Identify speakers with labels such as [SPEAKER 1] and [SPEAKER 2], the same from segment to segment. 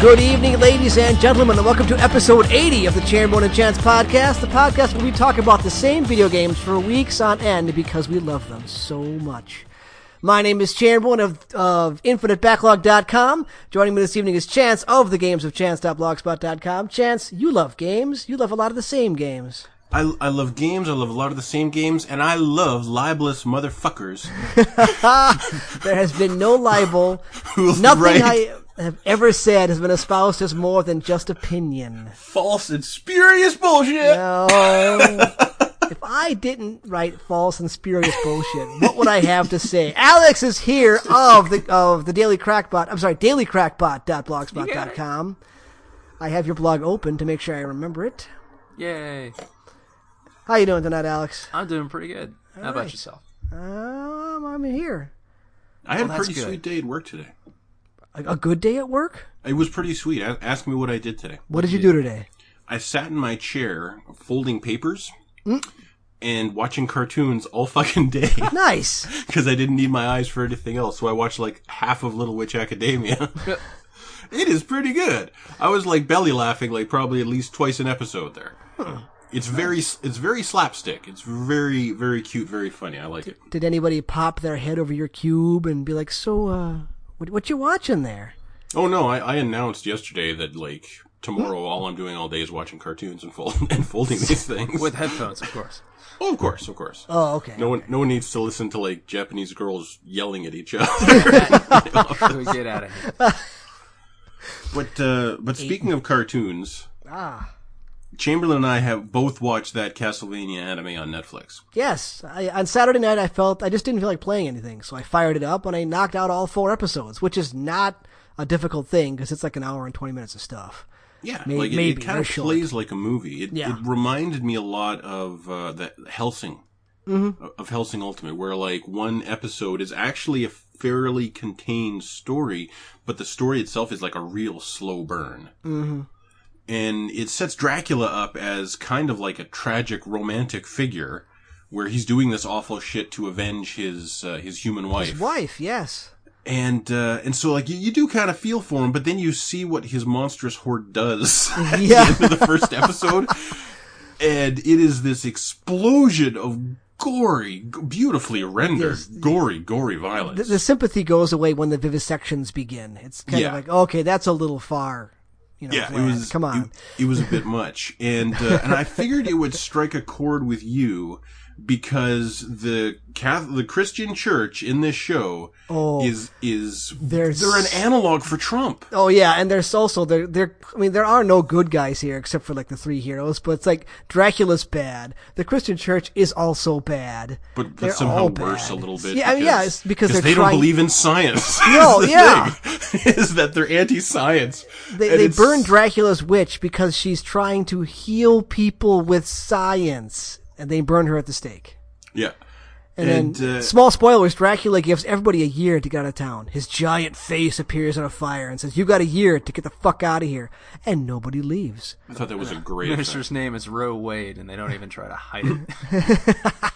[SPEAKER 1] Good evening, ladies and gentlemen, and welcome to episode 80 of the Chairborn and Chance podcast, the podcast where we talk about the same video games for weeks on end because we love them so much. My name is Chairborn of, of InfiniteBacklog.com. Joining me this evening is Chance of the Games of Chance.blogspot.com. Chance, you love games. You love a lot of the same games.
[SPEAKER 2] I, I love games. I love a lot of the same games, and I love libelous motherfuckers.
[SPEAKER 1] There has been no libel.
[SPEAKER 2] Who
[SPEAKER 1] Nothing
[SPEAKER 2] write
[SPEAKER 1] I have ever said has been espoused as more than just opinion.
[SPEAKER 2] false and spurious bullshit.
[SPEAKER 1] No. if I didn't write false and spurious bullshit, what would I have to say? Alex is here of the of the Daily Crackbot. I'm sorry, dailycrackbot.blogspot.com. I have your blog open to make sure I remember it.
[SPEAKER 3] Yay!
[SPEAKER 1] How you doing tonight, Alex?
[SPEAKER 3] I'm doing pretty good. How about
[SPEAKER 1] right.
[SPEAKER 3] yourself?
[SPEAKER 1] Um, I'm here.
[SPEAKER 2] I had
[SPEAKER 3] Well,
[SPEAKER 2] a
[SPEAKER 3] that's
[SPEAKER 2] pretty
[SPEAKER 3] good.
[SPEAKER 2] sweet day at work today.
[SPEAKER 1] A, a good day at work.
[SPEAKER 2] It was pretty sweet. A- Ask me what I did today.
[SPEAKER 1] What did you do today?
[SPEAKER 2] I sat in my chair folding papers
[SPEAKER 3] Mm.
[SPEAKER 2] and watching cartoons all fucking day
[SPEAKER 1] Nice.
[SPEAKER 2] because I didn't need my eyes for anything else. So I watched like half of Little Witch Academia. it is pretty good. I was like belly laughing like probably at least twice an episode there. It's very it's very slapstick. It's very very cute, very funny. I like it.
[SPEAKER 1] Did anybody pop their head over your cube and be like, "So, uh, what, what you watching there?"
[SPEAKER 2] Oh no, I, I announced yesterday that like tomorrow all I'm doing all day is watching cartoons and fold and folding these things.
[SPEAKER 3] With headphones, of course.
[SPEAKER 2] oh, of course, of course.
[SPEAKER 1] Oh, okay.
[SPEAKER 2] no one no one needs to listen to like Japanese girls yelling at each other.
[SPEAKER 3] we get out of here.
[SPEAKER 2] but uh, but speaking of cartoons,
[SPEAKER 1] Ah.
[SPEAKER 2] Chamberlain and I have both watched that Castlevania anime on Netflix.
[SPEAKER 1] Yes, I, on Saturday night I felt I just didn't feel like playing anything, so I fired it up and I knocked out all four episodes, which is not a difficult thing because it's like an hour and twenty minutes of stuff.
[SPEAKER 2] Yeah,
[SPEAKER 1] May-
[SPEAKER 2] like it-
[SPEAKER 1] maybe,
[SPEAKER 2] it, kind
[SPEAKER 1] they're
[SPEAKER 2] of
[SPEAKER 1] short.
[SPEAKER 2] plays like a movie. It,
[SPEAKER 1] Yeah.
[SPEAKER 2] it reminded me a lot of uh, the Helsing,
[SPEAKER 1] Mm-hmm.
[SPEAKER 2] of Helsing Ultimate, where like one episode is actually a fairly contained story, but the story itself is like a real slow burn. Mm-hmm. And it sets Dracula up as kind of like a tragic romantic figure, where he's doing this awful shit to avenge his uh, his human wife
[SPEAKER 1] Wife, yes,
[SPEAKER 2] and uh, and so like you, you do kind of feel for him, but then you see what his monstrous horde does at
[SPEAKER 1] Yeah.
[SPEAKER 2] the end of the first episode, and it is this explosion of gory, g- beautifully rendered, gory, gory violence.
[SPEAKER 1] the, the sympathy goes away when the vivisections begin. It's kind of
[SPEAKER 2] Yeah.
[SPEAKER 1] like okay, that's a little far. You know,
[SPEAKER 2] yeah, it
[SPEAKER 1] Vlad,
[SPEAKER 2] was.
[SPEAKER 1] come on.
[SPEAKER 2] it, it was a bit much, and uh, and I figured it would strike a chord with you because the Catholic, the Christian Church in this show
[SPEAKER 1] Oh.
[SPEAKER 2] is is
[SPEAKER 1] There's-
[SPEAKER 2] they're an analog for Trump.
[SPEAKER 1] Oh yeah, and there's also there there. I mean, there are no good guys here except for like the three heroes, but it's like Dracula's bad. The Christian Church is also bad.
[SPEAKER 2] but,
[SPEAKER 1] They're
[SPEAKER 2] but somehow
[SPEAKER 1] all
[SPEAKER 2] worse a
[SPEAKER 1] bad.
[SPEAKER 2] little bit.
[SPEAKER 1] Yeah, I mean, yeah, it's because they're
[SPEAKER 2] they
[SPEAKER 1] trying-
[SPEAKER 2] don't believe in science.
[SPEAKER 1] No,
[SPEAKER 2] is the
[SPEAKER 1] yeah.
[SPEAKER 2] thing, is that they're anti-science.
[SPEAKER 1] They,
[SPEAKER 2] And
[SPEAKER 1] they
[SPEAKER 2] it's-
[SPEAKER 1] burn Dracula's witch because she's trying to heal people with science, and they burn her at the stake.
[SPEAKER 2] Yeah,
[SPEAKER 1] And, then,
[SPEAKER 2] uh,
[SPEAKER 1] small spoilers: Dracula gives everybody a year to get out of town. His giant face appears on a fire and says, "You got a year to get the fuck out of here," and nobody leaves.
[SPEAKER 2] I thought that was a great. effect.
[SPEAKER 3] Minister's name is Roe Wade, and they don't even try to hide it.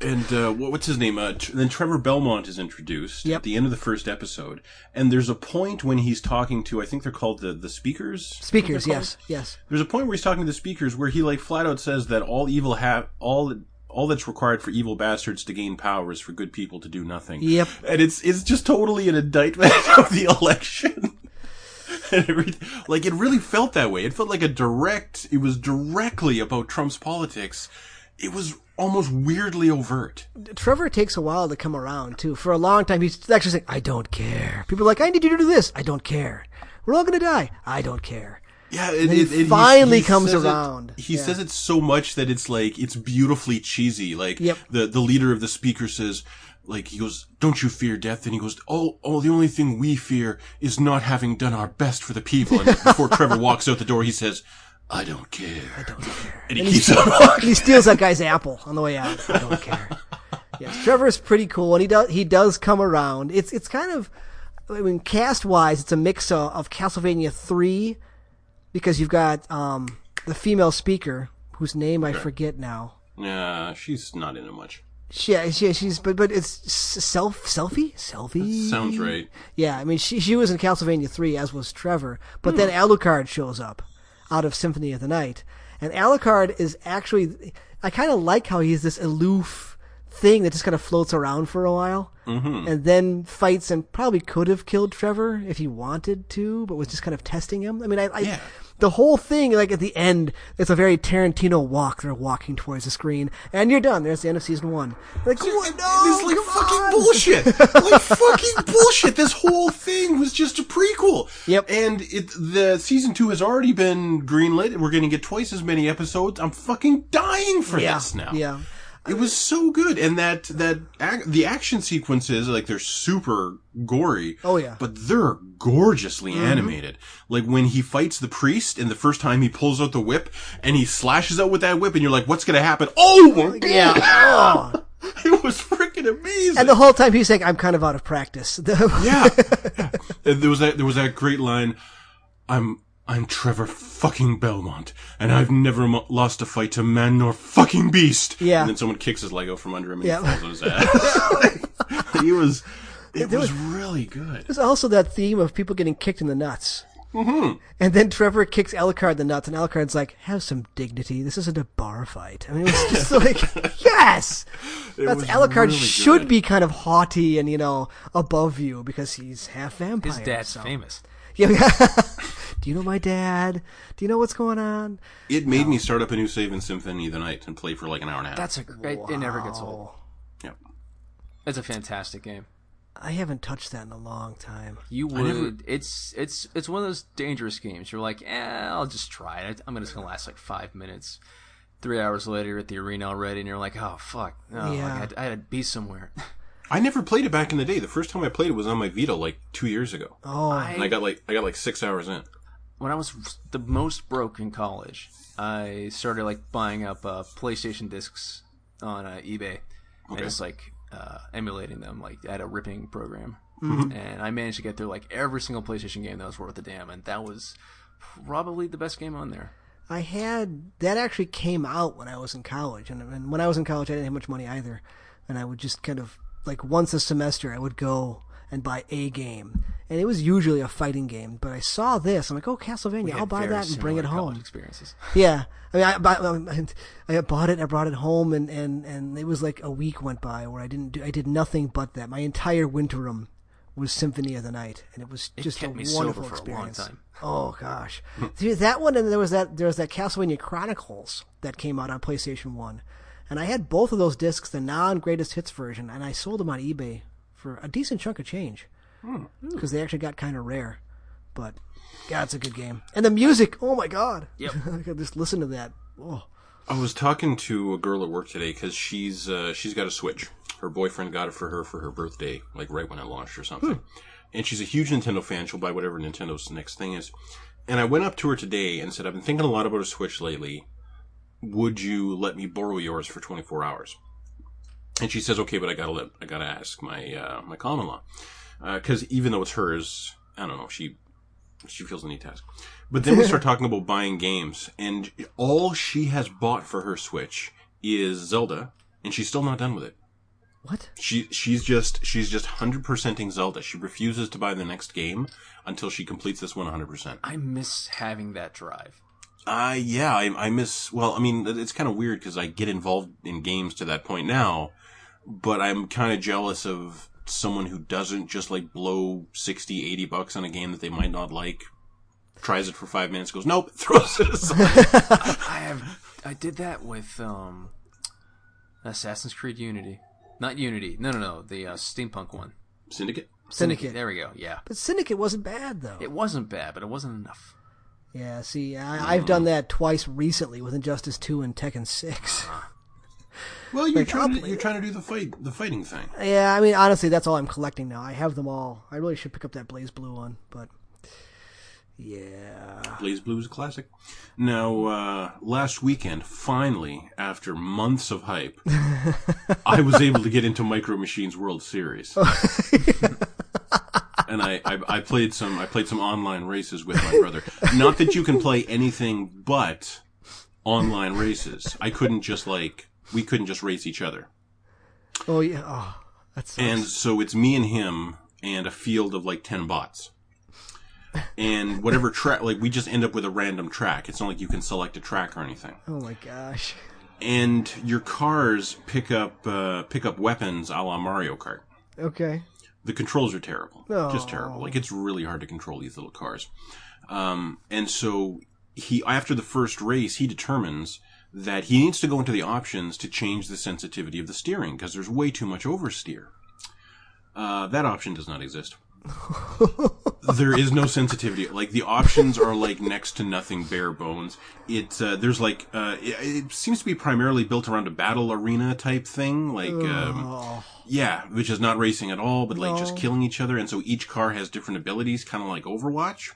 [SPEAKER 2] And uh, what, what's his name? Uh, tr- then Trevor Belmont is introduced
[SPEAKER 1] Yep.
[SPEAKER 2] at the end of the first episode, and there's a point when he's talking to I think they're called the the speakers.
[SPEAKER 1] Speakers, yes, yes.
[SPEAKER 2] There's a point where he's talking to the speakers where he like flat out says that all evil have all all that's required for evil bastards to gain power is for good people to do nothing.
[SPEAKER 1] Yep.
[SPEAKER 2] And it's it's just totally an indictment of the election. and it re- like it really felt that way. It felt like a direct. It was directly about Trump's politics. It was almost weirdly overt.
[SPEAKER 1] Trevor takes a while to come around too. For a long time, he's actually saying, "I don't care." People are like, "I need you to do this." I don't care. We're all gonna die. I don't care.
[SPEAKER 2] Yeah, it,
[SPEAKER 1] he
[SPEAKER 2] it, it-
[SPEAKER 1] finally comes
[SPEAKER 2] says it-
[SPEAKER 1] around.
[SPEAKER 2] he
[SPEAKER 1] Yeah.
[SPEAKER 2] says it so much that it's like it's beautifully cheesy. Like
[SPEAKER 1] Yep.
[SPEAKER 2] the the leader of the speaker says, like he goes, "Don't you fear death?" And he goes, "Oh, oh, the only thing we fear is not having done our best for the people." And before Trevor walks out the door, he says, "I don't care." I don't care. And he keeps on
[SPEAKER 1] And
[SPEAKER 2] walking.
[SPEAKER 1] he steals that guy's apple on the way out. I don't care. Yes, Trevor's pretty cool, and he does he does come around. It's it's kind of, I mean, cast wise, it's a mix of, of Castlevania three, because you've got um the female speaker whose name I forget now.
[SPEAKER 2] Nah, she's not in it much.
[SPEAKER 1] she, she she's but but it's self selfie selfie
[SPEAKER 2] Sounds right.
[SPEAKER 1] Yeah, I mean she she was in Castlevania three as was Trevor, but then Alucard shows up out of Symphony of the Night, and Alucard is actually I kind of like how he's this aloof thing that just kind of floats around for a while, and then fights and probably could have killed Trevor if he wanted to, but was just kind of testing him. I mean, I. I
[SPEAKER 2] Yeah.
[SPEAKER 1] the whole thing, like at the end, it's a very Tarantino walk. They're walking towards the screen, and you're done. There's the end of season one. Like, what? No,
[SPEAKER 2] This is like
[SPEAKER 1] come
[SPEAKER 2] fucking
[SPEAKER 1] on.
[SPEAKER 2] bullshit. Like fucking bullshit. This whole thing was just a prequel.
[SPEAKER 1] Yep.
[SPEAKER 2] And it the season two has already been greenlit. We're gonna get twice as many episodes. I'm fucking dying for
[SPEAKER 1] Yeah,
[SPEAKER 2] this now.
[SPEAKER 1] yeah.
[SPEAKER 2] It was so good, and that that ac- the action sequences like they're super gory.
[SPEAKER 1] Oh, yeah. Mm-hmm.
[SPEAKER 2] but they're gorgeously animated. Like when he fights the priest, and the first time he pulls out the whip and he slashes out with that whip, and you're like, "What's gonna happen?" Oh, my God.
[SPEAKER 1] Yeah. Oh.
[SPEAKER 2] it was freaking amazing.
[SPEAKER 1] And the whole time he's saying, "I'm kind of out of practice." The-
[SPEAKER 2] Yeah. yeah. And There was that there was that great line I'm I'm Trevor fucking Belmont and I've never mo- lost a fight to man nor fucking beast.
[SPEAKER 1] Yeah.
[SPEAKER 2] And then someone kicks his Lego from under him and
[SPEAKER 1] Yeah.
[SPEAKER 2] he falls on his ass. he was it
[SPEAKER 1] There
[SPEAKER 2] was really good.
[SPEAKER 1] There's also that theme of people getting kicked in the nuts. Mm-hmm. And then Trevor kicks Alucard in the nuts, and Alucard's like, "Have some dignity. This isn't a bar fight." I mean, it was just like, "Yes, that's
[SPEAKER 2] was
[SPEAKER 1] Alucard
[SPEAKER 2] really
[SPEAKER 1] should
[SPEAKER 2] good.
[SPEAKER 1] be kind of haughty and you know above you because he's half vampire."
[SPEAKER 3] His dad's
[SPEAKER 1] so-
[SPEAKER 3] famous.
[SPEAKER 1] Yeah, yeah. Do you know my dad? Do you know what's going on?
[SPEAKER 2] It made me start up a new save in Symphony of the Night and play for like an hour and a half.
[SPEAKER 3] That's a great. It never gets old.
[SPEAKER 2] yeah.
[SPEAKER 3] It's a fantastic game.
[SPEAKER 1] I haven't touched that in a long time.
[SPEAKER 3] You would.
[SPEAKER 2] never-
[SPEAKER 3] It's it's it's one of those dangerous games. You're like, eh, I'll just try it. I'm just gonna last like five minutes. Three hours later, you're at the arena already, and you're like, oh fuck, oh,
[SPEAKER 1] Yeah.
[SPEAKER 3] I, had, I had to be somewhere.
[SPEAKER 2] I never played it back in the day. The first time I played it was on my Vita like 2 years ago.
[SPEAKER 1] Oh,
[SPEAKER 2] And I got like I got like 6 hours in.
[SPEAKER 3] when I was the most broke in college, I started like buying up uh, PlayStation discs on uh, eBay and just like uh, emulating them like at a ripping program.
[SPEAKER 1] Mm-hmm.
[SPEAKER 3] And I managed to get through like every single PlayStation game that was worth a damn, and that was probably the best game on there.
[SPEAKER 1] I had that actually came out when I was in college, and, and when I was in college, I didn't have much money either, and I would just kind of like once a semester I would go and buy a game, and it was usually a fighting game. But I saw this, I'm like, oh, Castlevania, I'll
[SPEAKER 3] Had
[SPEAKER 1] buy
[SPEAKER 3] very
[SPEAKER 1] that and bring it
[SPEAKER 3] similar college
[SPEAKER 1] home.
[SPEAKER 3] Experiences.
[SPEAKER 1] yeah, I mean, I, bought- I bought it, I brought it home, and, and and it was like a week went by where I didn't do, I did nothing but that. My entire winterum was Symphony of the Night, and it was just
[SPEAKER 3] kept
[SPEAKER 1] a
[SPEAKER 3] me sober
[SPEAKER 1] wonderful
[SPEAKER 3] for a long
[SPEAKER 1] experience.
[SPEAKER 3] time.
[SPEAKER 1] Oh gosh, Dude, that one, and there was that there was that Castlevania Chronicles that came out on PlayStation One, and I had both of those discs, the non-greatest hits version, and I sold them on eBay for a decent chunk of change
[SPEAKER 3] Hmm.
[SPEAKER 1] because they actually got kind of rare. But God, it's a good game, and the music. Oh my God, yep. just listen to that. Oh,
[SPEAKER 2] I was talking to a girl at work today because she's uh, she's got a Switch. Her boyfriend got it for her for her birthday, like right when it launched or something. And she's a huge Nintendo fan. She'll buy whatever Nintendo's next thing is. And I went up to her today and said, "I've been thinking a lot about a Switch lately. Would you let me borrow yours for 24 hours?" And she says, "Okay, but I gotta let I gotta ask my uh, my common law because even though it's hers, I don't know she she feels the need to ask. But then we start talking about buying games, and all she has bought for her Switch is Zelda, and she's still not done with it.
[SPEAKER 1] what?
[SPEAKER 2] She she's just she's just hundred percenting Zelda. She refuses to buy the next game until she completes this one hundred percent.
[SPEAKER 3] I miss having that drive.
[SPEAKER 2] Uh yeah, I, I miss. Well, I mean, it- it's kind of weird because I get involved in games to that point now, but I'm kind of jealous of someone who doesn't just like blow 60, 80 bucks on a game that they might not like. Tries it for five minutes, goes nope, throws it aside.
[SPEAKER 3] I have I did that with um Assassin's Creed Unity. Not Unity. No, no, no. The uh, steampunk one.
[SPEAKER 2] Syndicate.
[SPEAKER 1] Syndicate.
[SPEAKER 3] There we go. Yeah.
[SPEAKER 1] But Syndicate wasn't bad though.
[SPEAKER 3] It wasn't bad, but it wasn't enough.
[SPEAKER 1] Yeah, see, I, I've done that twice recently with Injustice Two and Tekken Six.
[SPEAKER 3] Uh-huh.
[SPEAKER 2] Well, you're
[SPEAKER 1] Like, I'll
[SPEAKER 2] trying to,
[SPEAKER 1] play
[SPEAKER 2] you're trying to do the fight the fighting thing.
[SPEAKER 1] Yeah, I mean, honestly, that's all I'm collecting now. I have them all. I really should pick up that Blaze Blue one, but yeah,
[SPEAKER 2] Blaze Blue is a classic. Now, uh, last weekend, finally, after months of hype, I was able to get into Micro Machines World Series. and I, I, I played some I played some online races with my brother. Not that you can play anything but online races. I couldn't just like we couldn't just race each other.
[SPEAKER 1] Oh yeah. Oh, that's
[SPEAKER 2] And so it's me and him and a field of like 10 bots. And whatever track, like we just end up with a random track. It's not like you can select a track or anything.
[SPEAKER 1] oh my gosh.
[SPEAKER 2] And your cars pick up, uh, pick up weapons a la Mario Kart.
[SPEAKER 1] Okay.
[SPEAKER 2] The controls are terrible.
[SPEAKER 1] Oh.
[SPEAKER 2] Just terrible. Like it's really hard to control these little cars. Um, and so he, after the first race, he determines that he needs to go into the options to change the sensitivity of the steering because there's way too much oversteer. Uh, that option does not exist. there is no sensitivity. Like the options are like next to nothing, bare bones. It's uh, there's like uh, it, it seems to be primarily built around a battle arena type thing. Like
[SPEAKER 3] Oh.
[SPEAKER 2] um, yeah, which is not racing at all, but like just killing each other. And so each car has different abilities, kind of like Overwatch.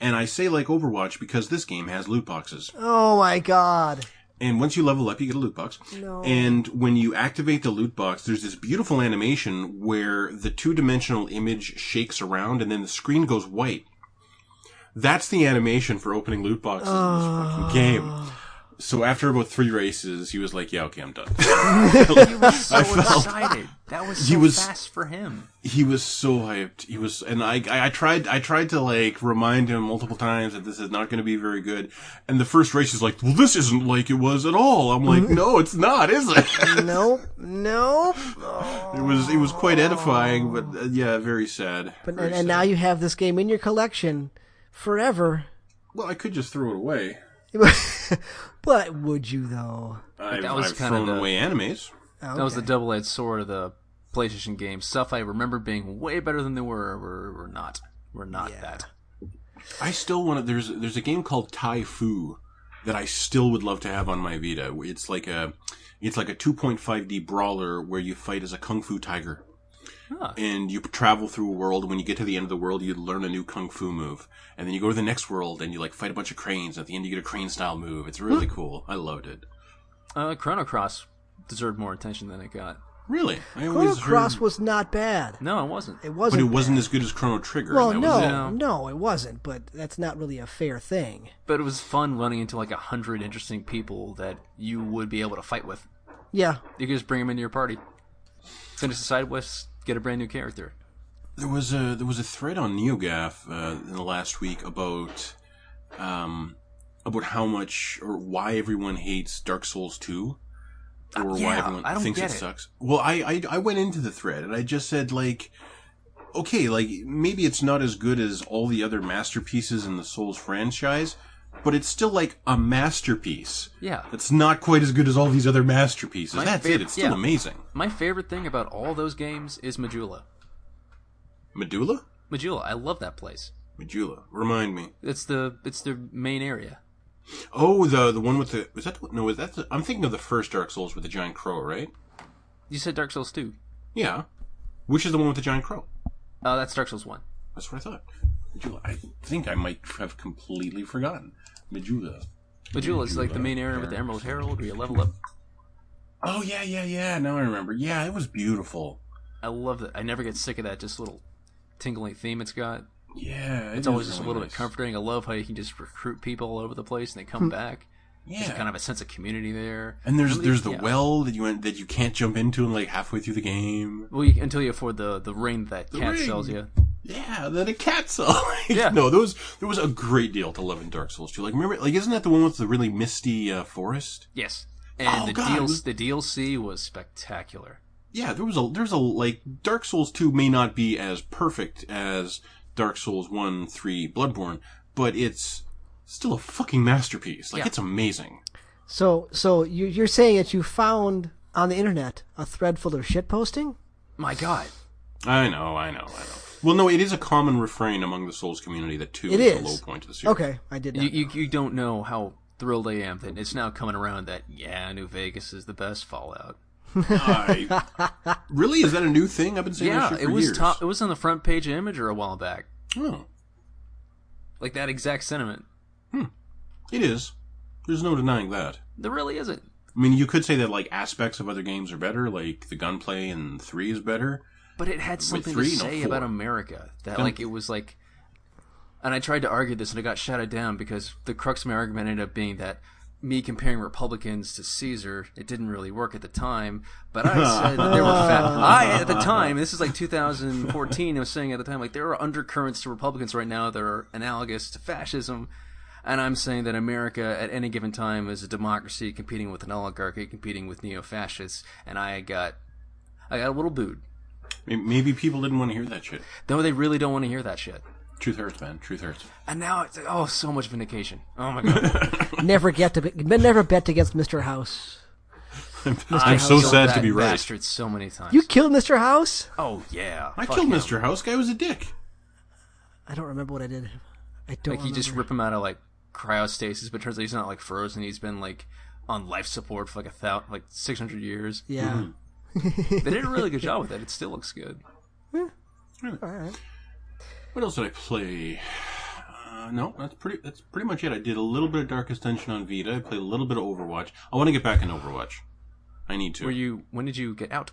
[SPEAKER 2] And I say like Overwatch because this game has loot boxes.
[SPEAKER 1] Oh my god.
[SPEAKER 2] And once you level up, you get a loot box.
[SPEAKER 1] No.
[SPEAKER 2] And when you activate the loot box, there's this beautiful animation where the two dimensional image shakes around and then the screen goes white. That's the animation for opening loot boxes in this fucking game. So after about three races, he was like, yeah, okay, I'm done.
[SPEAKER 3] So excited. That was so
[SPEAKER 2] He was-
[SPEAKER 3] fast for him.
[SPEAKER 2] he was so hyped. He was, and I, I, I tried, I tried to like remind him multiple times that this is not going to be very good. And the first race is like, well, this isn't like it was at all. I'm
[SPEAKER 1] Mm-hmm.
[SPEAKER 2] like, no, it's not, is it?
[SPEAKER 1] Nope. Nope.
[SPEAKER 2] It was it was quite edifying, but uh, yeah, very sad.
[SPEAKER 1] But
[SPEAKER 2] Very
[SPEAKER 1] and, and
[SPEAKER 2] sad.
[SPEAKER 1] now you have this game in your collection forever.
[SPEAKER 2] well, I could just throw it away.
[SPEAKER 1] but would you though?
[SPEAKER 2] I've,
[SPEAKER 3] that was
[SPEAKER 2] I've
[SPEAKER 3] kind of
[SPEAKER 2] thrown
[SPEAKER 3] the-
[SPEAKER 2] away animes.
[SPEAKER 1] Okay.
[SPEAKER 3] That was the double-edged sword of the PlayStation game. Stuff I remember being way better than they were, were, were not. Were not that.
[SPEAKER 2] I still want to. There's there's a game called Tai Fu that I still would love to have on my Vita. It's like a it's like a 2.5D brawler where you fight as a kung fu tiger. And you travel through a world. When you get to the end of the world, you learn a new kung fu move, and then you go to the next world and you like fight a bunch of cranes. At the end, you get a crane style move. It's really cool. I loved it.
[SPEAKER 3] Uh, Chrono Cross deserved more attention than it got.
[SPEAKER 2] Really, I
[SPEAKER 1] Chrono
[SPEAKER 2] always
[SPEAKER 1] Cross
[SPEAKER 2] heard-
[SPEAKER 1] was not bad.
[SPEAKER 3] No, it wasn't.
[SPEAKER 1] It
[SPEAKER 2] but
[SPEAKER 1] wasn't.
[SPEAKER 2] it wasn't as good as Chrono Trigger.
[SPEAKER 1] well,
[SPEAKER 2] and that was it.
[SPEAKER 1] no,
[SPEAKER 3] it.
[SPEAKER 1] no, it wasn't. But that's not really a fair thing.
[SPEAKER 3] But it was fun running into like a hundred interesting people that you would be able to fight with.
[SPEAKER 1] Yeah.
[SPEAKER 3] You could just bring them into your party, finish the side quests, get a brand new character.
[SPEAKER 2] There was a there was a thread on NeoGaf uh, in the last week about um, about how much or why everyone hates Dark Souls two, or why
[SPEAKER 3] Uh, yeah,
[SPEAKER 2] everyone
[SPEAKER 3] I don't
[SPEAKER 2] thinks
[SPEAKER 3] get
[SPEAKER 2] it
[SPEAKER 3] it.
[SPEAKER 2] sucks. Well, I, I I went into the thread and I just said like, okay, like maybe it's not as good as all the other masterpieces in the Souls franchise, but it's still like a masterpiece.
[SPEAKER 3] Yeah.
[SPEAKER 2] It's not quite as good as all these other masterpieces.
[SPEAKER 3] My
[SPEAKER 2] That's it.
[SPEAKER 3] favorite-
[SPEAKER 2] It's still
[SPEAKER 3] yeah.
[SPEAKER 2] amazing.
[SPEAKER 3] My favorite thing about all those games is Majula.
[SPEAKER 2] Medulla,
[SPEAKER 3] Majula, I love that place.
[SPEAKER 2] Medulla, remind me.
[SPEAKER 3] It's the it's the main area.
[SPEAKER 2] Oh, the the one with the was that the, no? Was that the, I'm thinking of the first Dark Souls with the giant crow, right?
[SPEAKER 3] You said Dark Souls two.
[SPEAKER 2] Yeah. Which is the one with the giant crow?
[SPEAKER 3] Oh, that's Dark Souls one.
[SPEAKER 2] That's what I thought. Medulla. I think I might have completely forgotten Medulla.
[SPEAKER 3] Majula is like the main area with the Emerald Herald where you level up.
[SPEAKER 2] Oh yeah, yeah, yeah. Now I remember. Yeah, it was beautiful.
[SPEAKER 3] I love that. I never get sick of that just little tingling theme it's got.
[SPEAKER 2] Yeah,
[SPEAKER 3] It's always just a little bit comforting. I love how you can just recruit people all over the place and they come back.
[SPEAKER 2] Hmm. Yeah.
[SPEAKER 3] There's kind of a sense of community there.
[SPEAKER 2] and there's
[SPEAKER 3] Somebody-
[SPEAKER 2] there's the
[SPEAKER 3] yeah.
[SPEAKER 2] well that you went, that you can't jump into like halfway through the game.
[SPEAKER 3] Well, you, until you afford the the ring that cat
[SPEAKER 2] ring.
[SPEAKER 3] sells you.
[SPEAKER 2] Yeah, then a cat cell. Like,
[SPEAKER 3] Yeah.
[SPEAKER 2] No, those there was a great deal to love in Dark Souls too. Like remember, like isn't that the one with the really misty uh, forest?
[SPEAKER 3] Yes. And
[SPEAKER 2] Oh,
[SPEAKER 3] the
[SPEAKER 2] God.
[SPEAKER 3] DLC, the DLC was spectacular.
[SPEAKER 2] yeah, there was a there's a like Dark Souls two may not be as perfect as Dark Souls one, three, Bloodborne, but it's still a fucking masterpiece. Like
[SPEAKER 3] Yeah.
[SPEAKER 2] it's amazing.
[SPEAKER 1] So, so you, you're saying that you found on the internet a thread full of shit posting?
[SPEAKER 3] My God.
[SPEAKER 2] I know, I know, I know. Well, no, it is a common refrain among the Souls community that two
[SPEAKER 1] It
[SPEAKER 2] is
[SPEAKER 1] is.
[SPEAKER 2] the low point of the series.
[SPEAKER 1] Okay, I did not.
[SPEAKER 3] You, you you don't know how thrilled I am that it's now coming around that yeah, New Vegas is the best Fallout.
[SPEAKER 2] I, really, is that a new thing? I've been saying that
[SPEAKER 3] Yeah,
[SPEAKER 2] shit for
[SPEAKER 3] it was
[SPEAKER 2] years.
[SPEAKER 3] top. It was on the front page of Imager a while back.
[SPEAKER 2] Oh,
[SPEAKER 3] Like that exact sentiment.
[SPEAKER 2] it is. There's no denying that.
[SPEAKER 3] There really isn't.
[SPEAKER 2] I mean, you could say that like aspects of other games are better, like the gunplay in three is better.
[SPEAKER 3] But it had something
[SPEAKER 2] three,
[SPEAKER 3] to
[SPEAKER 2] no,
[SPEAKER 3] say
[SPEAKER 2] four.
[SPEAKER 3] about America that
[SPEAKER 2] Then-
[SPEAKER 3] like it was like and I tried to argue this and I got shouted down because the crux of my argument ended up being that me comparing Republicans to Caesar, it didn't really work at the time. But I said that there were fa- I at the time this is like 2014. I was saying at the time like there are undercurrents to Republicans right now that are analogous to fascism, and I'm saying that America at any given time is a democracy competing with an oligarchy, competing with neo-fascists, and I got I got a little booed.
[SPEAKER 2] May- Maybe people didn't want to hear that shit.
[SPEAKER 3] Though they really don't want to hear that shit.
[SPEAKER 2] Truth hurts, man. Truth hurts.
[SPEAKER 3] And now it's like, oh, so much vindication. Oh my god.
[SPEAKER 1] Never get to be, never bet against Mr. House.
[SPEAKER 2] I'm so
[SPEAKER 3] Killed
[SPEAKER 2] sad
[SPEAKER 3] that
[SPEAKER 2] to be right.
[SPEAKER 3] bastard so many times.
[SPEAKER 1] You killed Mr. House?
[SPEAKER 3] oh yeah.
[SPEAKER 2] I
[SPEAKER 3] Fuck
[SPEAKER 2] killed
[SPEAKER 3] him.
[SPEAKER 2] Mr. House Guy was a dick.
[SPEAKER 1] I don't remember what I did. I don't.
[SPEAKER 3] Like you just
[SPEAKER 1] remember.
[SPEAKER 3] rip him out of like cryostasis, but turns out he's not like frozen. He's been like on life support for like a thousand, like six hundred years.
[SPEAKER 1] yeah.
[SPEAKER 3] Mm-hmm. They did a really good job with it. It still looks good.
[SPEAKER 2] What else did I play? Uh, no, that's pretty. That's pretty much it. I did a little bit of Darkest Dungeon on Vita. I played a little bit of Overwatch. I want to get back in Overwatch. I need to.
[SPEAKER 3] Were you? When did you get out?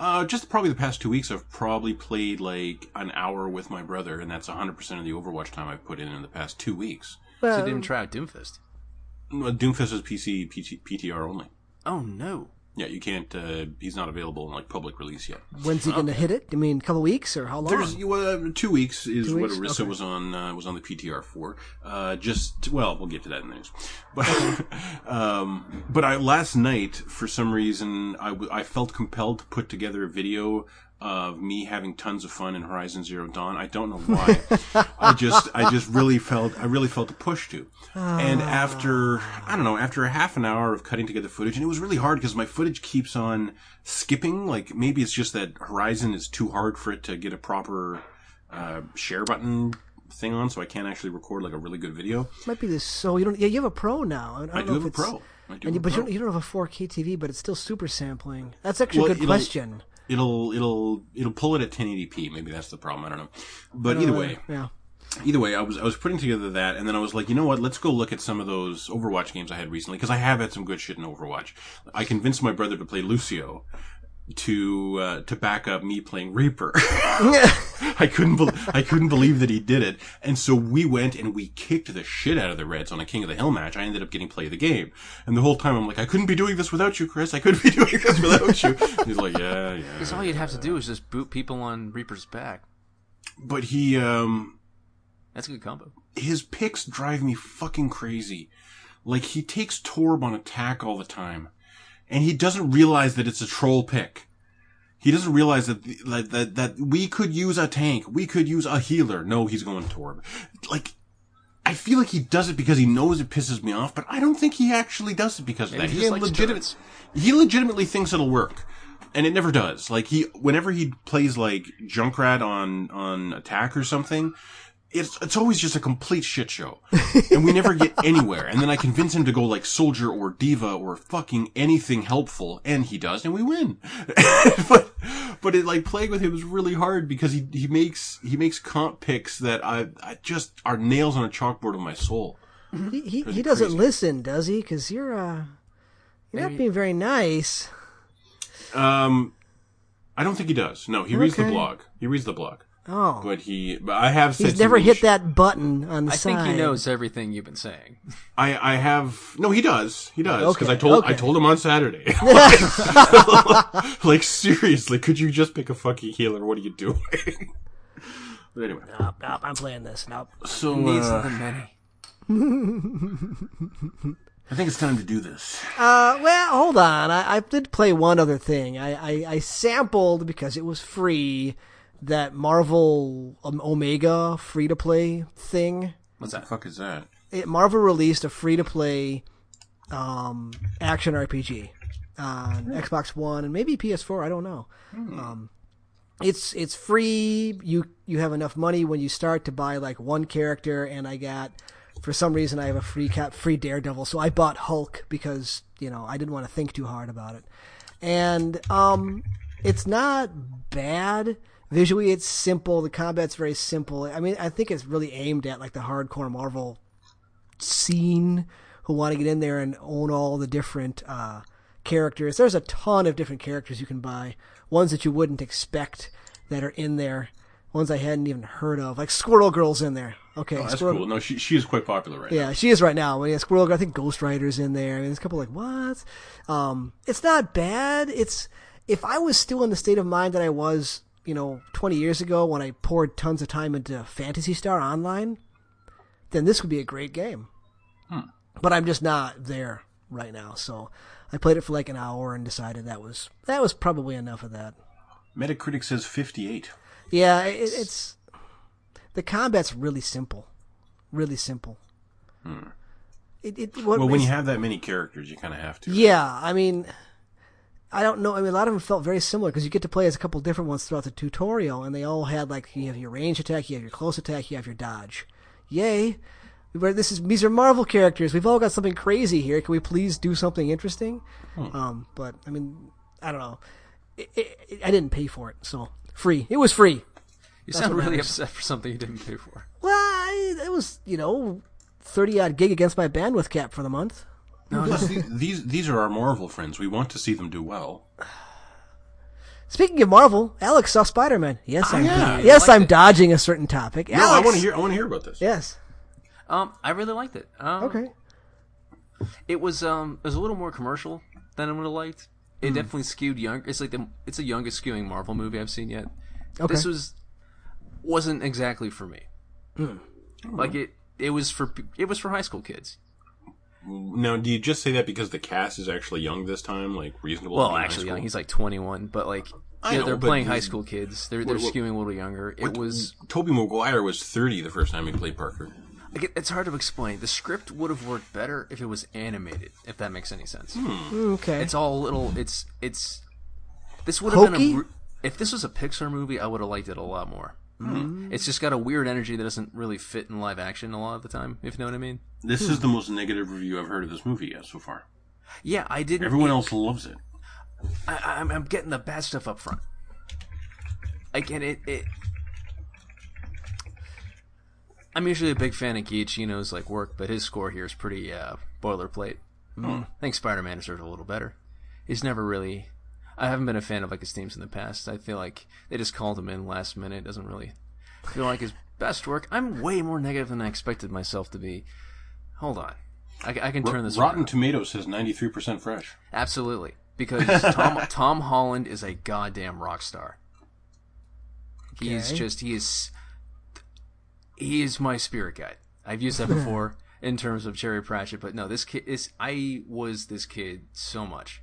[SPEAKER 2] Uh, just probably the past two weeks, I've probably played like an hour with my brother, and that's 100% of the Overwatch time I've put in in the past two weeks.
[SPEAKER 3] So you
[SPEAKER 1] Well,
[SPEAKER 3] didn't try out Doomfist.
[SPEAKER 2] No, Doomfist is PC, PT, PTR only.
[SPEAKER 3] Oh no.
[SPEAKER 2] Yeah, you can't, uh, he's not available in like public release yet.
[SPEAKER 1] when's he gonna hit it? I mean, a couple weeks or how long?
[SPEAKER 2] There's well, uh, two weeks is
[SPEAKER 1] Two
[SPEAKER 2] what
[SPEAKER 1] weeks?
[SPEAKER 2] Arissa
[SPEAKER 1] Okay.
[SPEAKER 2] was on uh, was on the PTR for. Uh, just well, we'll get to that in the news. But um, but I last night for some reason I, w- I felt compelled to put together a video of me having tons of fun in Horizon Zero Dawn. I don't know why. I just I just really felt I really felt a push to. And after I don't know after a half an hour of cutting together footage, and it was really hard because my footage keeps on skipping. Like maybe it's just that Horizon is too hard for it to get a proper uh, share button thing on, so I can't actually record like a really good video.
[SPEAKER 1] Might be this. So you don't. Yeah, you have a pro now. I, don't
[SPEAKER 2] I
[SPEAKER 1] know
[SPEAKER 2] do
[SPEAKER 1] if
[SPEAKER 2] have a
[SPEAKER 1] it's-
[SPEAKER 2] pro. I do
[SPEAKER 1] And
[SPEAKER 2] have
[SPEAKER 1] you,
[SPEAKER 2] a
[SPEAKER 1] but you
[SPEAKER 2] pro.
[SPEAKER 1] don't, you don't have a 4K TV, but it's still super sampling. That's actually
[SPEAKER 2] Well,
[SPEAKER 1] a good
[SPEAKER 2] it'll-
[SPEAKER 1] question.
[SPEAKER 2] It'll it'll it'll pull it at 1080p. Maybe that's the problem. I don't know. But
[SPEAKER 1] Uh,
[SPEAKER 2] either way,
[SPEAKER 1] Yeah.
[SPEAKER 2] either way, I was I was putting together that, and then I was like, you know what? Let's go look at some of those Overwatch games I had recently because I have had some good shit in Overwatch. I convinced my brother to play Lucio to uh, to back up me playing Reaper. I couldn't bel I couldn't believe that he did it, and so we went and we kicked the shit out of the Reds on a King of the Hill match. I ended up getting play of the game, and the whole time I'm like, I couldn't be doing this without you, Chris. I couldn't be doing this without you. And he's like, yeah, yeah.
[SPEAKER 3] Because all you'd have to do is just boot people on Reaper's back.
[SPEAKER 2] But he um
[SPEAKER 3] That's a good combo.
[SPEAKER 2] his picks drive me fucking crazy. Like he takes Torb on attack all the time, and he doesn't realize that it's a troll pick. He doesn't realize that the- that that, that we could use a tank, we could use a healer. No, he's going Torb. Like. I feel like he does it because he knows it pisses me off, but I don't think he actually does it because of
[SPEAKER 3] Maybe
[SPEAKER 2] that.
[SPEAKER 3] he
[SPEAKER 2] He's
[SPEAKER 3] just likes turrets.
[SPEAKER 2] he legitimately thinks it'll work and it never does like he whenever he plays like junkrat on on attack or something it's it's always just a complete shit show and we never get anywhere and then i convince him to go like soldier or diva or fucking anything helpful and he does and we win but but it like playing with him is really hard because he he makes he makes comp picks that i i just are nails on a chalkboard of my soul
[SPEAKER 1] He he, he doesn't listen, does he? Because you're uh, you're not being very nice.
[SPEAKER 2] um i don't think he does no he reads the
[SPEAKER 1] Okay.
[SPEAKER 2] blog he reads the blog
[SPEAKER 1] Oh,
[SPEAKER 2] But he, but I have said
[SPEAKER 1] he's
[SPEAKER 2] to
[SPEAKER 1] never
[SPEAKER 2] Reach-
[SPEAKER 1] hit that button on the
[SPEAKER 3] I
[SPEAKER 1] side.
[SPEAKER 3] think he knows everything you've been saying.
[SPEAKER 2] I, I have no. He does. He does because
[SPEAKER 1] Okay,
[SPEAKER 2] I told I
[SPEAKER 1] okay.
[SPEAKER 2] told him on Saturday. like seriously, could you just pick a fucking healer? What are you doing? but anyway,
[SPEAKER 1] Nope, nope, I'm playing this. Nope.
[SPEAKER 2] so
[SPEAKER 3] Needs of
[SPEAKER 2] uh,
[SPEAKER 3] the many.
[SPEAKER 2] I think it's time to do this.
[SPEAKER 1] Uh, well, hold on. I, I did play one other thing. I, I, I sampled because it was free that Marvel um, Omega free to play thing.
[SPEAKER 2] What's that? fuck is that?
[SPEAKER 1] It, Marvel released a free to play um, action RPG on Xbox One and maybe PS4. I don't know. Um, it's it's free. You you have enough money when you start to buy like one character, and I got for some reason I have a free cap free Daredevil, so I bought Hulk because you know I didn't want to think too hard about it, and um, it's not bad. Visually, it's simple. The combat's very simple. I mean, I think it's really aimed at like the hardcore Marvel scene who want to get in there and own all the different uh, characters. There's a ton of different characters you can buy, ones that you wouldn't expect that are in there. ones I hadn't even heard of. Like Squirrel Girl's in there. Okay,
[SPEAKER 2] Oh, that's
[SPEAKER 1] Squirrel.
[SPEAKER 2] cool. No, she she is quite popular right
[SPEAKER 1] Yeah, she is right now. Yeah, Squirrel Girl. I think Ghost Rider's in there. I mean, there's a couple like what? Um, it's not bad. It's if I was still in the state of mind that I was, you know, 20 years ago when I poured tons of time into Fantasy Star Online, then this would be a great game. But I'm just not there right now. So I played it for like an hour and decided that was that was probably enough of that.
[SPEAKER 2] now. Metacritic says 58.
[SPEAKER 1] Yeah, it, it's the combat's really simple, really simple. It, it, what
[SPEAKER 2] Well, when
[SPEAKER 1] makes-
[SPEAKER 2] you have that many characters, you kind of have to.
[SPEAKER 1] yeah, I mean, I don't know. I mean, a lot of them felt very similar because you get to play as a couple different ones throughout the tutorial, and they all had like you have your range attack, you have your close attack, you have your dodge. Yay! Where this is these are Marvel characters. We've all got something crazy here. Can we please do something interesting? Um, but I mean, I don't know. It, it, it- I didn't pay for it, so free. It was free.
[SPEAKER 3] You sound
[SPEAKER 1] what
[SPEAKER 3] really
[SPEAKER 1] matters.
[SPEAKER 3] upset for something you didn't pay for.
[SPEAKER 1] Well, I, it was you know thirty odd gig against my bandwidth cap for the month.
[SPEAKER 2] Plus, the- these these are our Marvel friends. We want to see them do well.
[SPEAKER 1] Speaking of Marvel, Alex saw Spider Man. Yes, I'm
[SPEAKER 2] yeah.
[SPEAKER 1] yes,
[SPEAKER 3] Oh, I liked
[SPEAKER 1] I'm
[SPEAKER 3] it.
[SPEAKER 1] dodging a certain topic.
[SPEAKER 2] No, I
[SPEAKER 1] Alex,
[SPEAKER 2] want to hear. I want to hear about this.
[SPEAKER 1] Yes.
[SPEAKER 3] Um, I really liked it. Um,
[SPEAKER 1] Okay.
[SPEAKER 3] It was um, it was a little more commercial than I would have liked.
[SPEAKER 1] Hmm.
[SPEAKER 3] It definitely skewed young. It's like the it's the youngest skewing Marvel movie I've seen yet.
[SPEAKER 1] Okay.
[SPEAKER 3] This was wasn't exactly for me.
[SPEAKER 1] Hmm.
[SPEAKER 2] Oh,
[SPEAKER 3] Like it it was for pe- it was for high school kids.
[SPEAKER 2] Now, do you just say that because the cast is actually young this time, like reasonable? to
[SPEAKER 3] Well,
[SPEAKER 2] be in high
[SPEAKER 3] actually,
[SPEAKER 2] school?
[SPEAKER 3] young. He's like 21, but like
[SPEAKER 2] I
[SPEAKER 3] yeah,
[SPEAKER 2] know,
[SPEAKER 3] they're
[SPEAKER 2] but
[SPEAKER 3] playing
[SPEAKER 2] the-
[SPEAKER 3] high school kids. They're they're
[SPEAKER 2] what-
[SPEAKER 3] skewing a little younger. It was
[SPEAKER 2] Toby Maguire was 30 the first time he played Parker.
[SPEAKER 3] like, it- it's hard to explain. The script would have worked better if it was animated, if that makes any sense.
[SPEAKER 1] Okay.
[SPEAKER 3] It's all a little. It's it's. This would have been
[SPEAKER 1] Hokey?
[SPEAKER 3] a. re- If this was a Pixar movie, I would have liked it a lot more. It's just got a weird energy that doesn't really fit in live action a lot of the time. If you know what I mean?
[SPEAKER 2] This is the most negative review I've heard of this movie yet so far.
[SPEAKER 3] Yeah, I didn't.
[SPEAKER 2] Everyone else loves it.
[SPEAKER 3] I, I'm, I'm getting the bad stuff up front. Like, and it, it. I'm usually a big fan of Giacchino's like work, but his score here is pretty uh, boilerplate. I think Spider-Man deserved a little better. He's never really. I haven't been a fan of like his themes in the past. I feel like they just called him in last minute. Doesn't really feel like his best work. I'm way more negative than I expected myself to be. Hold on, I, I can turn this
[SPEAKER 2] Rotten
[SPEAKER 3] around.
[SPEAKER 2] Tomatoes says 93% fresh.
[SPEAKER 3] Absolutely, because Tom Tom Holland is a goddamn rock star. He is
[SPEAKER 1] Okay.
[SPEAKER 3] just he is he is my spirit guide. I've used that before in terms of Cherry Pratchett, but no, this kid is I was this kid so much.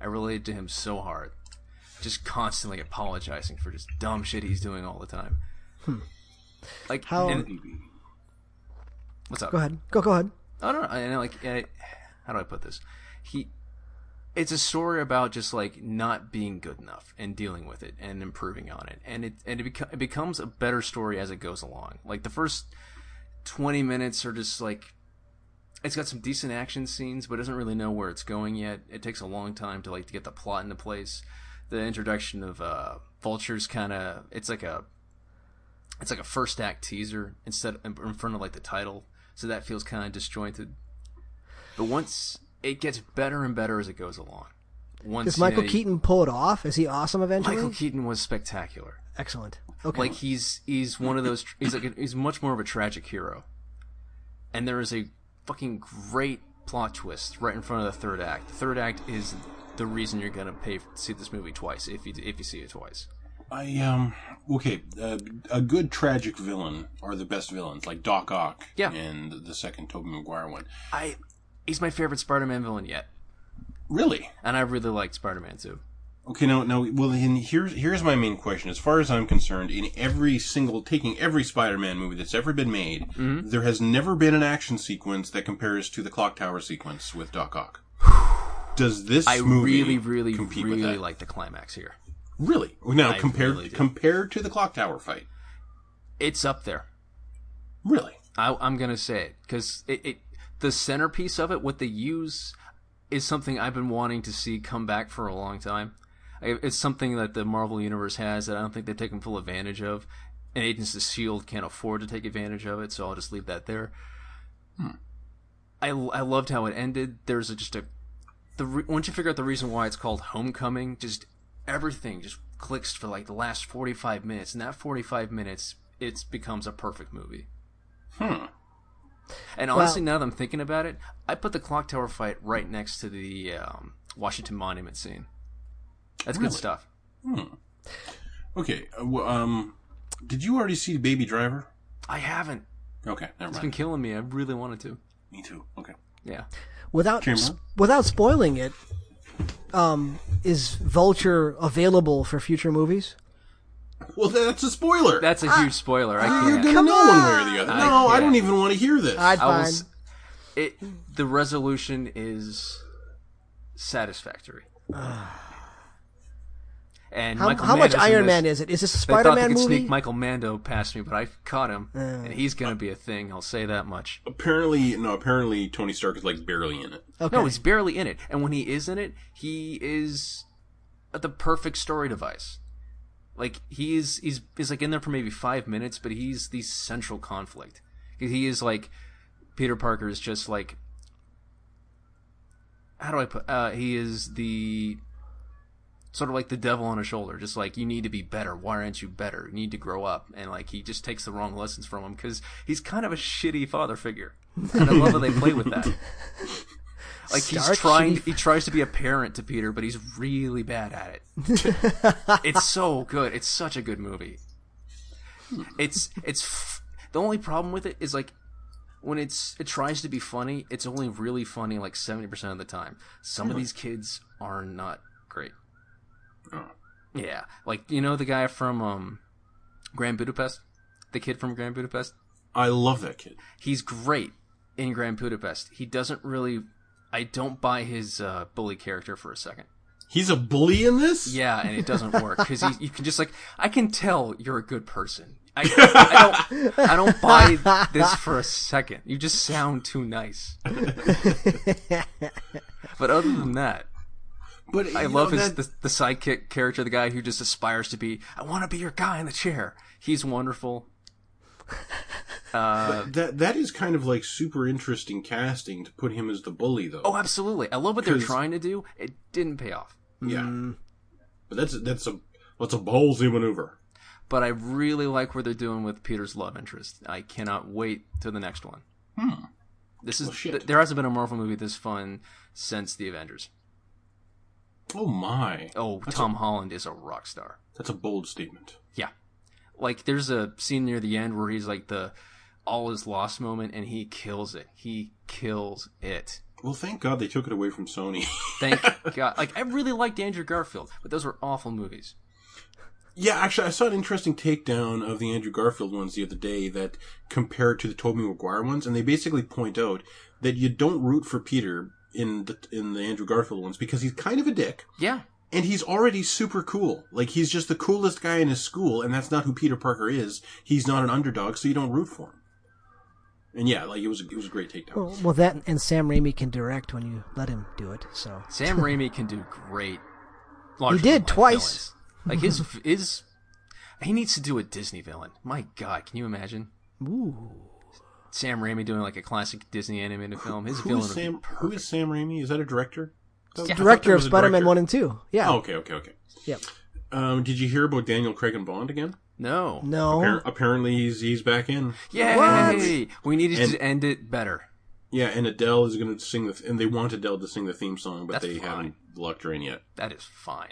[SPEAKER 3] I related to him so hard, just constantly apologizing for just dumb shit he's doing all the time. Like
[SPEAKER 1] Hmm. How-
[SPEAKER 3] and- what's up?
[SPEAKER 1] go ahead. Go. Go ahead.
[SPEAKER 3] I don't know. I know, like, I, how do I put this? He, it's a story about just like not being good enough and dealing with it and improving on it, and it and it, beco- it becomes a better story as it goes along. Like the first twenty minutes are just like, it's got some decent action scenes, but it doesn't really know where it's going yet. It takes a long time to like to get the plot into place. The introduction of uh, vultures kind of it's like a it's like a first act teaser instead in in front of like the title, so that feels kind of disjointed. But once it gets better and better as it goes along, once
[SPEAKER 1] Does
[SPEAKER 3] you know,
[SPEAKER 1] Michael
[SPEAKER 3] you-
[SPEAKER 1] Keaton pull it off? Is he awesome eventually?
[SPEAKER 3] Michael Keaton was spectacular.
[SPEAKER 1] Excellent. Okay.
[SPEAKER 3] Like he's he's one of those he's like a, he's much more of a tragic hero, and there is a fucking great plot twist right in front of the third act. The third act is the reason you're gonna pay to see this movie twice if you if you see it twice.
[SPEAKER 2] I, um, okay, uh, a good tragic villain are the best villains, like Doc Ock
[SPEAKER 3] Yeah.
[SPEAKER 2] and the second Tobey Maguire one.
[SPEAKER 3] I he's my favorite Spider-Man villain yet,
[SPEAKER 2] Really?
[SPEAKER 3] and I really liked Spider-Man too.
[SPEAKER 2] Okay, no, no. Well, then here's here's my main question. As far as I'm concerned, in every single taking every Spider-Man movie that's ever been made,
[SPEAKER 3] Mm-hmm.
[SPEAKER 2] there has never been an action sequence that compares to the clock tower sequence with Doc Ock. Does this
[SPEAKER 3] I
[SPEAKER 2] movie
[SPEAKER 3] really, really,
[SPEAKER 2] compete with
[SPEAKER 3] really
[SPEAKER 2] that?
[SPEAKER 3] like the climax here.
[SPEAKER 2] really? Now
[SPEAKER 3] I
[SPEAKER 2] compared
[SPEAKER 3] really do.
[SPEAKER 2] compared to the clock tower fight,
[SPEAKER 3] It's up there.
[SPEAKER 2] really?
[SPEAKER 3] I, I'm gonna say it because it, it, the centerpiece of it, what they use, is something I've been wanting to see come back for a long time. I- It's something that the Marvel universe has that I don't think they've taken full advantage of, and Agents of Shield E can't afford to take advantage of it. So I'll just leave that there. I, I loved how it ended. There's a, just a the re- once you figure out the reason why it's called Homecoming, just everything just clicks for like the last 45 minutes, and that 45 minutes, it becomes a perfect movie.
[SPEAKER 2] Hmm.
[SPEAKER 3] And honestly, now that I'm thinking about it, I put the clock tower fight right next to the um, Washington Monument scene. That's
[SPEAKER 2] Really?
[SPEAKER 3] good stuff.
[SPEAKER 2] Hmm. Okay. uh, well, um, did you already see Baby Driver?
[SPEAKER 3] I haven't.
[SPEAKER 2] Okay, never
[SPEAKER 3] It's
[SPEAKER 2] mind.
[SPEAKER 3] been killing me. I really wanted to.
[SPEAKER 2] Me too. Okay.
[SPEAKER 3] Yeah.
[SPEAKER 1] Without
[SPEAKER 2] Cameron?
[SPEAKER 1] s- without spoiling it, um, is Vulture available for future movies?
[SPEAKER 2] Well, that's a spoiler.
[SPEAKER 3] That's a huge spoiler. I
[SPEAKER 2] You're
[SPEAKER 3] can't.
[SPEAKER 2] gonna
[SPEAKER 1] Come
[SPEAKER 2] know one way or the other.
[SPEAKER 3] I
[SPEAKER 2] no, I
[SPEAKER 3] can't.
[SPEAKER 2] don't even want to hear this.
[SPEAKER 1] I'd
[SPEAKER 3] I will
[SPEAKER 1] find.
[SPEAKER 3] s- it the resolution is satisfactory. and
[SPEAKER 1] How,
[SPEAKER 3] Michael
[SPEAKER 1] how much
[SPEAKER 3] Mando's in
[SPEAKER 1] Iron
[SPEAKER 3] this.
[SPEAKER 1] Man is it? Is this a
[SPEAKER 3] They thought they
[SPEAKER 1] Spider-Man
[SPEAKER 3] could
[SPEAKER 1] movie?
[SPEAKER 3] sneak Michael Mando past me, but I caught him, and he's gonna be a thing. I'll say that much.
[SPEAKER 2] apparently, no. Apparently, Tony Stark is like barely in it.
[SPEAKER 1] okay.
[SPEAKER 3] No, he's barely in it, and when he is in it, he is the perfect story device. Like he's he's he's like in there for maybe five minutes, but he's the central conflict. He is like Peter Parker is just like how do I put? Uh, he is the sort of like the devil on his shoulder, just like you need to be better. Why aren't you better? You need to grow up, and like he just takes the wrong lessons from him because he's kind of a shitty father figure. And I love how they play with that. Like
[SPEAKER 1] Stark,
[SPEAKER 3] he's trying,
[SPEAKER 1] shitty-
[SPEAKER 3] he tries to be a parent to Peter, but he's really bad at it. it's so good. It's such a good movie. It's it's f- the only problem with it is like when it's it tries to be funny, it's only really funny like seventy percent of the time. Some of these kids are not great.
[SPEAKER 2] Oh.
[SPEAKER 3] Yeah, like you know the guy from um, Grand Budapest, the kid from Grand Budapest.
[SPEAKER 2] I love that kid.
[SPEAKER 3] He's great in Grand Budapest. He doesn't really. I don't buy his uh, bully character for a second.
[SPEAKER 2] He's a bully in this.
[SPEAKER 3] Yeah, and it doesn't work because you can just like I can tell you're a good person. I, I don't I don't buy this for a second. You just sound too nice. but other than that,
[SPEAKER 2] but you
[SPEAKER 3] I
[SPEAKER 2] know,
[SPEAKER 3] love his
[SPEAKER 2] that-
[SPEAKER 3] the, the sidekick character, the guy who just aspires to be. I want to be your guy in the chair. He's wonderful.
[SPEAKER 2] that that is kind of like super interesting casting to put him as the bully though.
[SPEAKER 3] Oh, absolutely. I love what they're
[SPEAKER 2] 'Cause-
[SPEAKER 3] trying to do. It didn't pay off.
[SPEAKER 2] yeah.
[SPEAKER 3] Hmm.
[SPEAKER 2] But that's that's a that's a ballsy maneuver.
[SPEAKER 3] but I really like what they're doing with Peter's love interest. I cannot wait to the next one. Hmm. This is
[SPEAKER 2] Well, shit.
[SPEAKER 3] th- there hasn't been a Marvel movie this fun since the Avengers.
[SPEAKER 2] Oh my,
[SPEAKER 3] Oh, Tom Holland is a rock star.
[SPEAKER 2] that's a bold statement.
[SPEAKER 3] Yeah, like there's a scene near the end where he's like the all is lost moment, and he kills it. He kills it.
[SPEAKER 2] Well, thank God they took it away from Sony.
[SPEAKER 3] Thank God. Like I really liked Andrew Garfield, but those were awful movies.
[SPEAKER 2] yeah, actually, I saw an interesting takedown of the Andrew Garfield ones the other day that compared to the Tobey Maguire ones, and they basically point out that you don't root for Peter in the in the Andrew Garfield ones because he's kind of a dick.
[SPEAKER 3] Yeah,
[SPEAKER 2] And he's already super cool. Like he's just the coolest guy in his school, and that's not who Peter Parker is. He's not an underdog, so you don't root for him. And yeah, like it was it was a great takedown.
[SPEAKER 1] Well, well, that and Sam Raimi can direct when you let him do it. So
[SPEAKER 3] Sam Raimi can do great. larger
[SPEAKER 1] did
[SPEAKER 3] than life
[SPEAKER 1] twice.
[SPEAKER 3] villains. Like his his, he needs to do a Disney villain. My God, can you imagine
[SPEAKER 1] Ooh.
[SPEAKER 3] Sam Raimi doing like a classic Disney animated film? Um, His
[SPEAKER 2] Who
[SPEAKER 3] villain
[SPEAKER 2] is
[SPEAKER 3] would be
[SPEAKER 2] Sam? Who is Sam Raimi? Is that a director? I thought
[SPEAKER 1] director
[SPEAKER 2] there
[SPEAKER 1] of
[SPEAKER 2] was a
[SPEAKER 1] Spider-Man
[SPEAKER 2] director.
[SPEAKER 1] One and Two. Yeah.
[SPEAKER 2] Oh, okay, okay, okay.
[SPEAKER 1] Yep.
[SPEAKER 2] Um, did you hear about Daniel Craig and Bond again? Oh,
[SPEAKER 3] no.
[SPEAKER 1] No.
[SPEAKER 2] Appar- apparently, he's he's back in.
[SPEAKER 3] Yay! We needed
[SPEAKER 2] And-
[SPEAKER 3] to end it better.
[SPEAKER 2] Yeah, and Adele is going to sing the th- and they want Adele to sing the theme song, but
[SPEAKER 3] That's
[SPEAKER 2] they
[SPEAKER 3] fine.
[SPEAKER 2] haven't locked her in yet.
[SPEAKER 3] That is fine.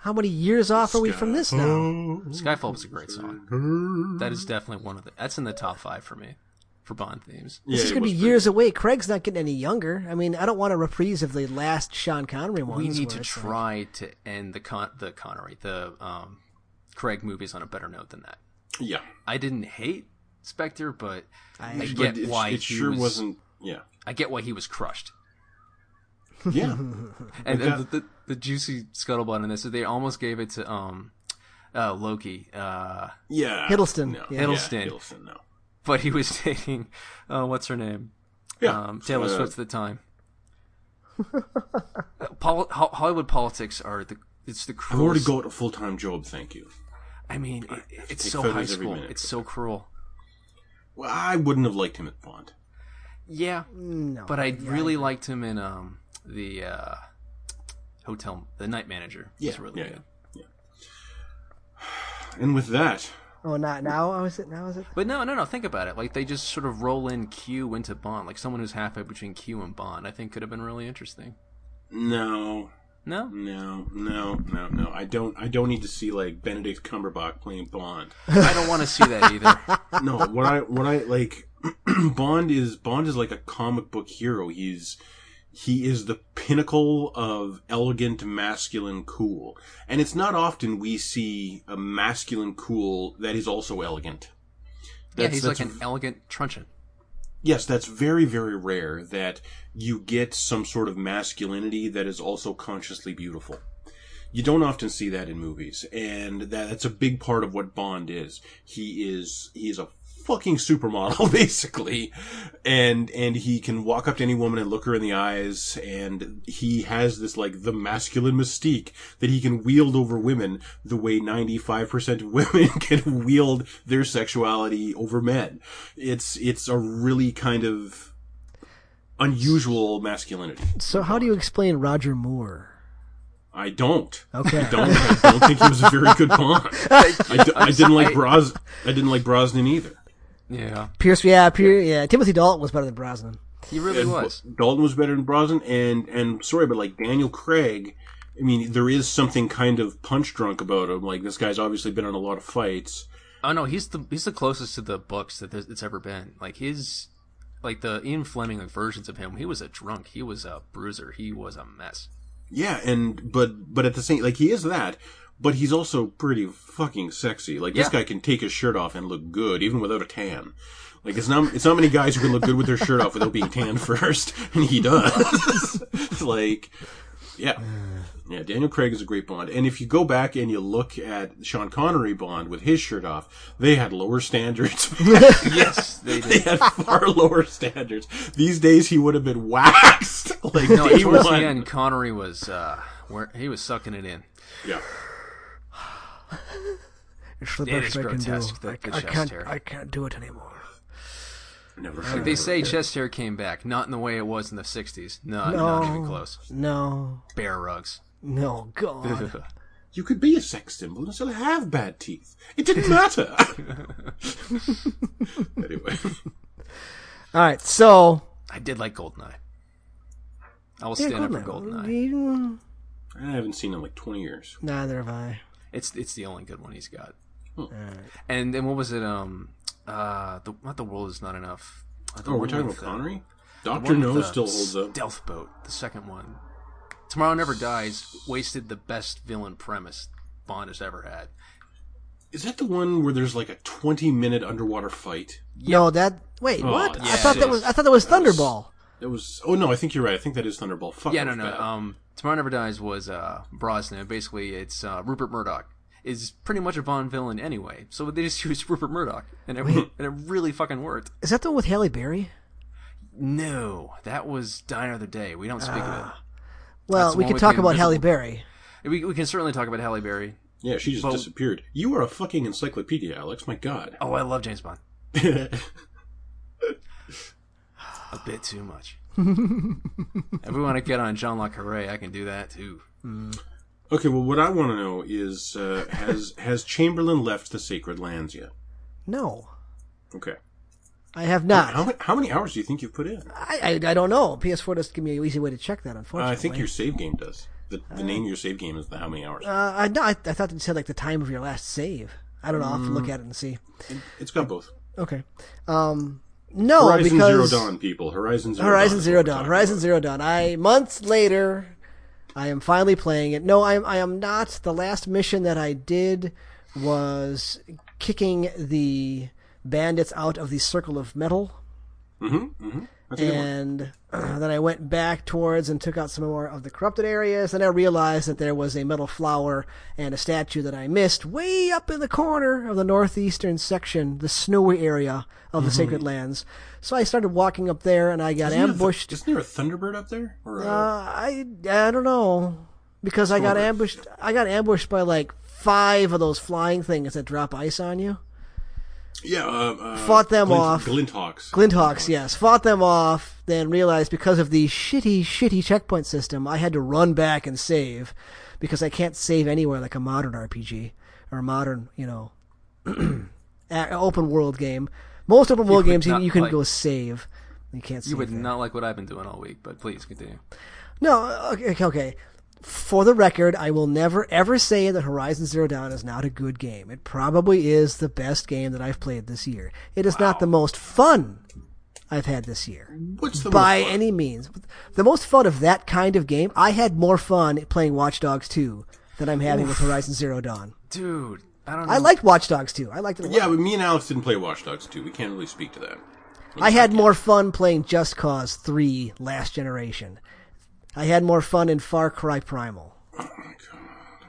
[SPEAKER 1] How many years off are we from this
[SPEAKER 2] Oh.
[SPEAKER 1] now?
[SPEAKER 3] Skyfall was a great song. That is definitely one of the. That's in the top five for me, for Bond themes.
[SPEAKER 2] Yeah,
[SPEAKER 1] This is
[SPEAKER 2] it
[SPEAKER 1] going to
[SPEAKER 2] was
[SPEAKER 1] be
[SPEAKER 2] pretty-
[SPEAKER 1] years away. Craig's not getting any younger. I mean, I don't want a reprise of the last Sean Connery one.
[SPEAKER 3] We need to try to end the con the Connery the um, Craig movies on a better note than that.
[SPEAKER 2] Yeah,
[SPEAKER 3] I didn't hate Spectre, but
[SPEAKER 1] I-
[SPEAKER 3] I,
[SPEAKER 1] But
[SPEAKER 2] but
[SPEAKER 3] get
[SPEAKER 2] it,
[SPEAKER 3] why
[SPEAKER 2] it
[SPEAKER 3] he
[SPEAKER 2] sure
[SPEAKER 3] was,
[SPEAKER 2] wasn't. Yeah,
[SPEAKER 3] I get why he was crushed.
[SPEAKER 2] yeah.
[SPEAKER 3] And
[SPEAKER 2] Like
[SPEAKER 3] the, the, the juicy scuttlebutt in this, they almost gave it to um, uh, Loki, uh,
[SPEAKER 2] Yeah.
[SPEAKER 1] Hiddleston.
[SPEAKER 2] No.
[SPEAKER 1] Yeah.
[SPEAKER 3] Hiddleston.
[SPEAKER 2] Yeah, Hiddleston, no.
[SPEAKER 3] but he was dating uh, what's her name,
[SPEAKER 2] Yeah.
[SPEAKER 3] um, Taylor
[SPEAKER 2] Uh,
[SPEAKER 3] Swift at the time. Poli- Ho- Hollywood politics are the it's the
[SPEAKER 2] I've
[SPEAKER 3] cruel.
[SPEAKER 2] already got a full time job, thank you.
[SPEAKER 3] I mean, it, it's
[SPEAKER 2] take
[SPEAKER 3] so
[SPEAKER 2] photos
[SPEAKER 3] high
[SPEAKER 2] every
[SPEAKER 3] school.
[SPEAKER 2] minute.
[SPEAKER 3] It's so cruel.
[SPEAKER 2] Well, I wouldn't have liked him at Bond.
[SPEAKER 3] Yeah,
[SPEAKER 1] No.
[SPEAKER 3] but I really liked him in um, the uh, hotel, the night manager. was really
[SPEAKER 2] yeah.
[SPEAKER 3] good.
[SPEAKER 2] yeah. And with that,
[SPEAKER 1] Oh, not now. Oh, is it now? Is it?
[SPEAKER 3] But no, no, no. Think about it. Like they just sort of roll in Q into Bond, like someone who's halfway between Q and Bond. I think could have been really interesting.
[SPEAKER 2] no,
[SPEAKER 3] No,
[SPEAKER 2] no, no, no, no. I don't. I don't need to see like Benedict Cumberbatch playing Bond.
[SPEAKER 3] I don't want to see that either.
[SPEAKER 2] no, what I what I like Bond is Bond is like a comic book hero. He's he is the pinnacle of elegant masculine cool. And it's not often we see a masculine cool that is also elegant.
[SPEAKER 3] yeah,
[SPEAKER 2] That's-
[SPEAKER 3] he's
[SPEAKER 2] that's
[SPEAKER 3] like an elegant truncheon.
[SPEAKER 2] Yes, that's very, very rare that you get some sort of masculinity that is also consciously beautiful. You don't often see that in movies, and that, that's a big part of what Bond is. He is he is a fucking supermodel, basically, and and he can walk up to any woman and look her in the eyes, and he has this like the masculine mystique that he can wield over women the way ninety five percent of women can wield their sexuality over men. It's it's a really kind of unusual masculinity.
[SPEAKER 1] So, how do you explain Roger Moore?
[SPEAKER 2] I don't.
[SPEAKER 1] Okay.
[SPEAKER 2] I don't. I don't think he was a very good Bond. I, d- I didn't like Bros. I didn't like Brosnan either.
[SPEAKER 3] Yeah,
[SPEAKER 1] Pierce, yeah, Pierce, yeah. Timothy Dalton was better than Brosnan.
[SPEAKER 3] he really was.
[SPEAKER 2] Dalton was better than Brosnan, and and sorry, but like Daniel Craig, I mean, there is something kind of punch drunk about him. Like this guy's obviously been in a lot of fights.
[SPEAKER 3] Oh no, he's the he's the closest to the books that there's, it's ever been. Like his, like the Ian Fleming like, versions of him. He was a drunk. He was a bruiser. He was a mess.
[SPEAKER 2] Yeah, and but but at the same, like he is that, but he's also pretty fucking sexy. Like this
[SPEAKER 3] Yeah.
[SPEAKER 2] guy can take his shirt off and look good even without a tan. Like it's not it's not many guys who can look good with their shirt off without being tanned first, and he does. like, yeah. Yeah, Daniel Craig is a great Bond. And if you go back and you look at Sean Connery Bond with his shirt off, they had lower standards.
[SPEAKER 3] Yes, they
[SPEAKER 2] they
[SPEAKER 3] did.
[SPEAKER 2] had far lower standards. These days he would have been waxed. Like
[SPEAKER 3] No,
[SPEAKER 2] day
[SPEAKER 3] towards the
[SPEAKER 2] one.
[SPEAKER 3] end, Connery was uh, where he was sucking it in.
[SPEAKER 2] Yeah.
[SPEAKER 1] It's the
[SPEAKER 3] It
[SPEAKER 1] best
[SPEAKER 3] is
[SPEAKER 1] I can do.
[SPEAKER 3] grotesque, the-
[SPEAKER 1] I,
[SPEAKER 3] the
[SPEAKER 1] I
[SPEAKER 3] chest
[SPEAKER 1] can't.
[SPEAKER 3] hair.
[SPEAKER 1] I can't do it anymore.
[SPEAKER 2] Never
[SPEAKER 3] Like they say chest hair came back, not in the way it was in the '60s. No, not even
[SPEAKER 1] No.
[SPEAKER 3] close.
[SPEAKER 1] No,
[SPEAKER 3] Bear rugs.
[SPEAKER 1] no, God.
[SPEAKER 2] You could be a sex symbol and still have bad teeth. It didn't matter. anyway,
[SPEAKER 1] All right, so
[SPEAKER 3] I did like Goldeneye. I will stand up for Goldeneye.
[SPEAKER 1] Mm,
[SPEAKER 2] I haven't seen him in like 20 years.
[SPEAKER 1] Neither have I.
[SPEAKER 3] It's it's the only good one he's got. And then what was it? Um, uh, the, not the world is not enough. Uh, the
[SPEAKER 2] Oh, we're
[SPEAKER 3] one
[SPEAKER 2] talking
[SPEAKER 3] with
[SPEAKER 2] about
[SPEAKER 3] the-
[SPEAKER 2] Connery?
[SPEAKER 3] the
[SPEAKER 2] Dr.
[SPEAKER 3] one with
[SPEAKER 2] No
[SPEAKER 3] the
[SPEAKER 2] still holds up.
[SPEAKER 3] Stealth boat, the second one. Tomorrow Never Dies wasted the best villain premise Bond has ever had.
[SPEAKER 2] Is that the one where there's like a 20 minute underwater fight?
[SPEAKER 1] No, that. Wait,
[SPEAKER 2] Oh,
[SPEAKER 1] what? I
[SPEAKER 2] yeah,
[SPEAKER 1] thought that
[SPEAKER 2] sis.
[SPEAKER 1] was. I thought that was Thunderball.
[SPEAKER 2] That was. Oh, no, I think you're right. I think that is Thunderball. Fuck.
[SPEAKER 3] yeah,
[SPEAKER 2] that
[SPEAKER 3] no,
[SPEAKER 2] was
[SPEAKER 3] no.
[SPEAKER 2] bad.
[SPEAKER 3] Um, Tomorrow Never Dies was uh, Brosnan. Basically, it's uh, Rupert Murdoch is pretty much a Bond villain anyway. So they just used Rupert Murdoch, and it, and it really fucking worked.
[SPEAKER 1] Is that the one with Halle Berry?
[SPEAKER 3] No, Ah. that was Die Another Day. We don't speak of it.
[SPEAKER 1] Well,
[SPEAKER 3] That's the
[SPEAKER 1] we
[SPEAKER 3] one
[SPEAKER 1] can
[SPEAKER 3] with
[SPEAKER 1] talk
[SPEAKER 3] the
[SPEAKER 1] about Halle
[SPEAKER 3] invisible-
[SPEAKER 1] Berry.
[SPEAKER 3] We, we can certainly talk about Halle Berry.
[SPEAKER 2] yeah, she just
[SPEAKER 3] well-
[SPEAKER 2] disappeared. You are a fucking encyclopedia, Alex. My God.
[SPEAKER 3] Oh, I love James Bond. A bit too much. if we want to get on John Le Carre, I can do that too.
[SPEAKER 2] okay, well, what I want to know is uh, has has Chamberlain left the Sacred Lands yet?
[SPEAKER 1] No,
[SPEAKER 2] Okay.
[SPEAKER 1] I have not.
[SPEAKER 2] How, ma- how many hours do you think you've put in?
[SPEAKER 1] I, I I don't know. PS4 doesn't give me an easy way to check that.
[SPEAKER 2] Uh,
[SPEAKER 1] Unfortunately,
[SPEAKER 2] I think your save game does. The, the name of your save game is the how many hours.
[SPEAKER 1] Uh, I, no, I, I thought it said like the time of your last save. I don't know. I'll have to
[SPEAKER 3] Mm.
[SPEAKER 1] look at it and see.
[SPEAKER 2] it's got both.
[SPEAKER 1] Okay. Um, no,
[SPEAKER 2] Horizon
[SPEAKER 1] because
[SPEAKER 2] Zero Dawn, people. Horizon Zero
[SPEAKER 1] Horizon
[SPEAKER 2] Dawn.
[SPEAKER 1] Zero Dawn. Horizon Zero Dawn. I months later, I am finally playing it. No, I am. I am not. The last mission that I did was kicking the bandits out of the circle of metal,
[SPEAKER 2] That's a good one.
[SPEAKER 1] and then I went back towards and took out some more of the corrupted areas. And I realized that there was a metal flower and a statue that I missed way up in the corner of the northeastern section, the snowy area of the sacred lands. So I started walking up there, and I got
[SPEAKER 2] Isn't there Mm-hmm. a th-
[SPEAKER 1] ambushed.
[SPEAKER 2] isn't there a Thunderbird up there? Or uh, a,
[SPEAKER 1] Uh, I I don't know because I got
[SPEAKER 2] Over.
[SPEAKER 1] ambushed. I got ambushed by like five of those flying things that drop ice on you.
[SPEAKER 2] yeah, uh, uh,
[SPEAKER 1] fought them
[SPEAKER 2] Glint,
[SPEAKER 1] off.
[SPEAKER 2] Glinthawks.
[SPEAKER 1] Glinthawks, yes, fought them off. Then realized because of the shitty, shitty checkpoint system, I had to run back and save because I can't save anywhere like a modern RPG or modern, you know, a- open world game. Most open world
[SPEAKER 3] would
[SPEAKER 1] games you,
[SPEAKER 3] not
[SPEAKER 1] you can
[SPEAKER 3] like-
[SPEAKER 1] go save. You can't save.
[SPEAKER 3] You would
[SPEAKER 1] there.
[SPEAKER 3] not like what I've been doing all week, but please continue.
[SPEAKER 1] No, okay, okay, okay. For the record, I will never ever say that Horizon Zero Dawn is not a good game. It probably is the best game that I've played this year. It is not the most fun I've had this year
[SPEAKER 2] What's the
[SPEAKER 1] by
[SPEAKER 2] most fun?
[SPEAKER 1] any means. The most fun of that kind of game, I had more fun playing Watch Dogs 2 than I'm having with Horizon Zero Dawn.
[SPEAKER 3] Dude, I don't know.
[SPEAKER 1] I liked Watch Dogs 2. I liked it a lot.
[SPEAKER 2] Yeah, but me and Alex didn't play Watch Dogs 2. We can't really speak to that.
[SPEAKER 1] I had more fun playing Just Cause 3 Last Generation. I had more fun in Far Cry Primal
[SPEAKER 2] Oh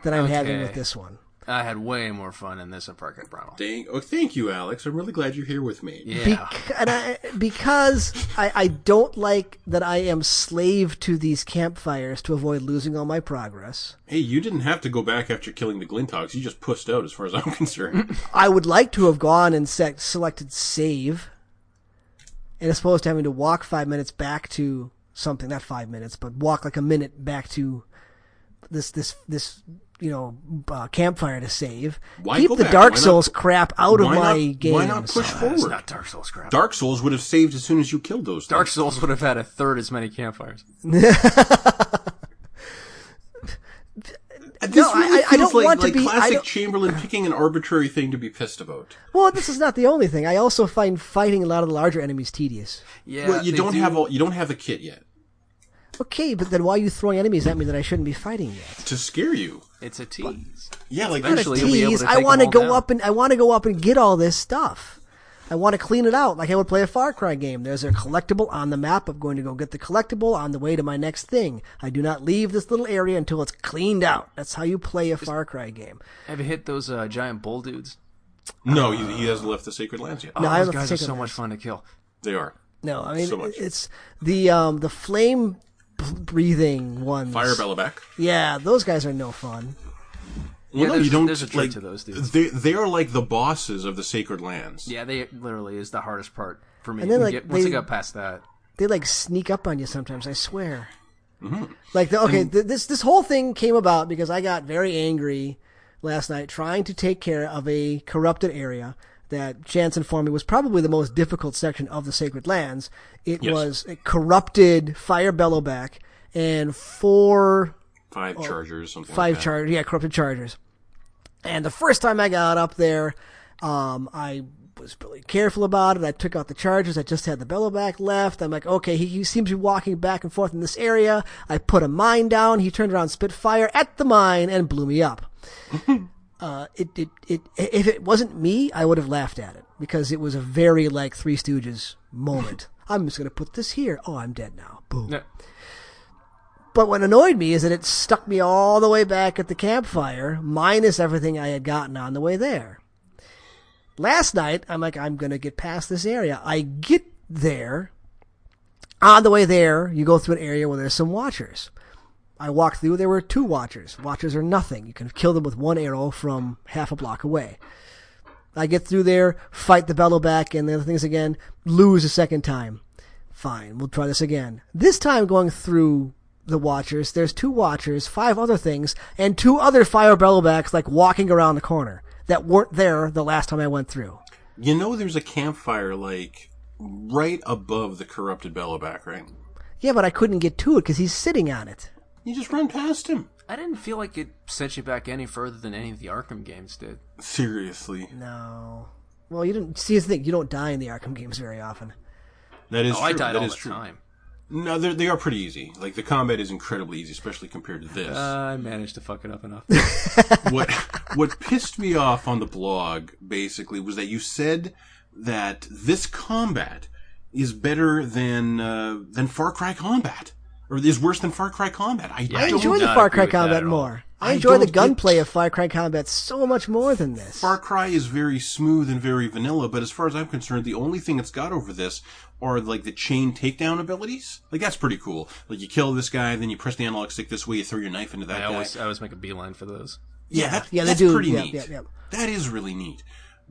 [SPEAKER 1] than I'm having with
[SPEAKER 3] Okay.
[SPEAKER 1] this one.
[SPEAKER 3] I had way more fun in this than Far Cry Primal.
[SPEAKER 2] Dang. Oh, thank you, Alex. I'm really glad you're here with me.
[SPEAKER 3] Yeah.
[SPEAKER 1] Bec- and I, because I, I don't like that I am slave to these campfires to avoid losing all my progress.
[SPEAKER 2] Hey, you didn't have to go back after killing the Glintogs. You just pushed out, as far as I'm concerned.
[SPEAKER 1] I would like to have gone and set, selected save, and as opposed to having to walk five minutes back to something, not five minutes, but walk like a minute back to this, this, this, you know, uh, campfire to save.
[SPEAKER 2] Why
[SPEAKER 1] Keep
[SPEAKER 2] go
[SPEAKER 1] the
[SPEAKER 2] back?
[SPEAKER 1] Dark
[SPEAKER 2] Why not-
[SPEAKER 1] Souls crap out of
[SPEAKER 2] why
[SPEAKER 1] my
[SPEAKER 2] not,
[SPEAKER 1] games.
[SPEAKER 2] Why not push
[SPEAKER 3] It's
[SPEAKER 2] forward?
[SPEAKER 3] not Dark Souls crap. Dark,
[SPEAKER 2] Dark Souls would have saved as soon as you killed those. things.
[SPEAKER 3] Souls would have had a third as many campfires.
[SPEAKER 2] This
[SPEAKER 1] No, I-
[SPEAKER 2] really
[SPEAKER 1] I- I
[SPEAKER 2] feels
[SPEAKER 1] don't
[SPEAKER 2] like,
[SPEAKER 1] want to
[SPEAKER 2] like
[SPEAKER 1] be- I
[SPEAKER 2] classic
[SPEAKER 1] don't-
[SPEAKER 2] Chamberlain picking an arbitrary thing to be pissed about.
[SPEAKER 1] Well, this is not the only thing. I also find fighting a lot of the larger enemies tedious.
[SPEAKER 3] Yeah.
[SPEAKER 2] well, you
[SPEAKER 3] they
[SPEAKER 2] don't
[SPEAKER 3] do-
[SPEAKER 2] have all, you don't have a kit yet
[SPEAKER 1] Okay, but then why are you throwing enemies at me that I shouldn't be fighting yet?
[SPEAKER 2] to scare you.
[SPEAKER 3] It's a tease.
[SPEAKER 2] Yeah, like
[SPEAKER 3] Not a
[SPEAKER 2] actually,
[SPEAKER 3] You'll be able
[SPEAKER 1] Please,
[SPEAKER 3] to
[SPEAKER 1] I
[SPEAKER 3] take
[SPEAKER 1] want to
[SPEAKER 3] them
[SPEAKER 1] go
[SPEAKER 3] all down.
[SPEAKER 1] up and I want to go up and get all this stuff. I want to clean it out like I would play a Far Cry game. There's a collectible on the map. I'm going to go get the collectible on the way to my next thing. I do not leave this little area until it's cleaned out. That's how you play a Far Cry game.
[SPEAKER 3] Have you hit those uh, giant bull dudes? Oh,
[SPEAKER 2] no, he, he hasn't left the sacred lands yet.
[SPEAKER 1] No, I
[SPEAKER 3] those
[SPEAKER 1] love
[SPEAKER 3] guys
[SPEAKER 1] to
[SPEAKER 3] are
[SPEAKER 1] take
[SPEAKER 3] so
[SPEAKER 1] them.
[SPEAKER 3] much fun to kill.
[SPEAKER 2] They are
[SPEAKER 1] No, I mean
[SPEAKER 2] So much.
[SPEAKER 1] it's the um the flame b- breathing ones.
[SPEAKER 2] fire Bellaback.
[SPEAKER 1] Yeah, those guys are no fun.
[SPEAKER 2] Well,
[SPEAKER 3] Yeah,
[SPEAKER 2] no,
[SPEAKER 3] there's-
[SPEAKER 2] you don't.
[SPEAKER 3] there's a trick
[SPEAKER 2] like,
[SPEAKER 3] to those dudes.
[SPEAKER 2] They they are like the bosses of the sacred lands.
[SPEAKER 3] Yeah, they literally is the hardest part for me.
[SPEAKER 1] And then,
[SPEAKER 3] You
[SPEAKER 1] like,
[SPEAKER 3] get- once
[SPEAKER 1] they-
[SPEAKER 3] I got past that,
[SPEAKER 1] they like sneak up on you sometimes. I swear. Like the, okay, th- this this whole thing came about because I got very angry last night trying to take care of a corrupted area that Chance informed me was probably the most difficult section of the Sacred Lands. It
[SPEAKER 2] Yes.
[SPEAKER 1] was a corrupted Fire Bellowback and four
[SPEAKER 2] Five chargers, something.
[SPEAKER 1] five
[SPEAKER 2] like that.
[SPEAKER 1] chargers, yeah, corrupted chargers. And the first time I got up there, um, I was really careful about it. I took out the chargers. I just had the bellow back left. I'm like, okay, he, he seems to be walking back and forth in this area. I put a mine down. He turned around, spit fire at the mine, and blew me up. uh, it, it, it, if it wasn't me, I would have laughed at it because it was a very like Three Stooges moment. I'm just gonna put this here. Oh, I'm dead now. Boom.
[SPEAKER 3] no,
[SPEAKER 1] But what annoyed me is that it stuck me all the way back at the campfire, minus everything I had gotten on the way there. Last night, I'm like, I'm going to get past this area. I get there. On the way there, you go through an area where there's some watchers. I walked through, there were two watchers. Watchers are nothing. You can kill them with one arrow from half a block away. I get through there, fight the bellow back and the other things again, lose a second time. Fine, we'll try this again. This time going through the watchers, there's two watchers, five other things, and two other fire bellowbacks like walking around the corner that weren't there the last time I went through.
[SPEAKER 2] You know, there's a campfire like right above the corrupted Bellaback, right?
[SPEAKER 1] Yeah, but I couldn't get to it because he's sitting on it.
[SPEAKER 2] You just run past him.
[SPEAKER 3] I didn't feel like it sent you back any further than any of the Arkham games did.
[SPEAKER 2] Seriously,
[SPEAKER 1] No. Well, you didn't see the thing. You don't die in the Arkham games very often.
[SPEAKER 2] that is
[SPEAKER 3] oh,
[SPEAKER 2] true.
[SPEAKER 3] I died
[SPEAKER 2] That
[SPEAKER 3] all
[SPEAKER 2] is
[SPEAKER 3] the
[SPEAKER 2] true.
[SPEAKER 3] time.
[SPEAKER 2] No, they're, they are pretty easy. Like the combat is incredibly easy, especially compared to this.
[SPEAKER 3] I managed to fuck it up enough.
[SPEAKER 2] what what pissed me off on the blog basically was that you said that this combat is better than uh, than Far Cry combat, or is worse than Far Cry combat. I,
[SPEAKER 1] I
[SPEAKER 2] don't
[SPEAKER 1] enjoy the
[SPEAKER 3] not
[SPEAKER 1] Far
[SPEAKER 3] agree
[SPEAKER 1] Cry
[SPEAKER 3] with that
[SPEAKER 1] combat
[SPEAKER 3] at all.
[SPEAKER 1] more. I,
[SPEAKER 2] I
[SPEAKER 1] enjoy the
[SPEAKER 2] don't get-
[SPEAKER 1] gunplay of Far Cry combat so much more than this.
[SPEAKER 2] Far Cry is very smooth and very vanilla, but as far as I'm concerned, the only thing it's got over this are like the chain takedown abilities. Like that's pretty cool. Like you kill this guy, then you press the analog stick this way, you throw your knife into that guy.
[SPEAKER 3] I always, I always make a beeline for those.
[SPEAKER 2] Yeah, that,
[SPEAKER 1] yeah, they
[SPEAKER 2] that's
[SPEAKER 1] do.
[SPEAKER 2] pretty
[SPEAKER 1] Yep,
[SPEAKER 2] neat.
[SPEAKER 1] yep, yep.
[SPEAKER 2] That is really neat.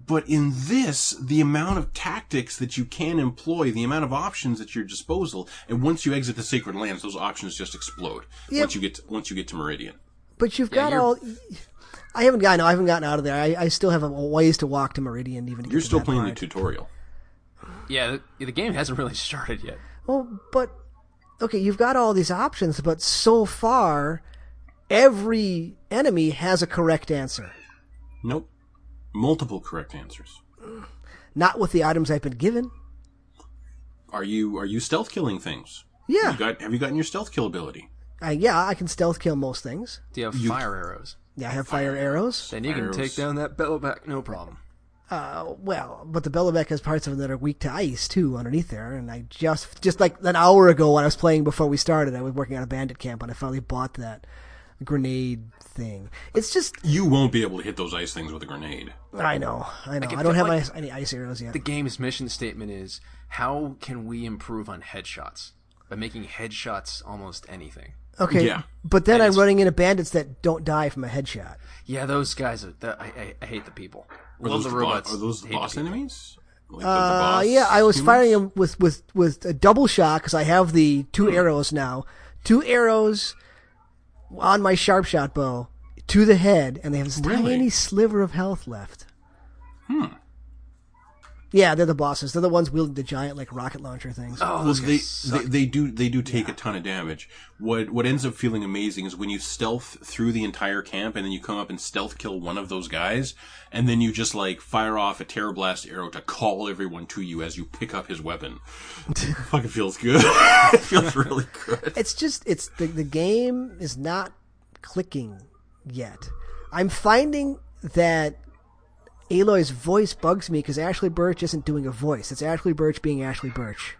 [SPEAKER 2] But in this, the amount of tactics that you can employ, the amount of options at your disposal, and once you exit the sacred lands, those options just explode. Once you get to, once you get to Meridian.
[SPEAKER 1] But you've
[SPEAKER 3] Yeah,
[SPEAKER 1] got
[SPEAKER 3] you're-
[SPEAKER 1] all. I haven't gotten. I haven't gotten out of there. I, I still have a ways to walk to Meridian. Even to get
[SPEAKER 2] You're
[SPEAKER 1] to
[SPEAKER 2] still
[SPEAKER 1] that
[SPEAKER 2] playing
[SPEAKER 1] part.
[SPEAKER 2] the tutorial.
[SPEAKER 3] Yeah, the, the game hasn't really started yet.
[SPEAKER 1] Well, but okay, you've got all these options, but so far, every enemy has a correct answer.
[SPEAKER 2] Nope. Multiple correct answers.
[SPEAKER 1] Not with the items I've been given.
[SPEAKER 2] Are you are you stealth killing things?
[SPEAKER 1] Yeah,
[SPEAKER 2] You got have you gotten your stealth kill ability?
[SPEAKER 1] I, yeah, I can stealth kill most things.
[SPEAKER 3] Do you have
[SPEAKER 2] You-
[SPEAKER 3] fire arrows?
[SPEAKER 1] Yeah, I have fire arrows.
[SPEAKER 3] Then you can
[SPEAKER 2] Arrows.
[SPEAKER 3] take down that Belloback no problem.
[SPEAKER 1] Uh, well, but the Bellavec has parts of it that are weak to ice too underneath there. And I just just like an hour ago when I was playing before we started, I was working on a bandit camp and I finally bought that grenade thing. It's just
[SPEAKER 2] You won't be able to hit those ice things with a grenade.
[SPEAKER 1] I know, I know.
[SPEAKER 3] Like,
[SPEAKER 1] I,
[SPEAKER 3] if
[SPEAKER 1] don't
[SPEAKER 3] the-
[SPEAKER 1] have
[SPEAKER 3] like-
[SPEAKER 1] any, any ice arrows yet.
[SPEAKER 3] The game's mission statement is how can we improve on headshots by making headshots almost anything.
[SPEAKER 1] Okay.
[SPEAKER 2] Yeah.
[SPEAKER 1] But then I'm running into bandits that don't die from a headshot.
[SPEAKER 3] Yeah, those guys are. The, I, I I hate the people.
[SPEAKER 2] Are those
[SPEAKER 3] Love the
[SPEAKER 2] bo-
[SPEAKER 3] robots.
[SPEAKER 2] are those
[SPEAKER 3] hate the
[SPEAKER 2] boss
[SPEAKER 3] people.
[SPEAKER 2] enemies? Like the- the
[SPEAKER 1] Uh,
[SPEAKER 2] boss
[SPEAKER 1] yeah, I was
[SPEAKER 2] humans?
[SPEAKER 1] firing him with, with, with a double shot because I have the two arrows now. Two arrows on my sharp shot bow to the head, and they have this
[SPEAKER 2] Really?
[SPEAKER 1] tiny sliver of health left. Hmm. Yeah, they're the bosses. They're the ones wielding the giant, like, rocket launcher things.
[SPEAKER 3] Oh,
[SPEAKER 2] Well,
[SPEAKER 3] those
[SPEAKER 2] they,
[SPEAKER 3] guys
[SPEAKER 2] they
[SPEAKER 3] suck.
[SPEAKER 2] they do they do take a ton of damage. What what ends up feeling amazing is when you stealth through the entire camp and then you come up and stealth kill one of those guys, and then you just like fire off a terror blast arrow to call everyone to you as you pick up his weapon. Fucking feels good. it feels really good.
[SPEAKER 1] It's just it's the the game is not clicking yet. I'm finding that Aloy's voice bugs me because Ashley Birch isn't doing a voice. It's Ashley Birch being Ashley Birch.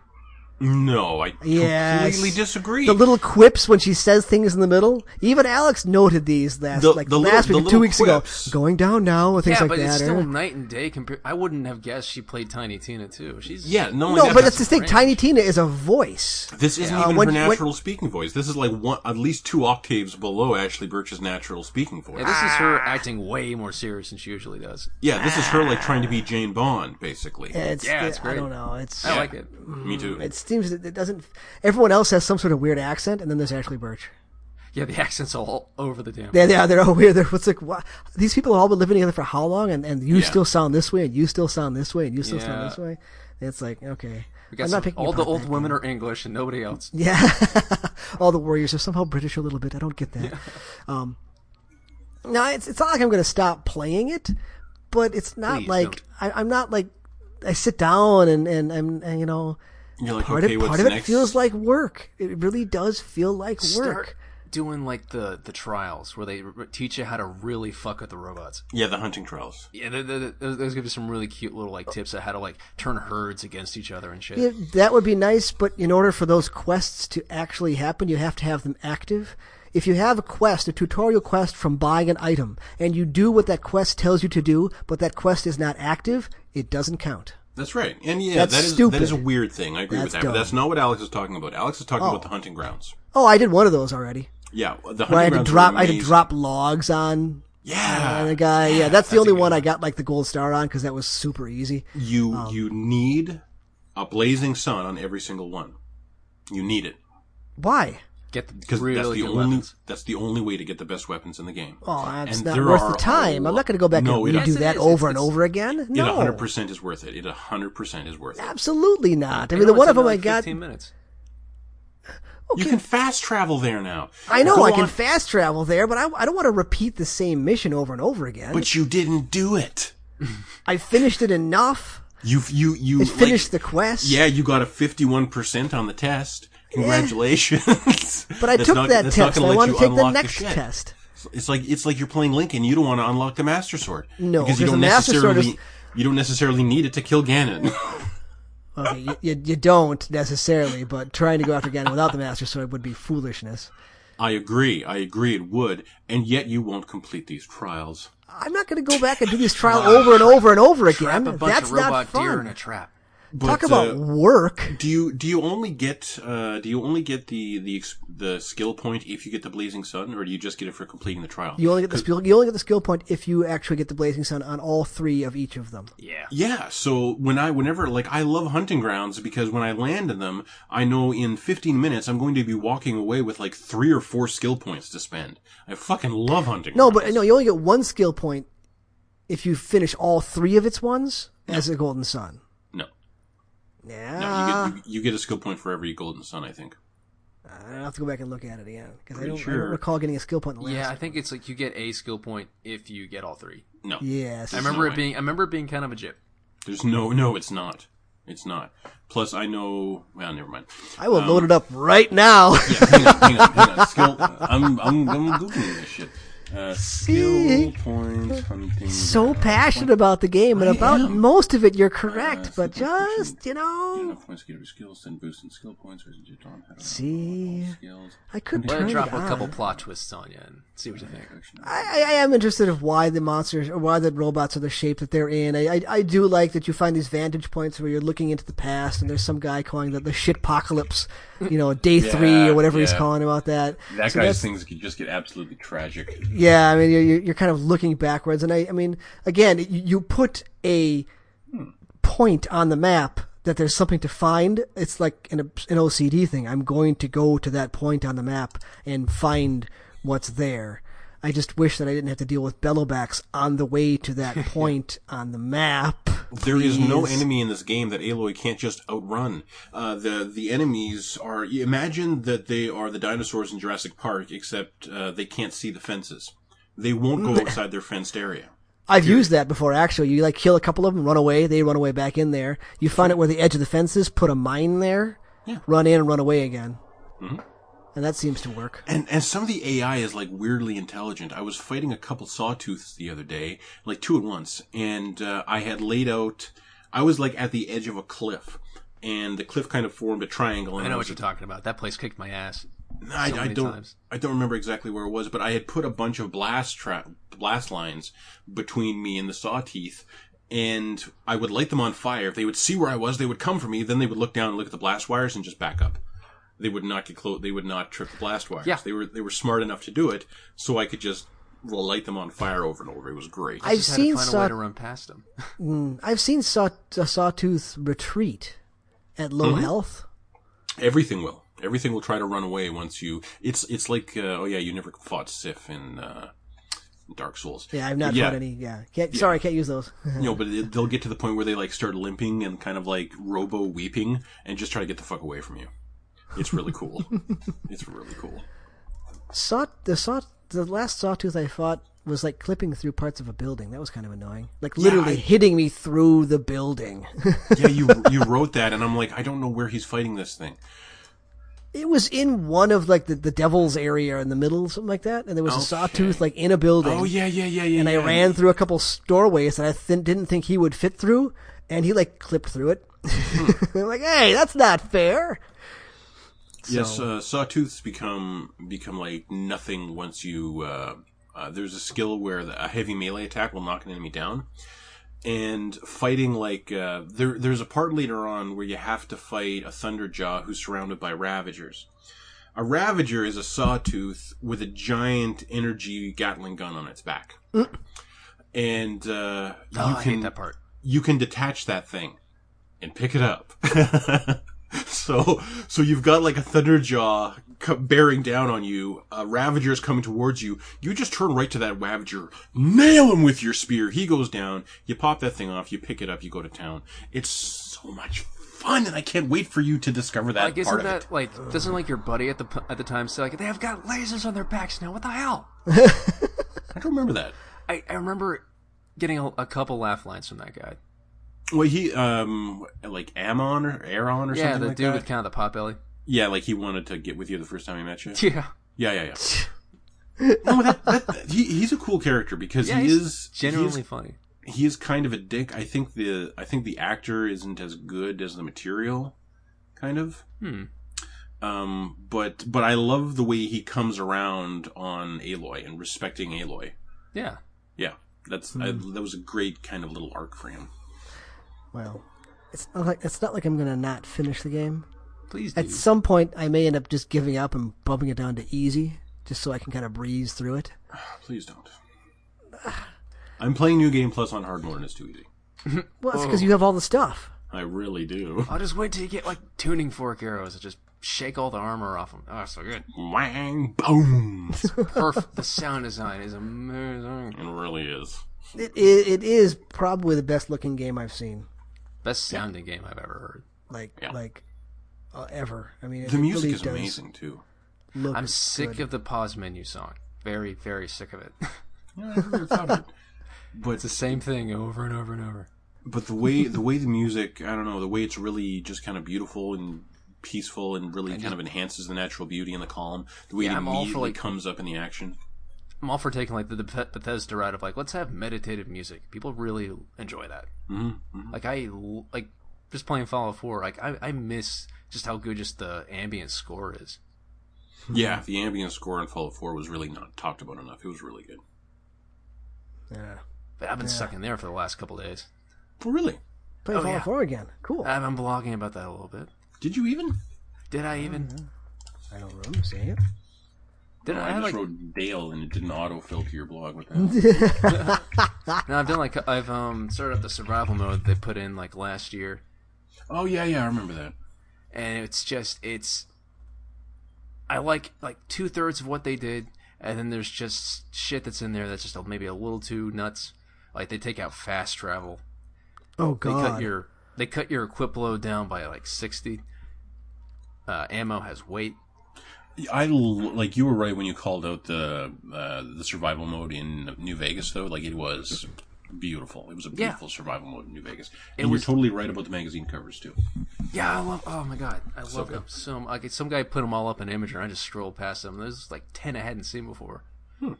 [SPEAKER 2] No, I
[SPEAKER 1] Yes.
[SPEAKER 2] completely disagree.
[SPEAKER 1] The little quips when she says things in the middle. Even Alex noted these last
[SPEAKER 2] The-
[SPEAKER 1] like
[SPEAKER 2] the little-
[SPEAKER 1] last
[SPEAKER 2] the
[SPEAKER 1] week, or two
[SPEAKER 2] little
[SPEAKER 1] weeks
[SPEAKER 2] quips.
[SPEAKER 1] ago. Going down now or things
[SPEAKER 3] yeah,
[SPEAKER 1] like
[SPEAKER 3] but
[SPEAKER 1] that.
[SPEAKER 3] it's still
[SPEAKER 1] or-
[SPEAKER 3] night and day compared. I wouldn't have guessed she played Tiny Tina too. She's
[SPEAKER 2] yeah, no,
[SPEAKER 1] no,
[SPEAKER 2] yeah,
[SPEAKER 1] but that's the thing.
[SPEAKER 3] range.
[SPEAKER 1] Tiny Tina is a voice.
[SPEAKER 2] This isn't even
[SPEAKER 1] when-
[SPEAKER 2] her
[SPEAKER 1] when-
[SPEAKER 2] natural speaking voice. This is like one, at least two octaves below Ashley Birch's natural speaking voice.
[SPEAKER 3] Yeah, this is her acting way more serious than she usually does.
[SPEAKER 2] Yeah, this is her like trying to be Jane Bond, basically.
[SPEAKER 1] Ah. It's,
[SPEAKER 3] Yeah, it's Oh.
[SPEAKER 1] I
[SPEAKER 3] great.
[SPEAKER 1] don't know. It's
[SPEAKER 3] I like it.
[SPEAKER 2] Me too.
[SPEAKER 1] it seems that it doesn't. Everyone else has some sort of weird accent, and then there's Ashley Birch.
[SPEAKER 3] Yeah, the accent's all over the damn.
[SPEAKER 1] Yeah, yeah, they're all weird. They're, what's like, what? These people have all been living together for how long? And, and you
[SPEAKER 2] Yeah.
[SPEAKER 1] still sound this way, and you still sound this way, and you still
[SPEAKER 3] Yeah.
[SPEAKER 1] sound this way. And it's like, okay,
[SPEAKER 3] We got
[SPEAKER 1] I'm
[SPEAKER 3] some-
[SPEAKER 1] not picking
[SPEAKER 3] all the
[SPEAKER 1] apart
[SPEAKER 3] old
[SPEAKER 1] that
[SPEAKER 3] women
[SPEAKER 1] game.
[SPEAKER 3] are English and nobody else.
[SPEAKER 1] Yeah, all the warriors are somehow British a little bit. I don't get that. Um, no, it's it's not like I'm going to stop playing it, but it's not
[SPEAKER 3] Please
[SPEAKER 1] like
[SPEAKER 3] don't.
[SPEAKER 1] I, I'm not like I sit down and and I'm and, you know
[SPEAKER 2] You're like,
[SPEAKER 1] part
[SPEAKER 2] okay,
[SPEAKER 1] of
[SPEAKER 2] what's
[SPEAKER 1] part of it
[SPEAKER 2] next?
[SPEAKER 1] feels like work. It really does feel like work.
[SPEAKER 3] Start doing like the the trials where they r- teach you how to really fuck with the robots.
[SPEAKER 2] yeah, the hunting trials.
[SPEAKER 3] Yeah, there- there- there- there's gonna be some really cute little like tips of how to like turn herds against each other and shit.
[SPEAKER 1] Yeah, that would be nice, but in order for those quests to actually happen, you have to have them active. If you have a quest, a tutorial quest from buying an item, and you do what that quest tells you to do, but that quest is not active, it doesn't count.
[SPEAKER 2] That's right. And yeah,
[SPEAKER 1] That's
[SPEAKER 2] that is
[SPEAKER 1] stupid.
[SPEAKER 2] that is a weird thing. I agree
[SPEAKER 1] That's
[SPEAKER 2] with that.
[SPEAKER 1] dumb.
[SPEAKER 2] But that's not what Alex is talking about. Alex is talking about the hunting grounds.
[SPEAKER 1] Oh, I did one of those already.
[SPEAKER 2] Yeah, the hunting
[SPEAKER 1] Where I had to
[SPEAKER 2] grounds. were
[SPEAKER 1] drop, I had to
[SPEAKER 2] amazing. Ah,
[SPEAKER 1] drop logs on
[SPEAKER 2] Yeah,
[SPEAKER 1] on a guy. Yeah, that's the
[SPEAKER 2] that's a
[SPEAKER 1] only
[SPEAKER 2] good
[SPEAKER 1] one I got like the gold star on because that was super easy.
[SPEAKER 2] you
[SPEAKER 1] Oh.
[SPEAKER 2] you need a blazing sun on every single one. You need it
[SPEAKER 1] Why?
[SPEAKER 3] Get the
[SPEAKER 2] because that's
[SPEAKER 3] really
[SPEAKER 2] the
[SPEAKER 3] good
[SPEAKER 2] only
[SPEAKER 3] weapons.
[SPEAKER 2] that's the only way to get the best weapons in the game.
[SPEAKER 1] Oh, that's
[SPEAKER 2] And
[SPEAKER 1] not
[SPEAKER 2] there
[SPEAKER 1] worth
[SPEAKER 2] are
[SPEAKER 1] the
[SPEAKER 2] a
[SPEAKER 1] time. I'm
[SPEAKER 2] lot-
[SPEAKER 1] not going to go back
[SPEAKER 2] No, it
[SPEAKER 1] and
[SPEAKER 2] is.
[SPEAKER 1] redo
[SPEAKER 3] Yes, it
[SPEAKER 1] that
[SPEAKER 3] is.
[SPEAKER 1] over
[SPEAKER 3] It's-
[SPEAKER 1] and over again.
[SPEAKER 2] It
[SPEAKER 1] No,
[SPEAKER 2] 100% is worth it. It 100% is worth it.
[SPEAKER 1] absolutely not. I mean,
[SPEAKER 3] know
[SPEAKER 1] the one
[SPEAKER 3] it's
[SPEAKER 1] of them
[SPEAKER 3] only
[SPEAKER 1] I got.
[SPEAKER 3] Fifteen minutes.
[SPEAKER 2] You can fast travel there now.
[SPEAKER 1] I know
[SPEAKER 2] Go
[SPEAKER 1] I can
[SPEAKER 2] on-
[SPEAKER 1] fast travel there, but I, I don't want to repeat the same mission over and over again.
[SPEAKER 2] but you didn't do it.
[SPEAKER 1] I finished it enough.
[SPEAKER 2] You you you
[SPEAKER 1] It
[SPEAKER 2] like-
[SPEAKER 1] finished the quest.
[SPEAKER 2] Yeah, you got a fifty-one percent on the test. Congratulations!
[SPEAKER 1] But I
[SPEAKER 2] That's
[SPEAKER 1] took
[SPEAKER 2] not-
[SPEAKER 1] that
[SPEAKER 2] that's not
[SPEAKER 1] test.
[SPEAKER 2] gonna
[SPEAKER 1] I
[SPEAKER 2] let
[SPEAKER 1] want
[SPEAKER 2] you
[SPEAKER 1] to take the
[SPEAKER 2] unlock
[SPEAKER 1] next
[SPEAKER 2] shit.
[SPEAKER 1] test.
[SPEAKER 2] It's like it's like you're playing Link and you don't want to unlock the Master Sword.
[SPEAKER 1] No,
[SPEAKER 2] because you
[SPEAKER 1] because
[SPEAKER 2] don't
[SPEAKER 1] the Master Sword
[SPEAKER 2] necessarily
[SPEAKER 1] is-
[SPEAKER 2] you don't necessarily need it to kill Ganon.
[SPEAKER 1] Okay, you, you, you don't necessarily, but trying to go after Ganon without the Master Sword would be foolishness.
[SPEAKER 2] I agree. I agree. It would, and yet you won't complete these trials.
[SPEAKER 1] I'm not going to go back and do this trial over and over and over again.
[SPEAKER 3] Trap a bunch
[SPEAKER 1] That's
[SPEAKER 3] of robot
[SPEAKER 1] not fun.
[SPEAKER 3] deer in a trap.
[SPEAKER 2] But,
[SPEAKER 1] Talk about
[SPEAKER 2] uh,
[SPEAKER 1] work.
[SPEAKER 2] do you do you only get uh, do you only get the the ex- the skill point if you get the blazing sun, or do you just get it for completing the trial?
[SPEAKER 1] You only get the skill. You only get the skill point if you actually get the blazing sun on all three of each of them.
[SPEAKER 3] Yeah.
[SPEAKER 2] Yeah, so when I, whenever, like, I love hunting grounds because when I land in them, I know in 15 minutes I'm going to be walking away with like three or four skill points to spend. I fucking love hunting
[SPEAKER 1] No,
[SPEAKER 2] grounds.
[SPEAKER 1] but no, you only get one skill point if you finish all three of its ones as a golden sun.
[SPEAKER 2] No.
[SPEAKER 1] Yeah,
[SPEAKER 2] No, you get, you, you get a skill point for every golden sun, I think.
[SPEAKER 1] I have to go back and look at it again because I
[SPEAKER 2] Pretty
[SPEAKER 1] don't, I
[SPEAKER 2] sure.
[SPEAKER 1] don't recall getting a skill point. In the last
[SPEAKER 3] Yeah, I think it's like you get a skill point if you get all three.
[SPEAKER 2] No.
[SPEAKER 1] Yes.
[SPEAKER 3] I remember
[SPEAKER 2] no
[SPEAKER 3] it
[SPEAKER 2] way.
[SPEAKER 3] being I remember it being kind of a jip.
[SPEAKER 2] There's no, no, it's not. It's not. Plus, I know, well, never mind.
[SPEAKER 1] I will
[SPEAKER 2] Um,
[SPEAKER 1] load it up right now.
[SPEAKER 2] hang on, hang on, hang on. Skill, I'm, I'm, I'm googling this shit. Uh, skill points, hunting.
[SPEAKER 1] so passionate about the game, and about
[SPEAKER 2] am.
[SPEAKER 1] most of it, you're correct,
[SPEAKER 2] Uh,
[SPEAKER 1] but
[SPEAKER 2] skill points,
[SPEAKER 1] just you know,
[SPEAKER 2] enough points to get every skill, send boost in skill points, or is it just on how to
[SPEAKER 1] See?
[SPEAKER 2] skills?
[SPEAKER 1] I could
[SPEAKER 3] Let
[SPEAKER 1] turn
[SPEAKER 3] it drop
[SPEAKER 1] it on.
[SPEAKER 3] a couple plot twists on you and see what you think.
[SPEAKER 1] I, I I am interested of why the monsters or why the robots are the shape that they're in. I, I, I do like that you find these vantage points where you're looking into the past and there's some guy calling the, the shitpocalypse, you know, day three
[SPEAKER 2] Yeah,
[SPEAKER 1] or whatever he's
[SPEAKER 2] yeah.
[SPEAKER 1] calling about that.
[SPEAKER 2] That
[SPEAKER 1] So
[SPEAKER 2] guy's
[SPEAKER 1] that's-
[SPEAKER 2] things could just get absolutely tragic.
[SPEAKER 1] Yeah, I mean, you're, you're- you're kind of looking backwards. And I, I mean, again, you, you put a point on the map that there's something to find. It's like an, an OCD thing. I'm going to go to that point on the map and find what's there. I just wish that I didn't have to deal with bellowbacks on the way to that point on the map.
[SPEAKER 2] There is no
[SPEAKER 1] Please.
[SPEAKER 2] enemy in this game that Aloy can't just outrun. Uh, the the enemies are you imagine that they are the dinosaurs in Jurassic Park, except uh, they can't see the fences. They won't go outside their fenced area.
[SPEAKER 1] I've used that before, actually. You like kill a couple of them, run away, they run away back in there. You find out where the edge of the fence is, put a mine there,
[SPEAKER 2] Yeah. Mm-hmm.
[SPEAKER 1] run in and run away again. And that seems to work.
[SPEAKER 2] And and some of the AI is like weirdly intelligent. I was fighting a couple sawtooths the other day, like two at once, and uh, I had laid out. I was like at the edge of a cliff, and the cliff kind of formed a triangle. And
[SPEAKER 3] I know
[SPEAKER 2] was
[SPEAKER 3] what you're talking about. That place kicked my ass.
[SPEAKER 2] I,
[SPEAKER 3] so
[SPEAKER 2] I
[SPEAKER 3] many
[SPEAKER 2] don't.
[SPEAKER 3] times.
[SPEAKER 2] I don't remember exactly where it was, but I had put a bunch of blast trap, blast lines between me and the saw teeth, and I would light them on fire. If they would see where I was, they would come for me. Then they would look down and look at the blast wires and just back up. They would not get close. They would not trip the blast wires.
[SPEAKER 3] Yeah.
[SPEAKER 2] They were they were smart enough to do it, so I could just light them on fire over and over. It was great.
[SPEAKER 1] I've
[SPEAKER 3] Just had
[SPEAKER 1] seen
[SPEAKER 3] to find
[SPEAKER 1] saw,
[SPEAKER 3] a way to run past them.
[SPEAKER 1] I've seen saw, uh, sawtooth retreat at
[SPEAKER 2] Mm-hmm.
[SPEAKER 1] low health.
[SPEAKER 2] Everything will. Everything will try to run away once you. It's it's like uh, oh yeah, you never fought Sif in uh, Dark Souls.
[SPEAKER 1] Yeah, I've not
[SPEAKER 2] Yeah.
[SPEAKER 1] caught any. Yeah, can't, sorry, can't use those.
[SPEAKER 2] you know, but it, they'll get to the point where they like start limping and kind of like robo weeping and just try to get the fuck away from you. It's really cool. it's really cool.
[SPEAKER 1] saw the saw the last sawtooth I fought was like clipping through parts of a building. That was kind of annoying. Like literally
[SPEAKER 2] I-
[SPEAKER 1] hitting me through the building.
[SPEAKER 2] Yeah, you you wrote that, and I'm like, I don't know where he's fighting this thing.
[SPEAKER 1] it was in one of like the, the devil's area in the middle, something like that. And there was a
[SPEAKER 2] Okay.
[SPEAKER 1] sawtooth like in a building.
[SPEAKER 2] Oh yeah, yeah, yeah, yeah.
[SPEAKER 1] and I
[SPEAKER 2] yeah.
[SPEAKER 1] ran through a couple s- doorways that I th- didn't think he would fit through, and he like clipped through it.
[SPEAKER 2] Hmm.
[SPEAKER 1] I'm like, hey, that's not fair.
[SPEAKER 2] Yes, uh, sawtooths become become like nothing once you. Uh, uh, there's a skill where the, a heavy melee attack will knock an enemy down, and fighting like uh, there there's a part later on where you have to fight a thunderjaw who's surrounded by ravagers. A ravager is a sawtooth with a giant energy Gatling gun on its back, and uh,
[SPEAKER 3] Mm. Oh,
[SPEAKER 2] you
[SPEAKER 3] I
[SPEAKER 2] can
[SPEAKER 3] hate that part.
[SPEAKER 2] you can detach that thing and pick it up. so, so you've got like a thunderjaw co- bearing down on you. A ravager's coming towards you. You just turn right to that ravager, nail him with your spear. He goes down. You pop that thing off. You pick it up. You go to town. It's so much fun, and I can't wait for you to discover that
[SPEAKER 3] Like
[SPEAKER 2] part
[SPEAKER 3] isn't
[SPEAKER 2] of
[SPEAKER 3] that
[SPEAKER 2] it.
[SPEAKER 3] like doesn't like your buddy at the p- at the time say like they have got lasers on their backs now? What the hell?
[SPEAKER 2] I don't remember that.
[SPEAKER 3] I, I remember getting a, a couple laugh lines from that guy.
[SPEAKER 2] Well, he um like Ammon or Aaron or
[SPEAKER 3] Yeah,
[SPEAKER 2] something
[SPEAKER 3] the
[SPEAKER 2] like
[SPEAKER 3] dude
[SPEAKER 2] that.
[SPEAKER 3] with kind of the pot belly.
[SPEAKER 2] yeah, like he wanted to get with you the first time he met you.
[SPEAKER 3] Yeah,
[SPEAKER 2] Yeah, yeah, yeah. no, that, that, that- he, he's a cool character because
[SPEAKER 3] yeah,
[SPEAKER 2] he
[SPEAKER 3] he's
[SPEAKER 2] is
[SPEAKER 3] genuinely
[SPEAKER 2] he is,
[SPEAKER 3] funny.
[SPEAKER 2] he is kind of a dick. I think the I think the actor isn't as good as the material, kind of.
[SPEAKER 3] Hmm.
[SPEAKER 2] Um, but but I love the way he comes around on Aloy and respecting Aloy.
[SPEAKER 3] Yeah, Hmm.
[SPEAKER 2] Yeah, that's I, that was a great kind of little arc for him.
[SPEAKER 1] Well, It's not like it's not like I'm gonna not finish the game.
[SPEAKER 3] Please do.
[SPEAKER 1] At some point, I may end up just giving up and bumping it down to easy, just so I can kind of breeze through it.
[SPEAKER 2] Please don't. I'm playing New Game Plus on hard mode and it's too easy.
[SPEAKER 1] Well, it's
[SPEAKER 2] Oh.
[SPEAKER 1] because you have all the stuff.
[SPEAKER 2] I really do.
[SPEAKER 3] I'll just wait till you get like tuning fork arrows and just shake all the armor off them. Oh, so good.
[SPEAKER 2] Wang, boom.
[SPEAKER 3] Perf. the sound design is amazing.
[SPEAKER 2] It really is.
[SPEAKER 1] It, it, it is probably the best looking game I've seen,
[SPEAKER 3] Best sounding game I've ever heard.
[SPEAKER 1] like
[SPEAKER 2] Yeah.
[SPEAKER 1] like uh, ever. I mean, it
[SPEAKER 2] The music
[SPEAKER 1] really
[SPEAKER 2] is
[SPEAKER 1] does
[SPEAKER 2] amazing too.
[SPEAKER 1] Look
[SPEAKER 3] I'm sick
[SPEAKER 1] good.
[SPEAKER 3] of the pause menu song. Very, very sick of it.
[SPEAKER 2] Yeah, I never thought of it. But
[SPEAKER 3] it's the same thing over and over and over.
[SPEAKER 2] but the way the way the music, I don't know, the way it's really just kind of beautiful and peaceful and really kind of enhances the natural beauty and the calm. The way
[SPEAKER 3] Yeah,
[SPEAKER 2] it
[SPEAKER 3] I'm all for,
[SPEAKER 2] immediately
[SPEAKER 3] like-
[SPEAKER 2] comes up in the action.
[SPEAKER 3] I'm all for taking like the, the Beth- Bethesda route of like let's have meditative music. People really enjoy that. Mm-hmm. Like I l- like just playing Fallout 4. Like I, I miss just how good just the ambient score is.
[SPEAKER 2] Yeah, the ambient score in Fallout 4 was really not talked about enough. It was really good.
[SPEAKER 1] Yeah.
[SPEAKER 3] But I've been stuck in there for the last couple of days.
[SPEAKER 2] Oh, Uh, really?
[SPEAKER 1] Play Fallout
[SPEAKER 3] yeah.
[SPEAKER 1] 4 again. Cool.
[SPEAKER 3] I've been blogging about that a little bit.
[SPEAKER 2] Did you even?
[SPEAKER 3] Did I even?
[SPEAKER 1] I don't remember seeing it.
[SPEAKER 3] Did
[SPEAKER 2] Oh, I,
[SPEAKER 3] I,
[SPEAKER 2] just
[SPEAKER 3] like?
[SPEAKER 2] wrote Dale and it didn't autofill to your blog with that.
[SPEAKER 3] No, I've done like I've um started up the survival mode they put in like last year,
[SPEAKER 2] Oh yeah, yeah, I remember that.
[SPEAKER 3] and it's just it's. I like like two thirds of what they did, and then there's just shit that's in there that's just maybe a little too nuts. Like they take out fast travel.
[SPEAKER 1] Oh
[SPEAKER 3] They
[SPEAKER 1] god.
[SPEAKER 3] cut your they cut your equip load down by like sixty. Uh, ammo has weight.
[SPEAKER 2] I l- like you were right when you called out the uh, the survival mode in New Vegas though. Like it was beautiful. It was a beautiful survival mode in New Vegas. And
[SPEAKER 3] was-
[SPEAKER 2] you're totally right about the magazine covers too.
[SPEAKER 3] Yeah, I love. Oh my god, I love them so. mu- Like some guy put them all up in Imager. and I just scrolled past them. There's like ten I hadn't seen before. And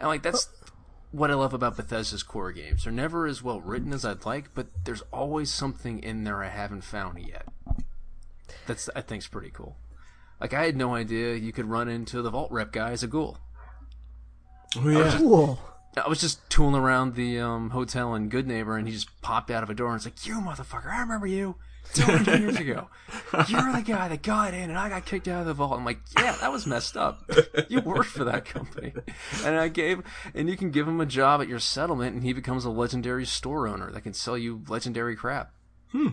[SPEAKER 3] like that's what I love about Bethesda's core games. They're never as well written as I'd like, but there's always something in there I haven't found yet. That's I think's pretty cool. Like I had no idea you could run into the vault rep guy as a ghoul.
[SPEAKER 2] Oh yeah.
[SPEAKER 1] cool.
[SPEAKER 3] I was just tooling around the um, hotel in Good Neighbor, and he just popped out of a door and was like, "You motherfucker! I remember you 200 years ago. You're the guy that got in, and I got kicked out of the vault." I'm like, "Yeah, that was messed up. You worked for that company." And I gave, and you can give him a job at your settlement, and he becomes a legendary store owner that can sell you legendary crap. Hmm.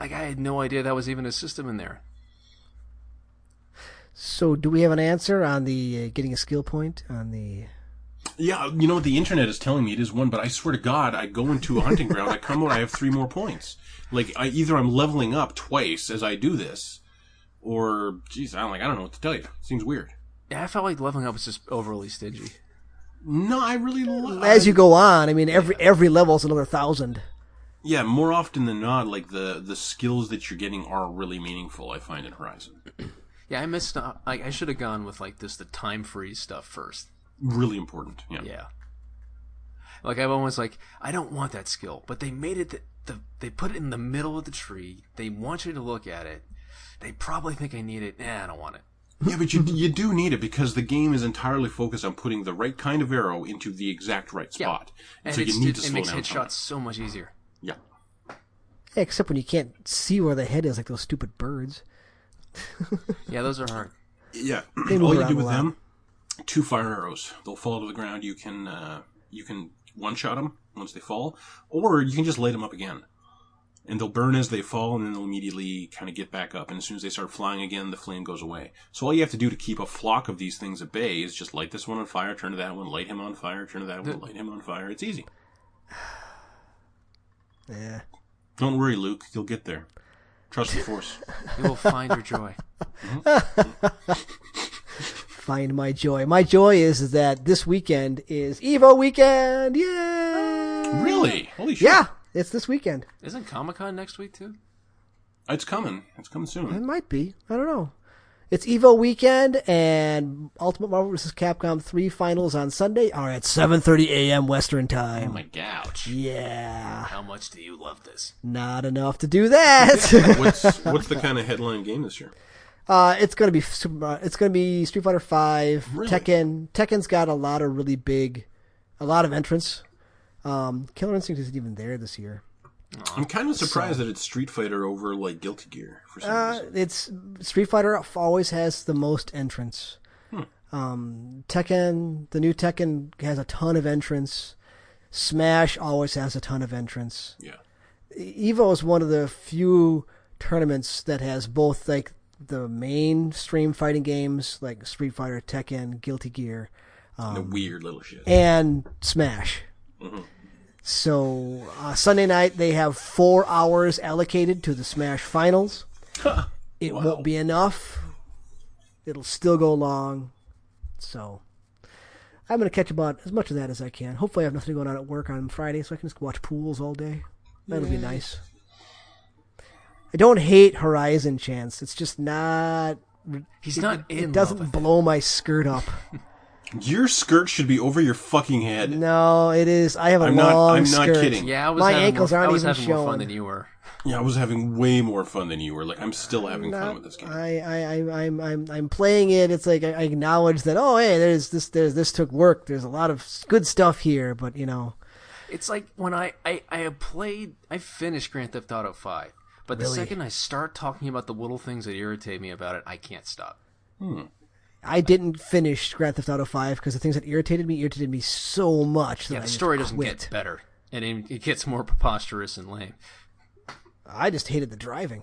[SPEAKER 3] Like I had no idea that was even a system in there.
[SPEAKER 1] So, do we have an answer on the uh, getting a skill point on the?
[SPEAKER 2] Yeah, you know what the internet is telling me it is one, but I swear to God, I go into a hunting ground, I come out, I have three more points. Like I either I'm leveling up twice as I do this, or geez, I'm like I don't know what to tell you. Seems weird.
[SPEAKER 3] Yeah, I felt like leveling up was just overly stingy.
[SPEAKER 2] No, I really love
[SPEAKER 1] As you go on, I mean, every every level is another thousand.
[SPEAKER 2] Yeah, more often than not, like the the skills that you're getting are really meaningful. I find in Horizon
[SPEAKER 3] Yeah, I missed. Uh, I, I should have gone with like this the time freeze stuff first.
[SPEAKER 2] really important. Yeah,
[SPEAKER 3] Yeah. Like I've always like I don't want that skill, but they made it the, the they put it in the middle of the tree. They want you to look at it. They probably think I need it. Nah, I don't want it.
[SPEAKER 2] Yeah, but you you do need it because the game is entirely focused on putting the right kind of arrow into the exact right
[SPEAKER 3] Yeah.
[SPEAKER 2] spot.
[SPEAKER 3] And
[SPEAKER 2] so
[SPEAKER 3] it's,
[SPEAKER 2] you need
[SPEAKER 3] it,
[SPEAKER 2] to
[SPEAKER 3] it
[SPEAKER 2] slow
[SPEAKER 3] makes
[SPEAKER 2] down.
[SPEAKER 3] headshots
[SPEAKER 2] sometimes.
[SPEAKER 3] so much easier.
[SPEAKER 2] Yeah,
[SPEAKER 1] Yeah, except when you can't see where the head is, like those stupid birds.
[SPEAKER 3] Yeah, those are hard.
[SPEAKER 2] yeah.
[SPEAKER 1] move
[SPEAKER 2] All you
[SPEAKER 1] around
[SPEAKER 2] do
[SPEAKER 1] a
[SPEAKER 2] with
[SPEAKER 1] lot.
[SPEAKER 2] them, two fire arrows. They'll fall to the ground. You can uh, you can one shot them once they fall, or you can just light them up again. And they'll burn as they fall, and then they'll immediately kind of get back up. And as soon as they start flying again, the flame goes away. So all you have to do to keep a flock of these things at bay is just light this one on fire, turn to that one, light him on fire, turn to that one, light him on fire. It's easy.
[SPEAKER 1] Yeah.
[SPEAKER 2] Don't worry, Luke. You'll get there. Trust the force.
[SPEAKER 3] You will find your joy.
[SPEAKER 1] Find my joy. My joy is, is that this weekend is Evo weekend. Yay!
[SPEAKER 2] really? Holy shit!
[SPEAKER 1] Yeah, it's this weekend.
[SPEAKER 3] Isn't Comic Con next week too?
[SPEAKER 2] it's coming. It's coming soon.
[SPEAKER 1] It might be. I don't know. It's Evo weekend and Ultimate Marvel vs. Capcom 3 finals on Sunday are at 7:30 a.m. Western
[SPEAKER 2] Oh
[SPEAKER 1] time.
[SPEAKER 2] my gosh!
[SPEAKER 1] Yeah,
[SPEAKER 3] How much do you love this?
[SPEAKER 1] not enough to do that.
[SPEAKER 2] What's what's the kind of headline game this year?
[SPEAKER 1] uh, it's gonna be Super, uh, it's gonna be Street Fighter 5,
[SPEAKER 2] Really?
[SPEAKER 1] Tekken. Tekken's got a lot of really big, a lot of entrants. Um, Killer Instinct isn't even there this year.
[SPEAKER 2] I'm kind of surprised that it's Street Fighter over like Guilty Gear for some
[SPEAKER 1] Uh,
[SPEAKER 2] reason.
[SPEAKER 1] it's Street Fighter always has the most entrants. Um, Tekken, the new Tekken has a ton of entrants. Smash always has a ton of entrants.
[SPEAKER 2] Yeah.
[SPEAKER 1] Evo is one of the few tournaments that has both like the mainstream fighting games like Street Fighter, Tekken, Guilty Gear, um,
[SPEAKER 2] the weird little shit. Mm-hmm.
[SPEAKER 1] and Smash. So uh, Sunday night they have four hours allocated to the Smash Finals. it
[SPEAKER 2] Wow.
[SPEAKER 1] won't be enough. It'll still go long. So I'm gonna catch about as much of that as I can. Hopefully I have nothing going on at work on Friday, so I can just watch pools all day. That'll be nice. I don't hate Horizon Chance. It's just not.
[SPEAKER 3] He's not in.
[SPEAKER 1] It doesn't
[SPEAKER 3] love.
[SPEAKER 1] blow my skirt up.
[SPEAKER 2] Your skirt should be over your fucking head.
[SPEAKER 1] No, it is. I have a
[SPEAKER 2] I'm not-
[SPEAKER 1] long
[SPEAKER 2] I'm not
[SPEAKER 1] skirt.
[SPEAKER 2] kidding.
[SPEAKER 3] Yeah, I was
[SPEAKER 1] My
[SPEAKER 3] having
[SPEAKER 1] ankles
[SPEAKER 3] more,
[SPEAKER 1] aren't
[SPEAKER 3] I was
[SPEAKER 1] even
[SPEAKER 3] having more
[SPEAKER 1] showing.
[SPEAKER 3] fun than you were.
[SPEAKER 2] Yeah, I was having way more fun than you were. Like I'm still having fun with this game.
[SPEAKER 1] I, I, I, I'm, I'm, I'm playing it. It's like I I acknowledge that. Oh, hey, there's this, there's this took work. There's a lot of s- good stuff here, but you know,
[SPEAKER 3] It's like when I I I have played I finished Grand Theft Auto Five, but the second I start talking about the little things that irritate me about it, I can't stop.
[SPEAKER 1] I didn't finish Grand Theft Auto Five because the things that irritated me irritated me so much that
[SPEAKER 3] Yeah,
[SPEAKER 1] I
[SPEAKER 3] the
[SPEAKER 1] just
[SPEAKER 3] story doesn't
[SPEAKER 1] quit.
[SPEAKER 3] get better, and it, it gets more preposterous and lame.
[SPEAKER 1] I just hated the driving.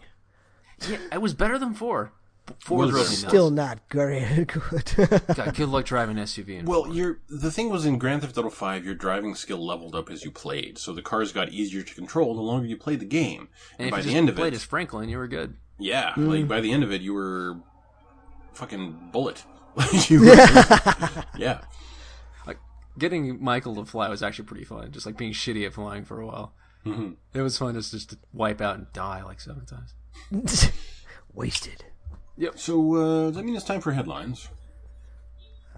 [SPEAKER 3] Yeah, it was better than four. Four
[SPEAKER 2] Was
[SPEAKER 3] drove me nuts.
[SPEAKER 1] Still not very good.
[SPEAKER 3] God, good luck driving an SUV. In
[SPEAKER 2] Well,
[SPEAKER 3] four.
[SPEAKER 2] your the thing was in Grand Theft Auto Five, your driving skill leveled up as you played, so the cars got easier to control the longer you played the game. And,
[SPEAKER 3] and if
[SPEAKER 2] by
[SPEAKER 3] you
[SPEAKER 2] the
[SPEAKER 3] just
[SPEAKER 2] end of
[SPEAKER 3] played
[SPEAKER 2] it,
[SPEAKER 3] as Franklin, you were good.
[SPEAKER 2] yeah,
[SPEAKER 1] Mm.
[SPEAKER 2] like by the end of it, you were fucking bullet. Like, you were- yeah,
[SPEAKER 3] Like getting Michael to fly was actually pretty fun. Just like being shitty at flying for a while.
[SPEAKER 2] Mm-hmm.
[SPEAKER 3] It was fun just just to wipe out and die like seven times.
[SPEAKER 1] Wasted.
[SPEAKER 2] So uh, does that mean it's time for headlines?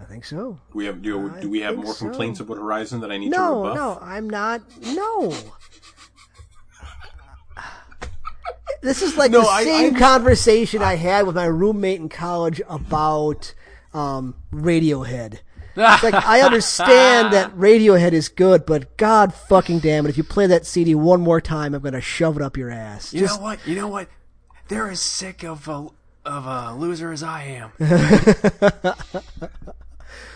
[SPEAKER 1] I think so.
[SPEAKER 2] Do we have do, do we have
[SPEAKER 1] think
[SPEAKER 2] more
[SPEAKER 1] so.
[SPEAKER 2] complaints about Horizon that I need to
[SPEAKER 1] No,
[SPEAKER 2] rebuff?
[SPEAKER 1] no, I'm not. No. This is like
[SPEAKER 2] No,
[SPEAKER 1] the
[SPEAKER 2] I-
[SPEAKER 1] same
[SPEAKER 2] I-
[SPEAKER 1] conversation I, had with my roommate in college about um, Radiohead. It's like I understand that Radiohead is good, but God fucking damn it! If you play that CD one more time, I'm gonna shove it up your ass.
[SPEAKER 3] You know what? You know what? They're as sick of a of a loser as I am.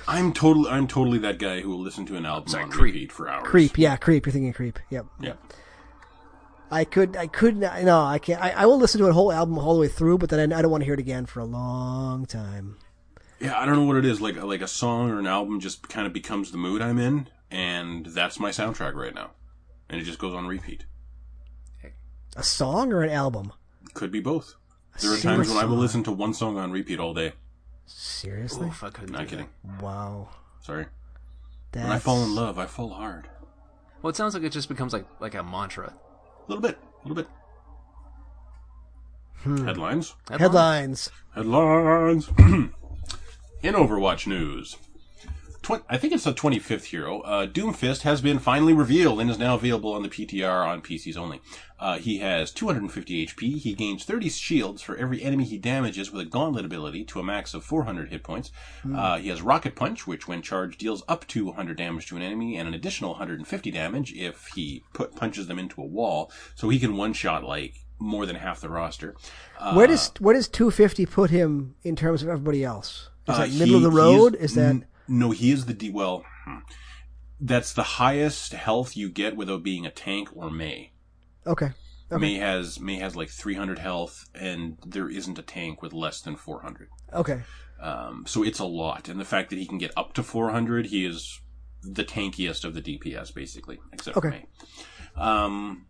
[SPEAKER 2] I'm totally I'm totally that guy who will listen to an album on
[SPEAKER 3] Creep.
[SPEAKER 2] repeat for hours.
[SPEAKER 1] Creep, yeah, creep. You're thinking creep. Yep.
[SPEAKER 2] Yeah.
[SPEAKER 1] I could, I could not. No, I can't. I, I will listen to a whole album all the way through, but then I, I don't want to hear it again for a long time.
[SPEAKER 2] Yeah, I don't know what it is. Like like a song or an album just kind of becomes the mood I'm in, and that's my soundtrack right now, and it just goes on repeat.
[SPEAKER 1] A song or an album?
[SPEAKER 2] Could be both. There are
[SPEAKER 1] Single
[SPEAKER 2] times when I will
[SPEAKER 1] song.
[SPEAKER 2] listen to one song on repeat all day.
[SPEAKER 1] Seriously?
[SPEAKER 3] Oof, I couldn't.
[SPEAKER 2] Not
[SPEAKER 3] do
[SPEAKER 2] kidding.
[SPEAKER 1] Wow.
[SPEAKER 2] Sorry.
[SPEAKER 1] That's...
[SPEAKER 2] When I fall in love, I fall hard.
[SPEAKER 3] That. Well, it sounds like it just becomes like like a mantra.
[SPEAKER 2] A little bit. A little bit.
[SPEAKER 1] Hmm.
[SPEAKER 2] Headlines.
[SPEAKER 1] Headlines.
[SPEAKER 2] Headlines. In Overwatch news, Twen- I think it's the 25th hero. Uh, Doomfist has been finally revealed and is now available on the PTR on PCs only. Uh, he has 250 HP. He gains 30 shields for every enemy he damages with a gauntlet ability to a max of 400 hit points.
[SPEAKER 1] Hmm.
[SPEAKER 2] Uh, he has Rocket Punch, which when charged deals up to 100 damage to an enemy and an additional 150 damage if he put punches them into a wall. So he can one shot like more than half the roster. Uh,
[SPEAKER 1] where does where does 250 put him in terms of everybody else? Is
[SPEAKER 2] Uh,
[SPEAKER 1] that middle of
[SPEAKER 2] he-
[SPEAKER 1] the
[SPEAKER 2] he
[SPEAKER 1] road? Is that
[SPEAKER 2] n- no? He is the D. Well, hmm. that's the highest health you get without being a tank or May.
[SPEAKER 1] okay? Okay.
[SPEAKER 2] May has May has like 300 health, and there isn't a tank with less than 400.
[SPEAKER 1] Okay.
[SPEAKER 2] Um, so it's a lot, and the fact that he can get up to 400, he is the tankiest of the DPS basically, except for
[SPEAKER 1] Okay.
[SPEAKER 2] May. Um,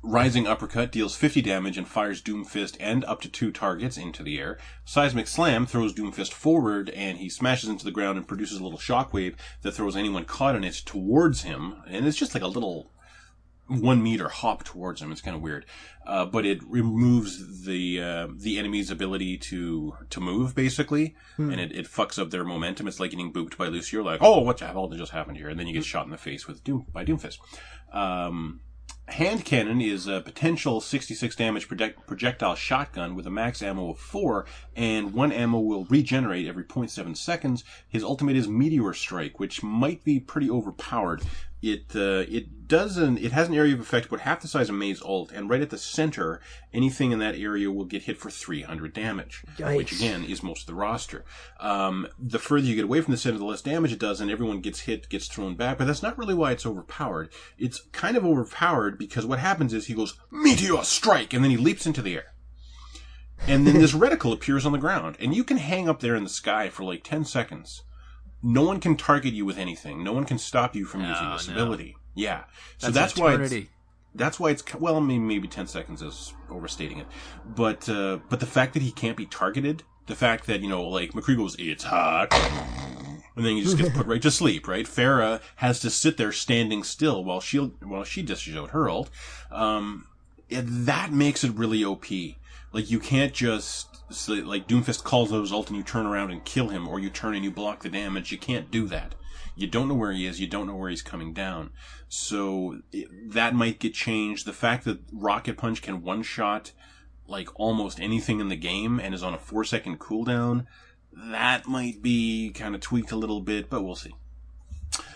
[SPEAKER 2] Rising Uppercut deals 50 damage and fires Doomfist and up to two targets into the air. Seismic Slam throws Doomfist forward and he smashes into the ground and produces a little shockwave that throws anyone caught in it towards him. And it's just like a little one meter hop towards him. It's kind of weird. Uh, but it removes the, uh, the enemy's ability to, to move basically. And it, it fucks up their momentum. It's like getting booped by Lucio. Like, oh, what the hell just happened here? And then you get shot in the face with Doom, by Doomfist. Um, Hand cannon is a potential 66 damage project- projectile shotgun with a max ammo of 4, and one ammo will regenerate every 0.7 seconds. His ultimate is Meteor Strike, which might be pretty overpowered. it uh, it doesn't it has an area of effect about half the size of May's alt, and right at the center, anything in that area will get hit for 300 damage, which
[SPEAKER 1] Yikes.
[SPEAKER 2] again is most of the roster. Um, the further you get away from the center, the less damage it does, and everyone gets hit, gets thrown back. But that's not really why it's overpowered. It's kind of overpowered because what happens is he goes meteor strike, and then he leaps into the air. And then this reticle appears on the ground, and you can hang up there in the sky for like 10 seconds no one can target you with anything. No one can stop you from using
[SPEAKER 3] No,
[SPEAKER 2] this
[SPEAKER 3] Oh, no.
[SPEAKER 2] ability. Yeah. So
[SPEAKER 3] That's
[SPEAKER 2] that's, why it's,
[SPEAKER 3] eternity.
[SPEAKER 2] that's why it's well, I mean, maybe ten seconds is overstating it, but uh, but the fact that he can't be targeted, the fact that you know, like McCree goes, it's hot. And then he just gets put right to sleep, right? Farah has to sit there standing still while she while she dishes out her ult. Um, it, that makes it really OP. Like you can't just say, like Doomfist calls out his ult and you turn around and kill him, or you turn and you block the damage. You can't do that. You don't know where he is. You don't know where he's coming down. So it, that might get changed. The fact that Rocket Punch can one shot like almost anything in the game and is on a four second cooldown, that might be kind of tweaked a little bit, but we'll see.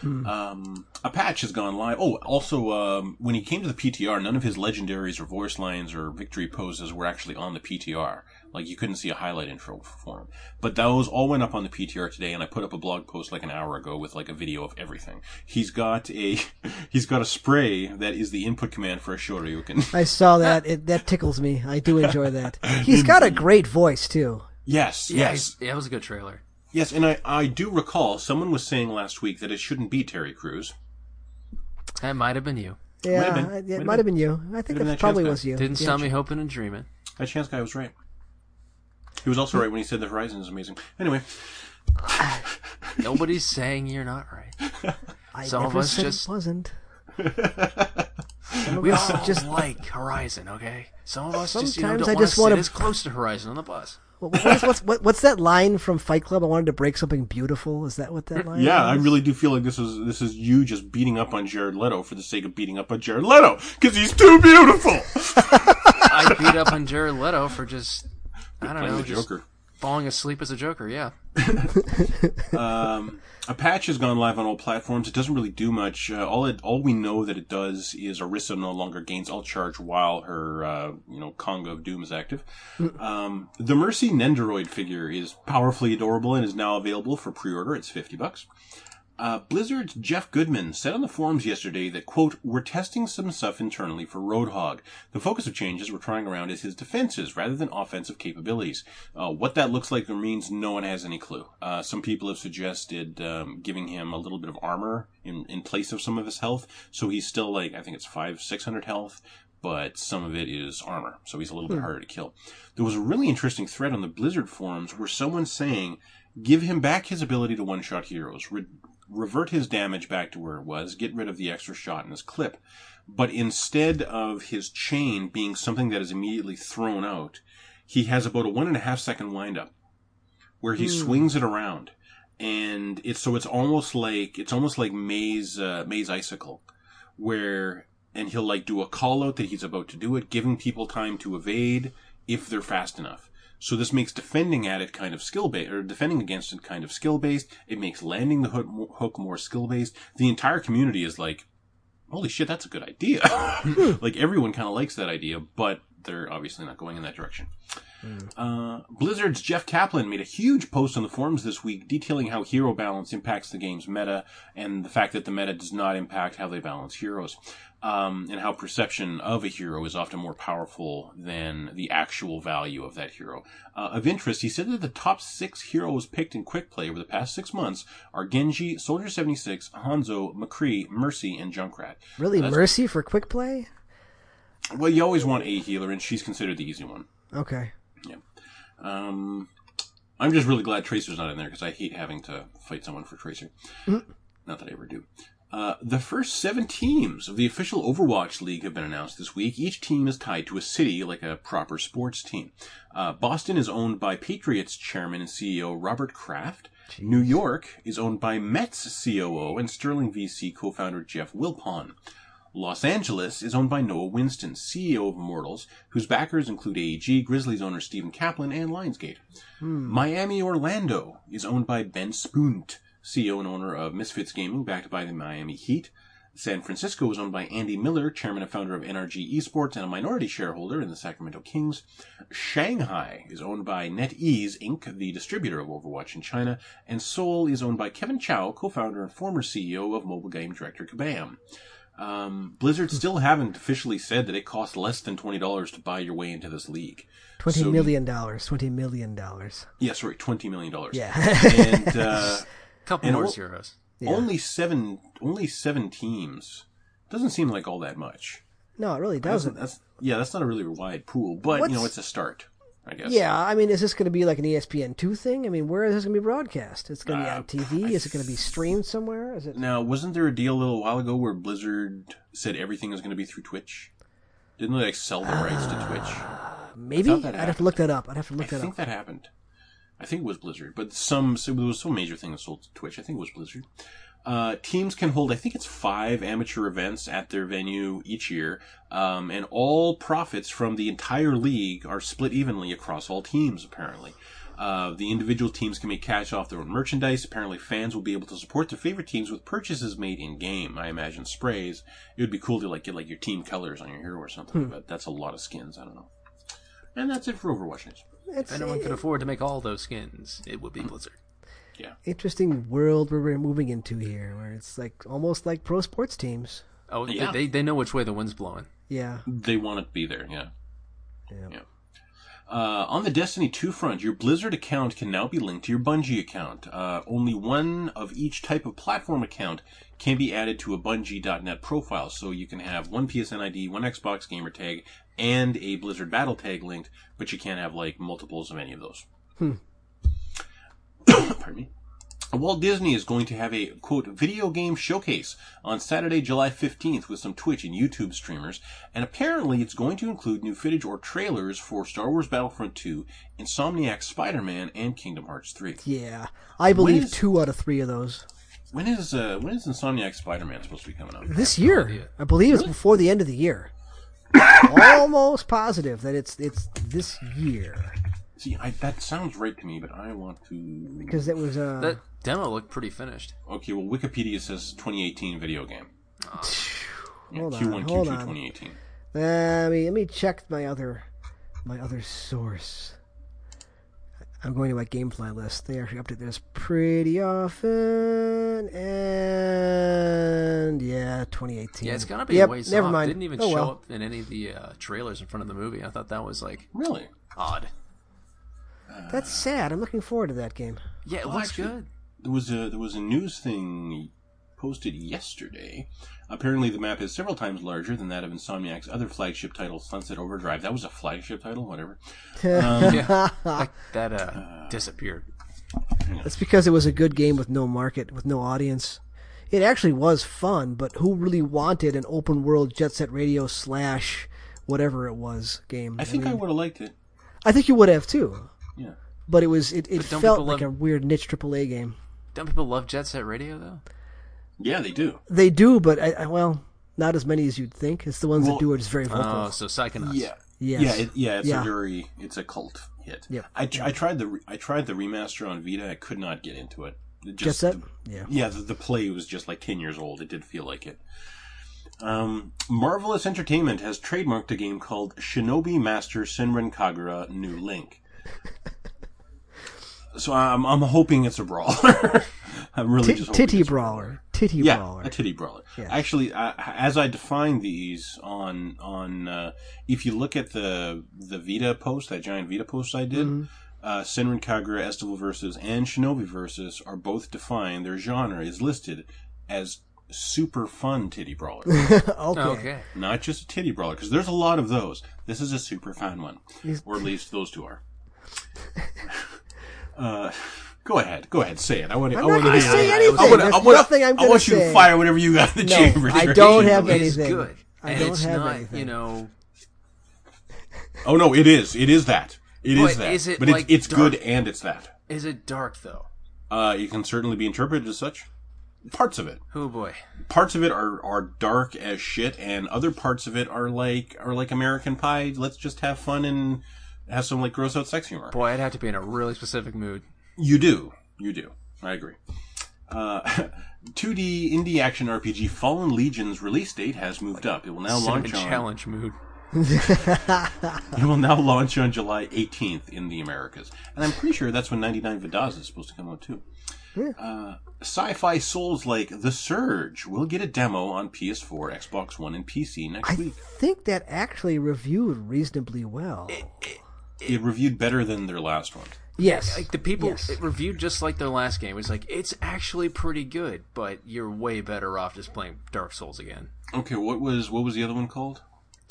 [SPEAKER 2] Um, a patch has gone live. Oh, also, um, when he came to the PTR, none of his legendaries or voice lines or victory poses were actually on the PTR. Like, you couldn't see a highlight intro for him. But those all went up on the PTR today, and I put up a blog post like an hour ago with like a video of everything. He's got a, he's got a spray that is the input command for a Shoryuken.
[SPEAKER 1] I saw that. It, that tickles me. I do enjoy that. He's got a great voice too.
[SPEAKER 2] yes, yes.
[SPEAKER 3] Yeah, that was a good trailer.
[SPEAKER 2] Yes, and I, I do recall someone was saying last week that it shouldn't be Terry Crews.
[SPEAKER 3] That might have been you.
[SPEAKER 1] Yeah,
[SPEAKER 2] have been.
[SPEAKER 1] I-
[SPEAKER 2] Might
[SPEAKER 1] it
[SPEAKER 2] have
[SPEAKER 1] might have been you. I think
[SPEAKER 2] been
[SPEAKER 1] it
[SPEAKER 2] that
[SPEAKER 1] probably
[SPEAKER 2] chance guy.
[SPEAKER 1] was you.
[SPEAKER 3] Didn't
[SPEAKER 1] Yeah.
[SPEAKER 3] stop me hoping and dreaming.
[SPEAKER 2] That chance guy was right. He was also right when he said the Horizon is amazing. Anyway,
[SPEAKER 3] Nobody's saying you're not right.
[SPEAKER 1] I
[SPEAKER 3] Some of
[SPEAKER 1] never
[SPEAKER 3] us
[SPEAKER 1] said
[SPEAKER 3] just-
[SPEAKER 1] it wasn't. Some of
[SPEAKER 3] We
[SPEAKER 1] us
[SPEAKER 3] all
[SPEAKER 1] just.
[SPEAKER 3] just like Horizon, okay? Some of us just you know,
[SPEAKER 1] Sometimes
[SPEAKER 3] don't
[SPEAKER 1] I just
[SPEAKER 3] want
[SPEAKER 1] wanna-
[SPEAKER 3] to sit as close to Horizon on the bus.
[SPEAKER 1] What, what is, what's, what, what's that line from Fight Club? I wanted to break something beautiful. Is that what that line?
[SPEAKER 2] yeah, I
[SPEAKER 1] is?
[SPEAKER 2] really do feel like this is this is you just beating up on Jared Leto for the sake of beating up on Jared Leto because he's too beautiful.
[SPEAKER 3] I beat up on Jared Leto for just I don't
[SPEAKER 2] Playing
[SPEAKER 3] know,
[SPEAKER 2] the
[SPEAKER 3] just
[SPEAKER 2] Joker.
[SPEAKER 3] falling asleep as a Joker. Yeah,
[SPEAKER 2] A patch has gone live on all platforms. It doesn't really do much. Uh, all it, all we know that it does is Orisa no longer gains all charge while her, uh, you know, Conga of Doom is active. Um, the Mercy Nendoroid figure is powerfully adorable and is now available for pre-order. It's fifty bucks. Uh, Blizzard's Jeff Goodman said on the forums yesterday that, quote, we're testing some stuff internally for Roadhog. The focus of changes we're trying around is his defenses rather than offensive capabilities. Uh, what that looks like or means, no one has any clue. Uh, some people have suggested um, giving him a little bit of armor in, in place of some of his health. So he's still like, I think it's five, 600 health, but some of it is armor. So he's a little bit harder to kill. There was a really interesting thread on the Blizzard forums where someone's saying, give him back his ability to one shot heroes, re- revert his damage back to where it was, get rid of the extra shot in his clip. But instead of his chain being something that is immediately thrown out, he has about a one and a half second windup where he swings it around. And it's so it's almost like it's almost like May's uh, May's icicle, where and he'll like do a call out that he's about to do it, giving people time to evade if they're fast enough. So this makes defending at it kind of skill based, or defending against it kind of skill based. It makes landing the hook, hook more skill based. The entire community is like, holy shit, that's a good idea. like everyone kind of likes that idea, but they're obviously not going in that direction. Uh, Blizzard's Jeff Kaplan made a huge post on the forums this week detailing how hero balance impacts the game's meta and the fact that the meta does not impact how they balance heroes. Um, and how perception of a hero is often more powerful than the actual value of that hero. Uh, of interest, he said that the top six heroes picked in Quick Play over the past six months are Genji, Soldier 76, Hanzo, McCree, Mercy, and Junkrat.
[SPEAKER 1] Really, mercy for quick play?
[SPEAKER 2] Well, you always want a healer, and she's considered the easy one.
[SPEAKER 1] Okay.
[SPEAKER 2] Um, I'm just really glad Tracer's not in there because I hate having to fight someone for Tracer. Not that I ever do. Uh, the first seven teams of the official Overwatch League have been announced this week. Each team is tied to a city like a proper sports team. Uh, Boston is owned by Patriots chairman and CEO Robert Kraft. New York is owned by Mets COO and Sterling VC co-founder Jeff Wilpon. Los Angeles is owned by Noah Winston, CEO of Immortals, whose backers include AEG, Grizzlies owner Stephen Kaplan, and Lionsgate. Miami Orlando E is owned by Ben Spoont, CEO and owner of Misfits Gaming, backed by the Miami Heat. San Francisco was owned by Andy Miller, chairman and founder of NRG Esports and a minority shareholder in the Sacramento Kings. Shanghai is owned by NetEase Inc., the distributor of Overwatch in China, and Seoul is owned by Kevin Chow, co-founder and former CEO of mobile game director Kabam. Um, Blizzard still haven't officially said that it costs less than twenty dollars to buy your way into this league.
[SPEAKER 1] Twenty
[SPEAKER 2] So-
[SPEAKER 1] million dollars. Twenty million dollars.
[SPEAKER 2] Yeah, sorry, twenty million dollars.
[SPEAKER 1] Yeah.
[SPEAKER 2] and uh,
[SPEAKER 3] Couple
[SPEAKER 2] And
[SPEAKER 3] more
[SPEAKER 2] all-
[SPEAKER 3] zeros.
[SPEAKER 2] only seven, only seven teams doesn't seem like all that much.
[SPEAKER 1] No, it really
[SPEAKER 2] That's,
[SPEAKER 1] doesn't.
[SPEAKER 2] that's yeah, that's not a really wide pool, but you know
[SPEAKER 1] What's-
[SPEAKER 2] it's a start, I guess.
[SPEAKER 1] Yeah, I mean, is this going to be like an E ESPN two thing? I mean, where is this going to be broadcast? It's going to
[SPEAKER 2] Uh,
[SPEAKER 1] be on TV. Is it going to be streamed somewhere? Is it?
[SPEAKER 2] Now, wasn't there a deal a little while ago where Blizzard said everything was going to be through Twitch? Didn't they like sell the rights to Twitch?
[SPEAKER 1] Maybe
[SPEAKER 2] I
[SPEAKER 1] I'd
[SPEAKER 2] thought that
[SPEAKER 1] have to look that up. I'd have to
[SPEAKER 2] I
[SPEAKER 1] look that
[SPEAKER 2] think
[SPEAKER 1] up.
[SPEAKER 2] that happened. I think it was Blizzard, but some so there was some major thing that sold to Twitch. I think it was Blizzard. Uh, teams can hold, I think it's five amateur events at their venue each year, um, and all profits from the entire league are split evenly across all teams. Apparently, uh, the individual teams can make cash off their own merchandise. Apparently, fans will be able to support their favorite teams with purchases made in game. I imagine sprays. It would be cool to like get like your team colors on your hero or
[SPEAKER 1] Hmm.
[SPEAKER 2] something, but that's a lot of skins. I don't know. And that's it for Overwatch News.
[SPEAKER 1] It's
[SPEAKER 3] If anyone could afford to make all those skins, it would be
[SPEAKER 1] Hmm.
[SPEAKER 3] Blizzard.
[SPEAKER 1] interesting world where we're moving into here, where it's like almost like pro sports teams.
[SPEAKER 3] Oh, they-
[SPEAKER 2] Yeah.
[SPEAKER 3] they, they know which way the wind's blowing.
[SPEAKER 1] Yeah,
[SPEAKER 2] They want to be there, yeah.
[SPEAKER 1] Yeah.
[SPEAKER 2] Uh, on the Destiny 2 front, your Blizzard account can now be linked to your Bungie account. Uh, only one of each type of platform account can be added to a Bungie.net profile, so you can have one PSN ID, one Xbox gamer tag, and a Blizzard battle tag linked, but you can't have like multiples of any of those. Pardon me. Walt Disney is going to have a quote video game showcase on Saturday, July 15th with some Twitch and YouTube streamers, and apparently it's going to include new footage or trailers for Star Wars Battlefront 2, Insomniac Spider-Man, and Kingdom Hearts 3.
[SPEAKER 1] yeah. I believe
[SPEAKER 2] is-
[SPEAKER 1] two out of three of those
[SPEAKER 2] When is uh when is Insomniac Spider-Man supposed to be coming out?
[SPEAKER 1] this year. I believe it's before the end of the year. almost positive that it's it's this year
[SPEAKER 2] See, I, that sounds right to me, but I want to
[SPEAKER 1] because it was uh,
[SPEAKER 3] That demo looked pretty finished.
[SPEAKER 2] Okay, well Wikipedia says 2018 video game. Yeah,
[SPEAKER 1] Hold on,
[SPEAKER 2] Q1 Q2
[SPEAKER 1] hold on.
[SPEAKER 2] 2018.
[SPEAKER 1] Let me let me check my other my other source. I'm going to my GameFly list. They actually update this pretty often, and yeah, 2018.
[SPEAKER 3] Yeah, it's gonna be
[SPEAKER 1] yep,
[SPEAKER 3] ways
[SPEAKER 1] never
[SPEAKER 3] off.
[SPEAKER 1] mind.
[SPEAKER 3] Didn't even
[SPEAKER 1] oh,
[SPEAKER 3] show
[SPEAKER 1] well.
[SPEAKER 3] up in any of the uh, trailers in front of the movie. I thought that was like
[SPEAKER 2] Really?
[SPEAKER 3] odd.
[SPEAKER 1] That's sad. I'm looking forward to that game.
[SPEAKER 3] Yeah, it
[SPEAKER 2] Well,
[SPEAKER 3] looks
[SPEAKER 2] actually-
[SPEAKER 3] good.
[SPEAKER 2] there was a there was a news thing posted yesterday. Apparently, the map is several times larger than that of Insomniac's other flagship title, Sunset Overdrive. That was a flagship title, whatever.
[SPEAKER 3] yeah, like that uh, disappeared.
[SPEAKER 1] That's because it was a good game with no market, with no audience. It actually was fun, but who really wanted an open world Jet Set Radio slash whatever it was game?
[SPEAKER 2] I think I,
[SPEAKER 1] mean,
[SPEAKER 2] would have liked it.
[SPEAKER 1] I think you would have too,
[SPEAKER 2] Yeah.
[SPEAKER 1] but it was it, it
[SPEAKER 3] But don't
[SPEAKER 1] felt
[SPEAKER 3] people
[SPEAKER 1] like
[SPEAKER 3] love-
[SPEAKER 1] a weird niche AAA game.
[SPEAKER 3] Don't people love Jet Set Radio though?
[SPEAKER 2] Yeah, they do.
[SPEAKER 1] They do, but I, I, well, not as many as you'd think. It's the ones
[SPEAKER 2] Well,
[SPEAKER 1] that do it is very vocal.
[SPEAKER 3] Oh, so Psychonauts.
[SPEAKER 2] Yeah.
[SPEAKER 1] Yes.
[SPEAKER 2] Yeah, it, yeah, it's
[SPEAKER 1] Yeah.
[SPEAKER 2] a very it's a cult hit.
[SPEAKER 1] Yep.
[SPEAKER 2] I, tr- I tried the re- I tried the remaster on Vita. I could not get into it. it
[SPEAKER 1] Jet
[SPEAKER 2] just,
[SPEAKER 1] Set,
[SPEAKER 2] the-
[SPEAKER 1] yeah.
[SPEAKER 2] yeah, the, the play was just like 10 years old. It did feel like it. Um, Marvelous Entertainment has trademarked a game called Shinobi Master Senran Kagura New Link. so I'm, I'm hoping it's a brawler. I'm really
[SPEAKER 1] Tit-
[SPEAKER 2] just hoping
[SPEAKER 1] titty
[SPEAKER 2] it's a
[SPEAKER 1] brawler, titty
[SPEAKER 2] yeah,
[SPEAKER 1] brawler.
[SPEAKER 2] a titty brawler. Actually, I, as I define these on on uh, if you look at the the Vita post, that giant Vita post I did,
[SPEAKER 1] Mm-hmm.
[SPEAKER 2] uh, Senran Kagura Estival versus and Shinobi versus are both defined. Their genre is listed as super fun titty brawler,
[SPEAKER 1] okay.
[SPEAKER 3] Oh, Okay.
[SPEAKER 2] not just a titty brawler, because there's a lot of those. This is a super fun one,
[SPEAKER 1] These-
[SPEAKER 2] or at least those two are. uh, go ahead, go ahead, say it. I want to.
[SPEAKER 1] I'm not going to say
[SPEAKER 3] I- I- I
[SPEAKER 1] anything.
[SPEAKER 3] was-
[SPEAKER 2] wanna-
[SPEAKER 1] There's
[SPEAKER 2] I wanna-
[SPEAKER 1] nothing I'm
[SPEAKER 2] I
[SPEAKER 1] going to
[SPEAKER 2] want you
[SPEAKER 1] say.
[SPEAKER 2] to fire whatever you got in the
[SPEAKER 1] No,
[SPEAKER 2] chamber.
[SPEAKER 1] I
[SPEAKER 2] here.
[SPEAKER 1] don't have
[SPEAKER 3] It is
[SPEAKER 1] Anything.
[SPEAKER 3] good.
[SPEAKER 1] I
[SPEAKER 3] and
[SPEAKER 1] don't
[SPEAKER 3] it's
[SPEAKER 1] have
[SPEAKER 3] not,
[SPEAKER 1] anything.
[SPEAKER 3] you know,
[SPEAKER 2] Oh no, it is. It is that. It is
[SPEAKER 3] But
[SPEAKER 2] that.
[SPEAKER 3] is it,
[SPEAKER 2] but it's
[SPEAKER 3] like,
[SPEAKER 2] it's
[SPEAKER 3] dark?
[SPEAKER 2] good and it's that.
[SPEAKER 3] is it dark though?
[SPEAKER 2] Uh, it can certainly be interpreted as such. Parts of it,
[SPEAKER 3] Oh boy.
[SPEAKER 2] parts of it are are dark as shit, and other parts of it are like are like American Pie. Let's just have fun and have some like gross out sex humor.
[SPEAKER 3] Boy, I'd have to be in a really specific mood.
[SPEAKER 2] You do. You do. I agree. Uh, 2D indie action RPG Fallen Legion's release date has moved up. It will now
[SPEAKER 3] Cinnamon
[SPEAKER 2] launch on
[SPEAKER 3] challenge mood.
[SPEAKER 2] it will now launch on July 18th in the Americas. And I'm pretty sure that's when 99 Vidaza is supposed to come out too. Uh, sci-fi souls like The Surge will get a demo on PS4, Xbox One, and PC next
[SPEAKER 1] I
[SPEAKER 2] week.
[SPEAKER 1] think that actually reviewed reasonably well.
[SPEAKER 2] It reviewed better than their last one.
[SPEAKER 1] yes.
[SPEAKER 3] Like the people
[SPEAKER 1] Yes.
[SPEAKER 3] it reviewed just like their last game. It's like it's actually pretty good, but you're way better off just playing Dark Souls again.
[SPEAKER 2] Okay, what was what was the other one called?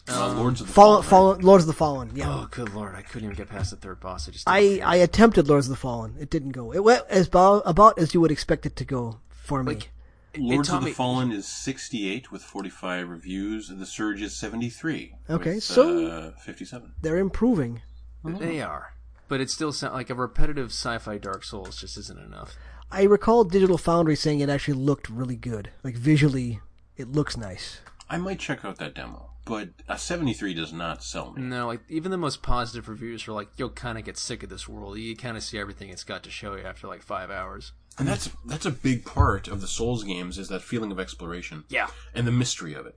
[SPEAKER 2] Uh, Lords of the
[SPEAKER 1] Fallen,
[SPEAKER 2] Fallen.
[SPEAKER 1] Fallen, Lords of the Fallen. Yeah.
[SPEAKER 3] Oh, good lord! I couldn't even get past the third boss. I just
[SPEAKER 1] I, I attempted Lords of the Fallen. It didn't go. It went as about, about as you would expect it to go for me.
[SPEAKER 2] Lords
[SPEAKER 3] taught
[SPEAKER 2] of the
[SPEAKER 3] me-
[SPEAKER 2] Fallen is 68 with 45 reviews. The Surge is 73.
[SPEAKER 1] Okay,
[SPEAKER 2] with,
[SPEAKER 1] so-
[SPEAKER 2] uh, 57.
[SPEAKER 1] They're improving.
[SPEAKER 3] They are, but it still sounds like a repetitive sci-fi Dark Souls just isn't enough.
[SPEAKER 1] I recall Digital Foundry saying it actually looked really good. Like visually, it looks nice.
[SPEAKER 2] I might check out that demo, but a 73 does not sell me.
[SPEAKER 3] No, like even the most positive reviews are like you'll kind of get sick of this world. You kind of see everything it's got to show you after like five hours.
[SPEAKER 2] And that's that's a big part of the Souls games is that feeling of exploration.
[SPEAKER 3] Yeah.
[SPEAKER 2] And the mystery of it.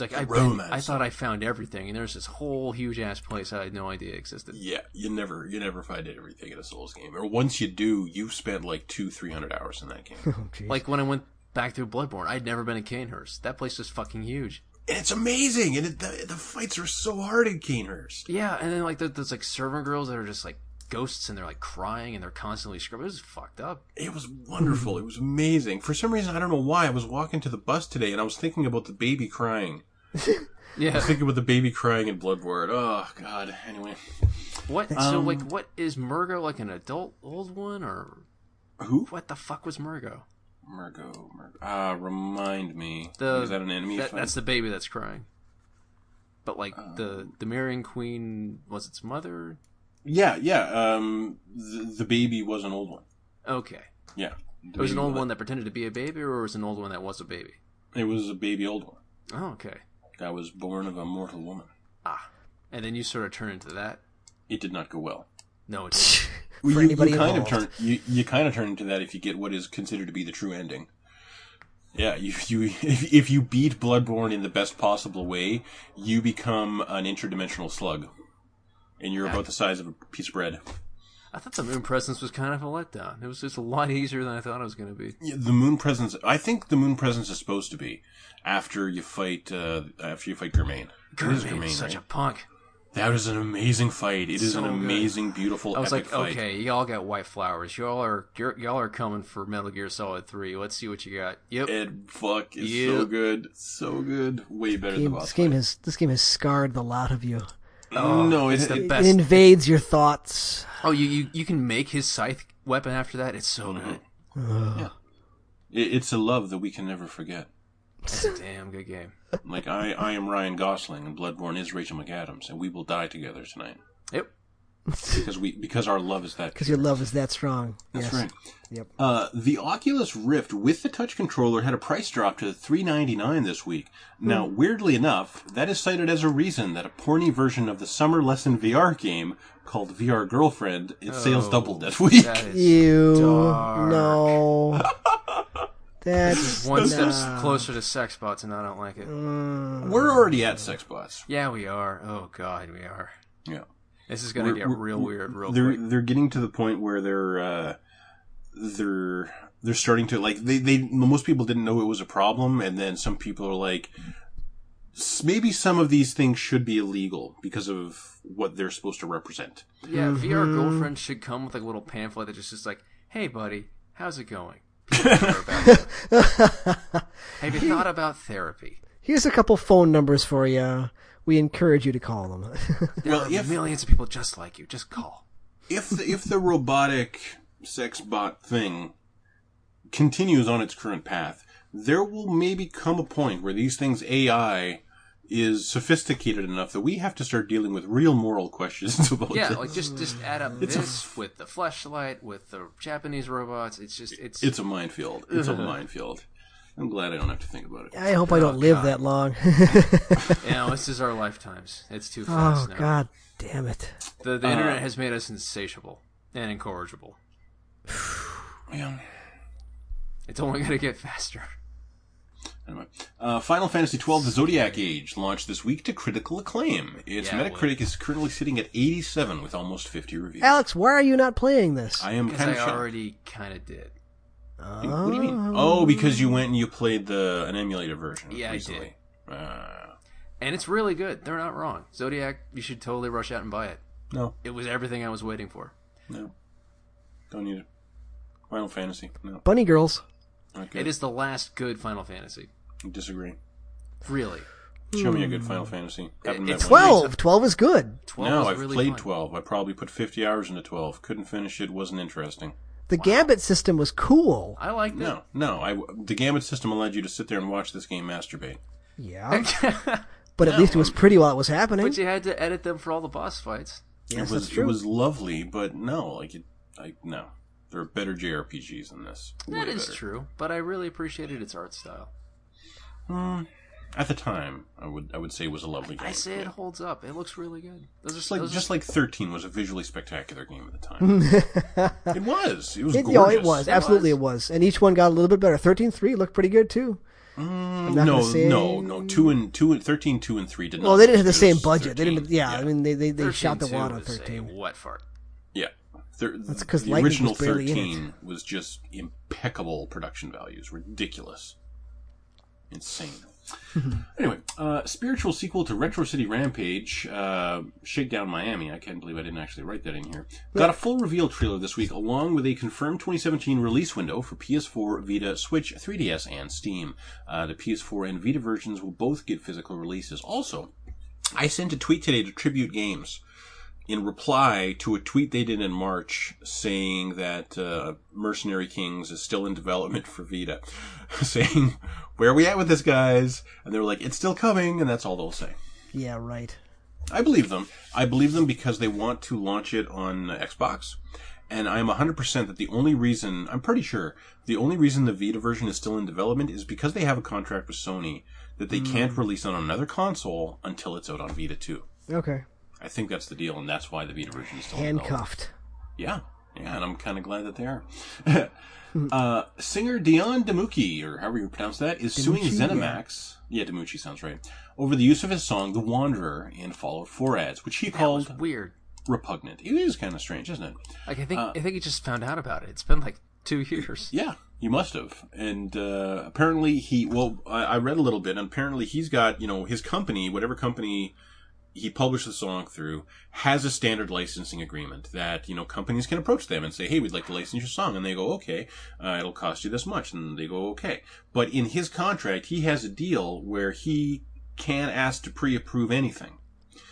[SPEAKER 3] It's like I,
[SPEAKER 2] Romance.
[SPEAKER 3] I thought I found everything, and there's this whole huge ass place I had no idea existed.
[SPEAKER 2] Yeah, you never you never find everything in a Souls game. Or once you do, you've spent like two, three hundred hours in that game. and
[SPEAKER 1] Oh, jeez.
[SPEAKER 3] Like when I went back through Bloodborne, I'd never been to Canehurst. That place was fucking huge.
[SPEAKER 2] it's amazing. And it, the, the fights are so hard in Canehurst.
[SPEAKER 3] Yeah, and then like there- there's like servant girls that are just like ghosts, and they're like crying, and they're constantly screaming. It was fucked up.
[SPEAKER 2] It was wonderful. it was amazing. For some reason, I don't know why. I was walking to the bus today, and I was thinking about the baby crying. I
[SPEAKER 3] Yeah.
[SPEAKER 2] was thinking about the baby crying in Bloodborne. Oh God. Anyway,
[SPEAKER 3] What? so like, what is Murgo like an adult old one or
[SPEAKER 2] who?
[SPEAKER 3] what the fuck was Murgo?
[SPEAKER 2] Murgo. Murgo. Ah, remind me.
[SPEAKER 3] The
[SPEAKER 2] Is that an enemy?
[SPEAKER 3] that-
[SPEAKER 2] fight?
[SPEAKER 3] that's the baby that's crying. But like the the marrying queen was its mother.
[SPEAKER 2] Yeah, yeah. Um, the, the baby was an old one.
[SPEAKER 3] Okay,
[SPEAKER 2] Yeah,
[SPEAKER 3] it was an old one that pretended to be a baby, or was an old one that was a baby.
[SPEAKER 2] It was a baby old one
[SPEAKER 3] Oh, okay.
[SPEAKER 2] that was born of a mortal woman.
[SPEAKER 3] Ah, and then you sort of turn into that.
[SPEAKER 2] It did not go well.
[SPEAKER 3] No, it didn't.
[SPEAKER 2] Well,
[SPEAKER 1] For
[SPEAKER 2] you,
[SPEAKER 1] anybody
[SPEAKER 2] you kind
[SPEAKER 1] involved.
[SPEAKER 2] of turn you, you kind of turn into that if you get what is considered to be the true ending. Yeah, you, you if, if you beat Bloodborne in the best possible way, you become an interdimensional slug, and you're about the size of a piece of bread.
[SPEAKER 3] I thought the moon presence was kind of a letdown. It was just a lot easier than I thought it was going to be.
[SPEAKER 2] Yeah, the moon presence. I think the moon presence is supposed to be after you fight uh, after you fight Germain. It is
[SPEAKER 3] Germain's such
[SPEAKER 2] right?
[SPEAKER 3] a punk.
[SPEAKER 2] That is an amazing fight. It is
[SPEAKER 3] So
[SPEAKER 2] an
[SPEAKER 3] good.
[SPEAKER 2] amazing, beautiful,
[SPEAKER 3] I was
[SPEAKER 2] epic
[SPEAKER 3] like,
[SPEAKER 2] fight.
[SPEAKER 3] okay, y'all got white flowers. Y'all are you're, y'all are coming for Metal Gear Solid Three. Let's see what you got. Yep.
[SPEAKER 2] Ed Fuck is
[SPEAKER 3] Yeah.
[SPEAKER 2] so good. So good. Way better
[SPEAKER 1] Game-
[SPEAKER 2] than boss
[SPEAKER 1] this game
[SPEAKER 2] fight.
[SPEAKER 1] has this game has scarred the lot of you.
[SPEAKER 2] no,
[SPEAKER 3] it's
[SPEAKER 2] it-
[SPEAKER 3] the
[SPEAKER 2] it-
[SPEAKER 1] It
[SPEAKER 3] best.
[SPEAKER 1] invades your thoughts.
[SPEAKER 3] oh, you, you you can make his scythe weapon after that. It's so
[SPEAKER 2] Mm-hmm.
[SPEAKER 3] good.
[SPEAKER 2] it- it's a love that we can never forget.
[SPEAKER 3] That's a damn good game.
[SPEAKER 2] Like I, I am Ryan Gosling and Bloodborne is Rachel McAdams, and we will die together tonight
[SPEAKER 3] Yep.
[SPEAKER 2] because we because our love is that.
[SPEAKER 1] Because your love is that strong.
[SPEAKER 2] That's
[SPEAKER 1] yes.
[SPEAKER 2] right.
[SPEAKER 1] Yep.
[SPEAKER 2] Uh, the Oculus Rift with the touch controller had a price drop to three ninety nine this week. Now, weirdly enough, that is cited as a reason that a porny version of the summer lesson VR game called VR Girlfriend its sales
[SPEAKER 3] Oh,
[SPEAKER 2] doubled that week.
[SPEAKER 3] That is
[SPEAKER 1] You
[SPEAKER 3] dark.
[SPEAKER 1] no. That's
[SPEAKER 3] one
[SPEAKER 1] not- Mm.
[SPEAKER 3] step closer to sex bots, and I don't like it.
[SPEAKER 2] We're already at sex bots.
[SPEAKER 3] Yeah, we are. Oh God, we are.
[SPEAKER 2] Yeah.
[SPEAKER 3] This is going to
[SPEAKER 2] We're-
[SPEAKER 3] get
[SPEAKER 2] we're-
[SPEAKER 3] real weird real
[SPEAKER 2] they're
[SPEAKER 3] quick.
[SPEAKER 2] they're getting to the point where they're uh, they're they're starting to like they they most people didn't know it was a problem, and then some people are like, "S- maybe some of these things should be illegal because of what they're supposed to represent.
[SPEAKER 3] Yeah, VR girlfriend should come with like a little pamphlet that's just, just like, "Hey, buddy, how's it going? Have you thought about therapy?
[SPEAKER 1] Here's a couple phone numbers for you. We encourage you to call them.
[SPEAKER 3] There
[SPEAKER 2] Well,
[SPEAKER 3] are
[SPEAKER 2] if-
[SPEAKER 3] millions of people just like you. Just call."
[SPEAKER 2] If the, if the robotic sex bot thing continues on its current path, there will maybe come a point where these things AI is sophisticated enough that we have to start dealing with real moral questions about
[SPEAKER 3] Yeah,
[SPEAKER 2] this.
[SPEAKER 3] like just just add up this with the flashlight, with the Japanese robots. It's just it's
[SPEAKER 2] It's a minefield. It's a minefield. I'm glad I don't have to think about it.
[SPEAKER 1] I hope I don't live that long.
[SPEAKER 3] you know this is our lifetimes. It's too
[SPEAKER 1] oh
[SPEAKER 3] fast now.
[SPEAKER 1] god, damn it.
[SPEAKER 3] The, the internet has made us insatiable and incorrigible.
[SPEAKER 2] Yeah.
[SPEAKER 3] It's only going to get faster.
[SPEAKER 2] Anyway, uh, Final Fantasy XII: The Zodiac Age launched this week to critical acclaim. Its
[SPEAKER 3] Yeah, it
[SPEAKER 2] Metacritic is currently sitting at 87 with almost 50 reviews.
[SPEAKER 1] Alex, why are you not playing this?
[SPEAKER 2] I am
[SPEAKER 3] Because
[SPEAKER 2] kind of
[SPEAKER 3] I
[SPEAKER 2] shocked.
[SPEAKER 3] already kind of did.
[SPEAKER 2] what do you mean? Oh, because you went and you played the an emulator version.
[SPEAKER 3] Yeah, I
[SPEAKER 2] recently. Uh,
[SPEAKER 3] And it's really good. They're not wrong. Zodiac, you should totally rush out and buy it.
[SPEAKER 2] no,
[SPEAKER 3] It was everything I was waiting for.
[SPEAKER 2] no, don't need it. Final Fantasy. No,
[SPEAKER 1] Bunny Girls.
[SPEAKER 2] not good.
[SPEAKER 3] It is the last good Final Fantasy.
[SPEAKER 2] Disagree.
[SPEAKER 3] Really.
[SPEAKER 2] Show me a good Final Fantasy. Haven't met
[SPEAKER 3] Hmm. it's
[SPEAKER 2] one.
[SPEAKER 1] 12. 12 is good.
[SPEAKER 3] 12
[SPEAKER 2] no,
[SPEAKER 3] was
[SPEAKER 2] I've
[SPEAKER 3] really
[SPEAKER 2] played
[SPEAKER 3] fun.
[SPEAKER 2] 12. I probably put 50 hours into 12. Couldn't finish it. Wasn't interesting.
[SPEAKER 1] The Gambit system was cool.
[SPEAKER 3] I liked
[SPEAKER 2] No, no. I, the Gambit system allowed you to sit there and watch this game masturbate.
[SPEAKER 1] Yeah.
[SPEAKER 3] it.
[SPEAKER 1] But at least it was pretty while it was happening.
[SPEAKER 3] but you had to edit them for all the boss fights.
[SPEAKER 1] Yes,
[SPEAKER 2] it was
[SPEAKER 1] that's true.
[SPEAKER 2] it was lovely, but no, like it, I no. There are better JRPGs than this. Way
[SPEAKER 3] That is
[SPEAKER 2] better.
[SPEAKER 3] true, but I really appreciated its art style.
[SPEAKER 2] Hmm. at the time, I would I would say it was a lovely game.
[SPEAKER 3] I say it
[SPEAKER 2] Yeah.
[SPEAKER 3] holds up. It looks really good. Those are
[SPEAKER 2] Just like
[SPEAKER 3] those are-
[SPEAKER 2] just like thirteen was a visually spectacular game at the time. it was. It was
[SPEAKER 1] It,
[SPEAKER 2] gorgeous.
[SPEAKER 1] no, it was.
[SPEAKER 3] It
[SPEAKER 1] Absolutely,
[SPEAKER 3] was.
[SPEAKER 1] it was. And each one got a little bit better. 13 3 looked pretty good, too.
[SPEAKER 2] Mm,
[SPEAKER 1] not
[SPEAKER 2] no,
[SPEAKER 1] gonna say-
[SPEAKER 2] no, no. Two and two and 13, 2 and three did not.
[SPEAKER 1] Well, they didn't have the
[SPEAKER 2] look
[SPEAKER 1] same
[SPEAKER 2] good as
[SPEAKER 1] budget. They
[SPEAKER 2] 13.
[SPEAKER 1] didn't. Yeah, I mean, they they, they
[SPEAKER 3] 13
[SPEAKER 1] shot the
[SPEAKER 3] too
[SPEAKER 1] wad on
[SPEAKER 3] is a
[SPEAKER 1] 13.
[SPEAKER 3] What fart?
[SPEAKER 2] yeah. Thir-
[SPEAKER 1] That's 'cause
[SPEAKER 2] the
[SPEAKER 1] Lightning was
[SPEAKER 2] original
[SPEAKER 1] barely in it.
[SPEAKER 2] thirteen was just impeccable production values, ridiculous, insane. anyway, uh, spiritual sequel to Retro City Rampage, uh, Shakedown Miami. I can't believe I didn't actually write that in here. Got a full reveal trailer this week, along with a confirmed 2017 release window for PS4, Vita, Switch, 3DS, and Steam. Uh, the PS4 and Vita versions will both get physical releases. Also, I sent a tweet today to Tribute Games in reply to a tweet they did in March saying that uh, Mercenary Kings is still in development for Vita, saying, Where are we at with this, guys? And they were like, It's still coming, and that's all they'll say.
[SPEAKER 1] Yeah, right.
[SPEAKER 2] I believe them. I believe them because they want to launch it on Xbox. And I'm 100% that the only reason, I'm pretty sure, the only reason the Vita version is still in development is because they have a contract with Sony that they can't release on another console until it's out on Vita 2.
[SPEAKER 1] Okay.
[SPEAKER 2] I think that's the deal, and that's why the Vita version is still in development.
[SPEAKER 1] Handcuffed.
[SPEAKER 2] Yeah, yeah, and I'm kind of glad that they are. uh, singer Dion DeMucci, or however you pronounce that, is suing ZeniMax. Yeah. DeMucci sounds right. Over the use of his song "The Wanderer" in Fallout 4 ads, which he
[SPEAKER 3] That was
[SPEAKER 2] called
[SPEAKER 3] weird.
[SPEAKER 2] repugnant. It is kind of strange, isn't it?
[SPEAKER 3] Like I think
[SPEAKER 2] Uh,
[SPEAKER 3] I think he just found out about it. It's been like two years.
[SPEAKER 2] Yeah, you must have. And uh, apparently he, well, I, I read a little bit, and apparently he's got, you know, his company, whatever company he published the song through, has a standard licensing agreement that, you know, companies can approach them and say, hey, we'd like to license your song. And they go, okay, uh, it'll cost you this much. And they go, okay. But in his contract, he has a deal where he can ask to pre approve anything.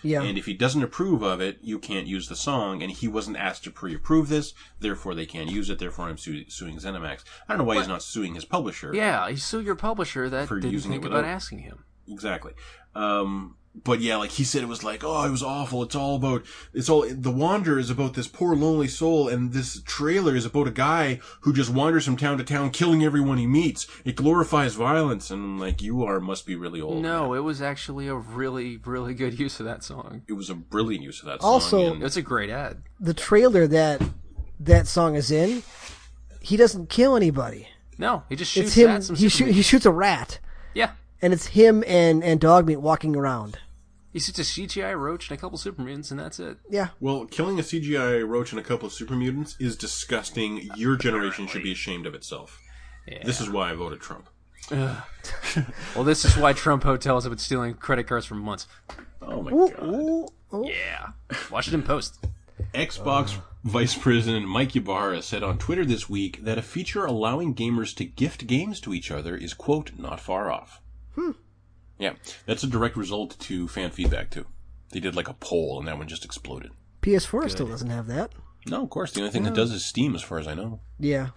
[SPEAKER 1] Yeah.
[SPEAKER 2] And if he doesn't approve of it, you can't use the song. And he wasn't asked to pre-approve this, therefore they can't use it. Therefore, I'm su- suing ZeniMax. I don't know why he's not suing his publisher.
[SPEAKER 3] Yeah, you sue your publisher that
[SPEAKER 2] For
[SPEAKER 3] didn't
[SPEAKER 2] using it
[SPEAKER 3] think about
[SPEAKER 2] without-
[SPEAKER 3] asking him.
[SPEAKER 2] exactly. Um, but yeah, like he said, it was like, oh, it was awful. It's all about, it's all, The Wanderer is about this poor lonely soul, and this trailer is about a guy who just wanders from town to town, killing everyone he meets. It glorifies violence, and I'm like, you are must be really old.
[SPEAKER 3] No, it was actually a really, really good use of that song.
[SPEAKER 2] It was a brilliant use of that song.
[SPEAKER 1] Also-
[SPEAKER 2] and-
[SPEAKER 3] It's a great ad.
[SPEAKER 1] the trailer that that song is in, he doesn't kill anybody.
[SPEAKER 3] No, he just
[SPEAKER 1] It's
[SPEAKER 3] shoots
[SPEAKER 1] him.
[SPEAKER 3] at some
[SPEAKER 1] He,
[SPEAKER 3] super
[SPEAKER 1] shoo-
[SPEAKER 3] meat.
[SPEAKER 1] he shoots a rat,
[SPEAKER 3] Yeah.
[SPEAKER 1] and it's him and and dog meat walking around.
[SPEAKER 3] He shoots a CGI roach and a couple Supermans and that's it.
[SPEAKER 1] Yeah.
[SPEAKER 2] Well, killing a CGI roach and a couple of super mutants is disgusting. Your generation should be ashamed of itself.
[SPEAKER 3] Yeah.
[SPEAKER 2] This is why I voted Trump.
[SPEAKER 3] Well, this is why Trump hotels have been stealing credit cards for months.
[SPEAKER 2] Oh my
[SPEAKER 1] Ooh,
[SPEAKER 2] god.
[SPEAKER 1] ooh, ooh.
[SPEAKER 3] Yeah. Washington Post.
[SPEAKER 2] Xbox Vice President Mike Ybarra said on Twitter this week that a feature allowing gamers to gift games to each other is, quote, not far off. Hmm. Yeah, that's a direct result to fan feedback, too. They did like a poll and that one just exploded.
[SPEAKER 1] PS4 still doesn't have that.
[SPEAKER 2] No, of course. The only thing that does is Steam, as far as I know.
[SPEAKER 1] Yeah.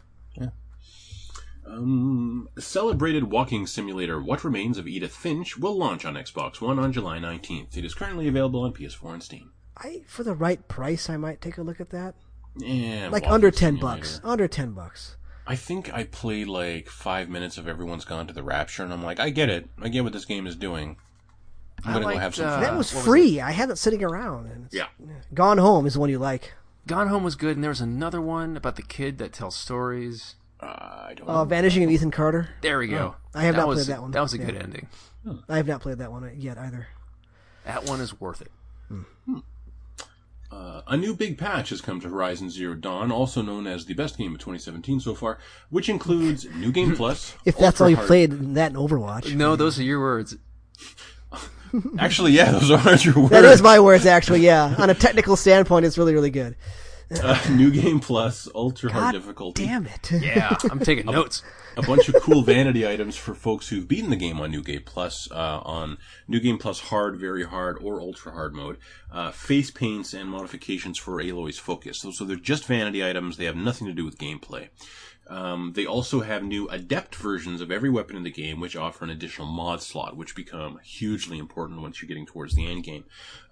[SPEAKER 2] Um, celebrated walking simulator What Remains of Edith Finch will launch on Xbox One on July 19th. It is currently available on PS4 and Steam.
[SPEAKER 1] I for the right price, I might take a look at that.
[SPEAKER 2] Yeah,
[SPEAKER 1] Like
[SPEAKER 2] walking
[SPEAKER 1] under ten
[SPEAKER 2] simulator.
[SPEAKER 1] bucks. Under ten bucks.
[SPEAKER 2] I think I played like five minutes of Everyone's Gone to the Rapture, and I'm like, I get it. I get what this game is doing. I'm
[SPEAKER 3] I
[SPEAKER 2] gonna go
[SPEAKER 3] liked,
[SPEAKER 2] have some.
[SPEAKER 3] uh,
[SPEAKER 2] fun.
[SPEAKER 1] That was
[SPEAKER 3] what was
[SPEAKER 1] free. I had it sitting around. And it's-
[SPEAKER 2] yeah,
[SPEAKER 1] Gone Home is the one you like.
[SPEAKER 3] Gone Home was good, and there was another one about the kid that tells stories.
[SPEAKER 2] Uh, I don't
[SPEAKER 1] Uh, Vanishing of Ethan Carter.
[SPEAKER 3] There we
[SPEAKER 1] Oh,
[SPEAKER 3] go.
[SPEAKER 1] I have
[SPEAKER 3] that
[SPEAKER 1] not
[SPEAKER 3] was,
[SPEAKER 1] played that one.
[SPEAKER 3] That was a
[SPEAKER 1] Yeah.
[SPEAKER 3] good ending.
[SPEAKER 1] I have not played that one yet either.
[SPEAKER 3] That one is worth it.
[SPEAKER 2] know. Uh, A new big patch has come to Horizon Zero Dawn, also known as the best game of 2017 so far, which includes New Game Plus.
[SPEAKER 1] If that's
[SPEAKER 2] Ultra
[SPEAKER 1] all you
[SPEAKER 2] Hard-
[SPEAKER 1] played, then that and Overwatch.
[SPEAKER 3] No, those are your words.
[SPEAKER 2] Actually, yeah, those are your words.
[SPEAKER 1] That is my words, actually. Yeah, on a technical standpoint, it's really, really good.
[SPEAKER 2] Uh, new Game Plus, Ultra Hard
[SPEAKER 1] God
[SPEAKER 2] Difficulty.
[SPEAKER 1] damn it!
[SPEAKER 3] Yeah, I'm taking notes.
[SPEAKER 2] a bunch of cool vanity items for folks who've beaten the game on New Game Plus, uh, on New Game Plus Hard, Very Hard, or Ultra Hard mode, uh, face paints and modifications for Aloy's focus. So, so they're just vanity items. They have nothing to do with gameplay. Um, they also have new adept versions of every weapon in the game, which offer an additional mod slot, which become hugely important once you're getting towards the end game.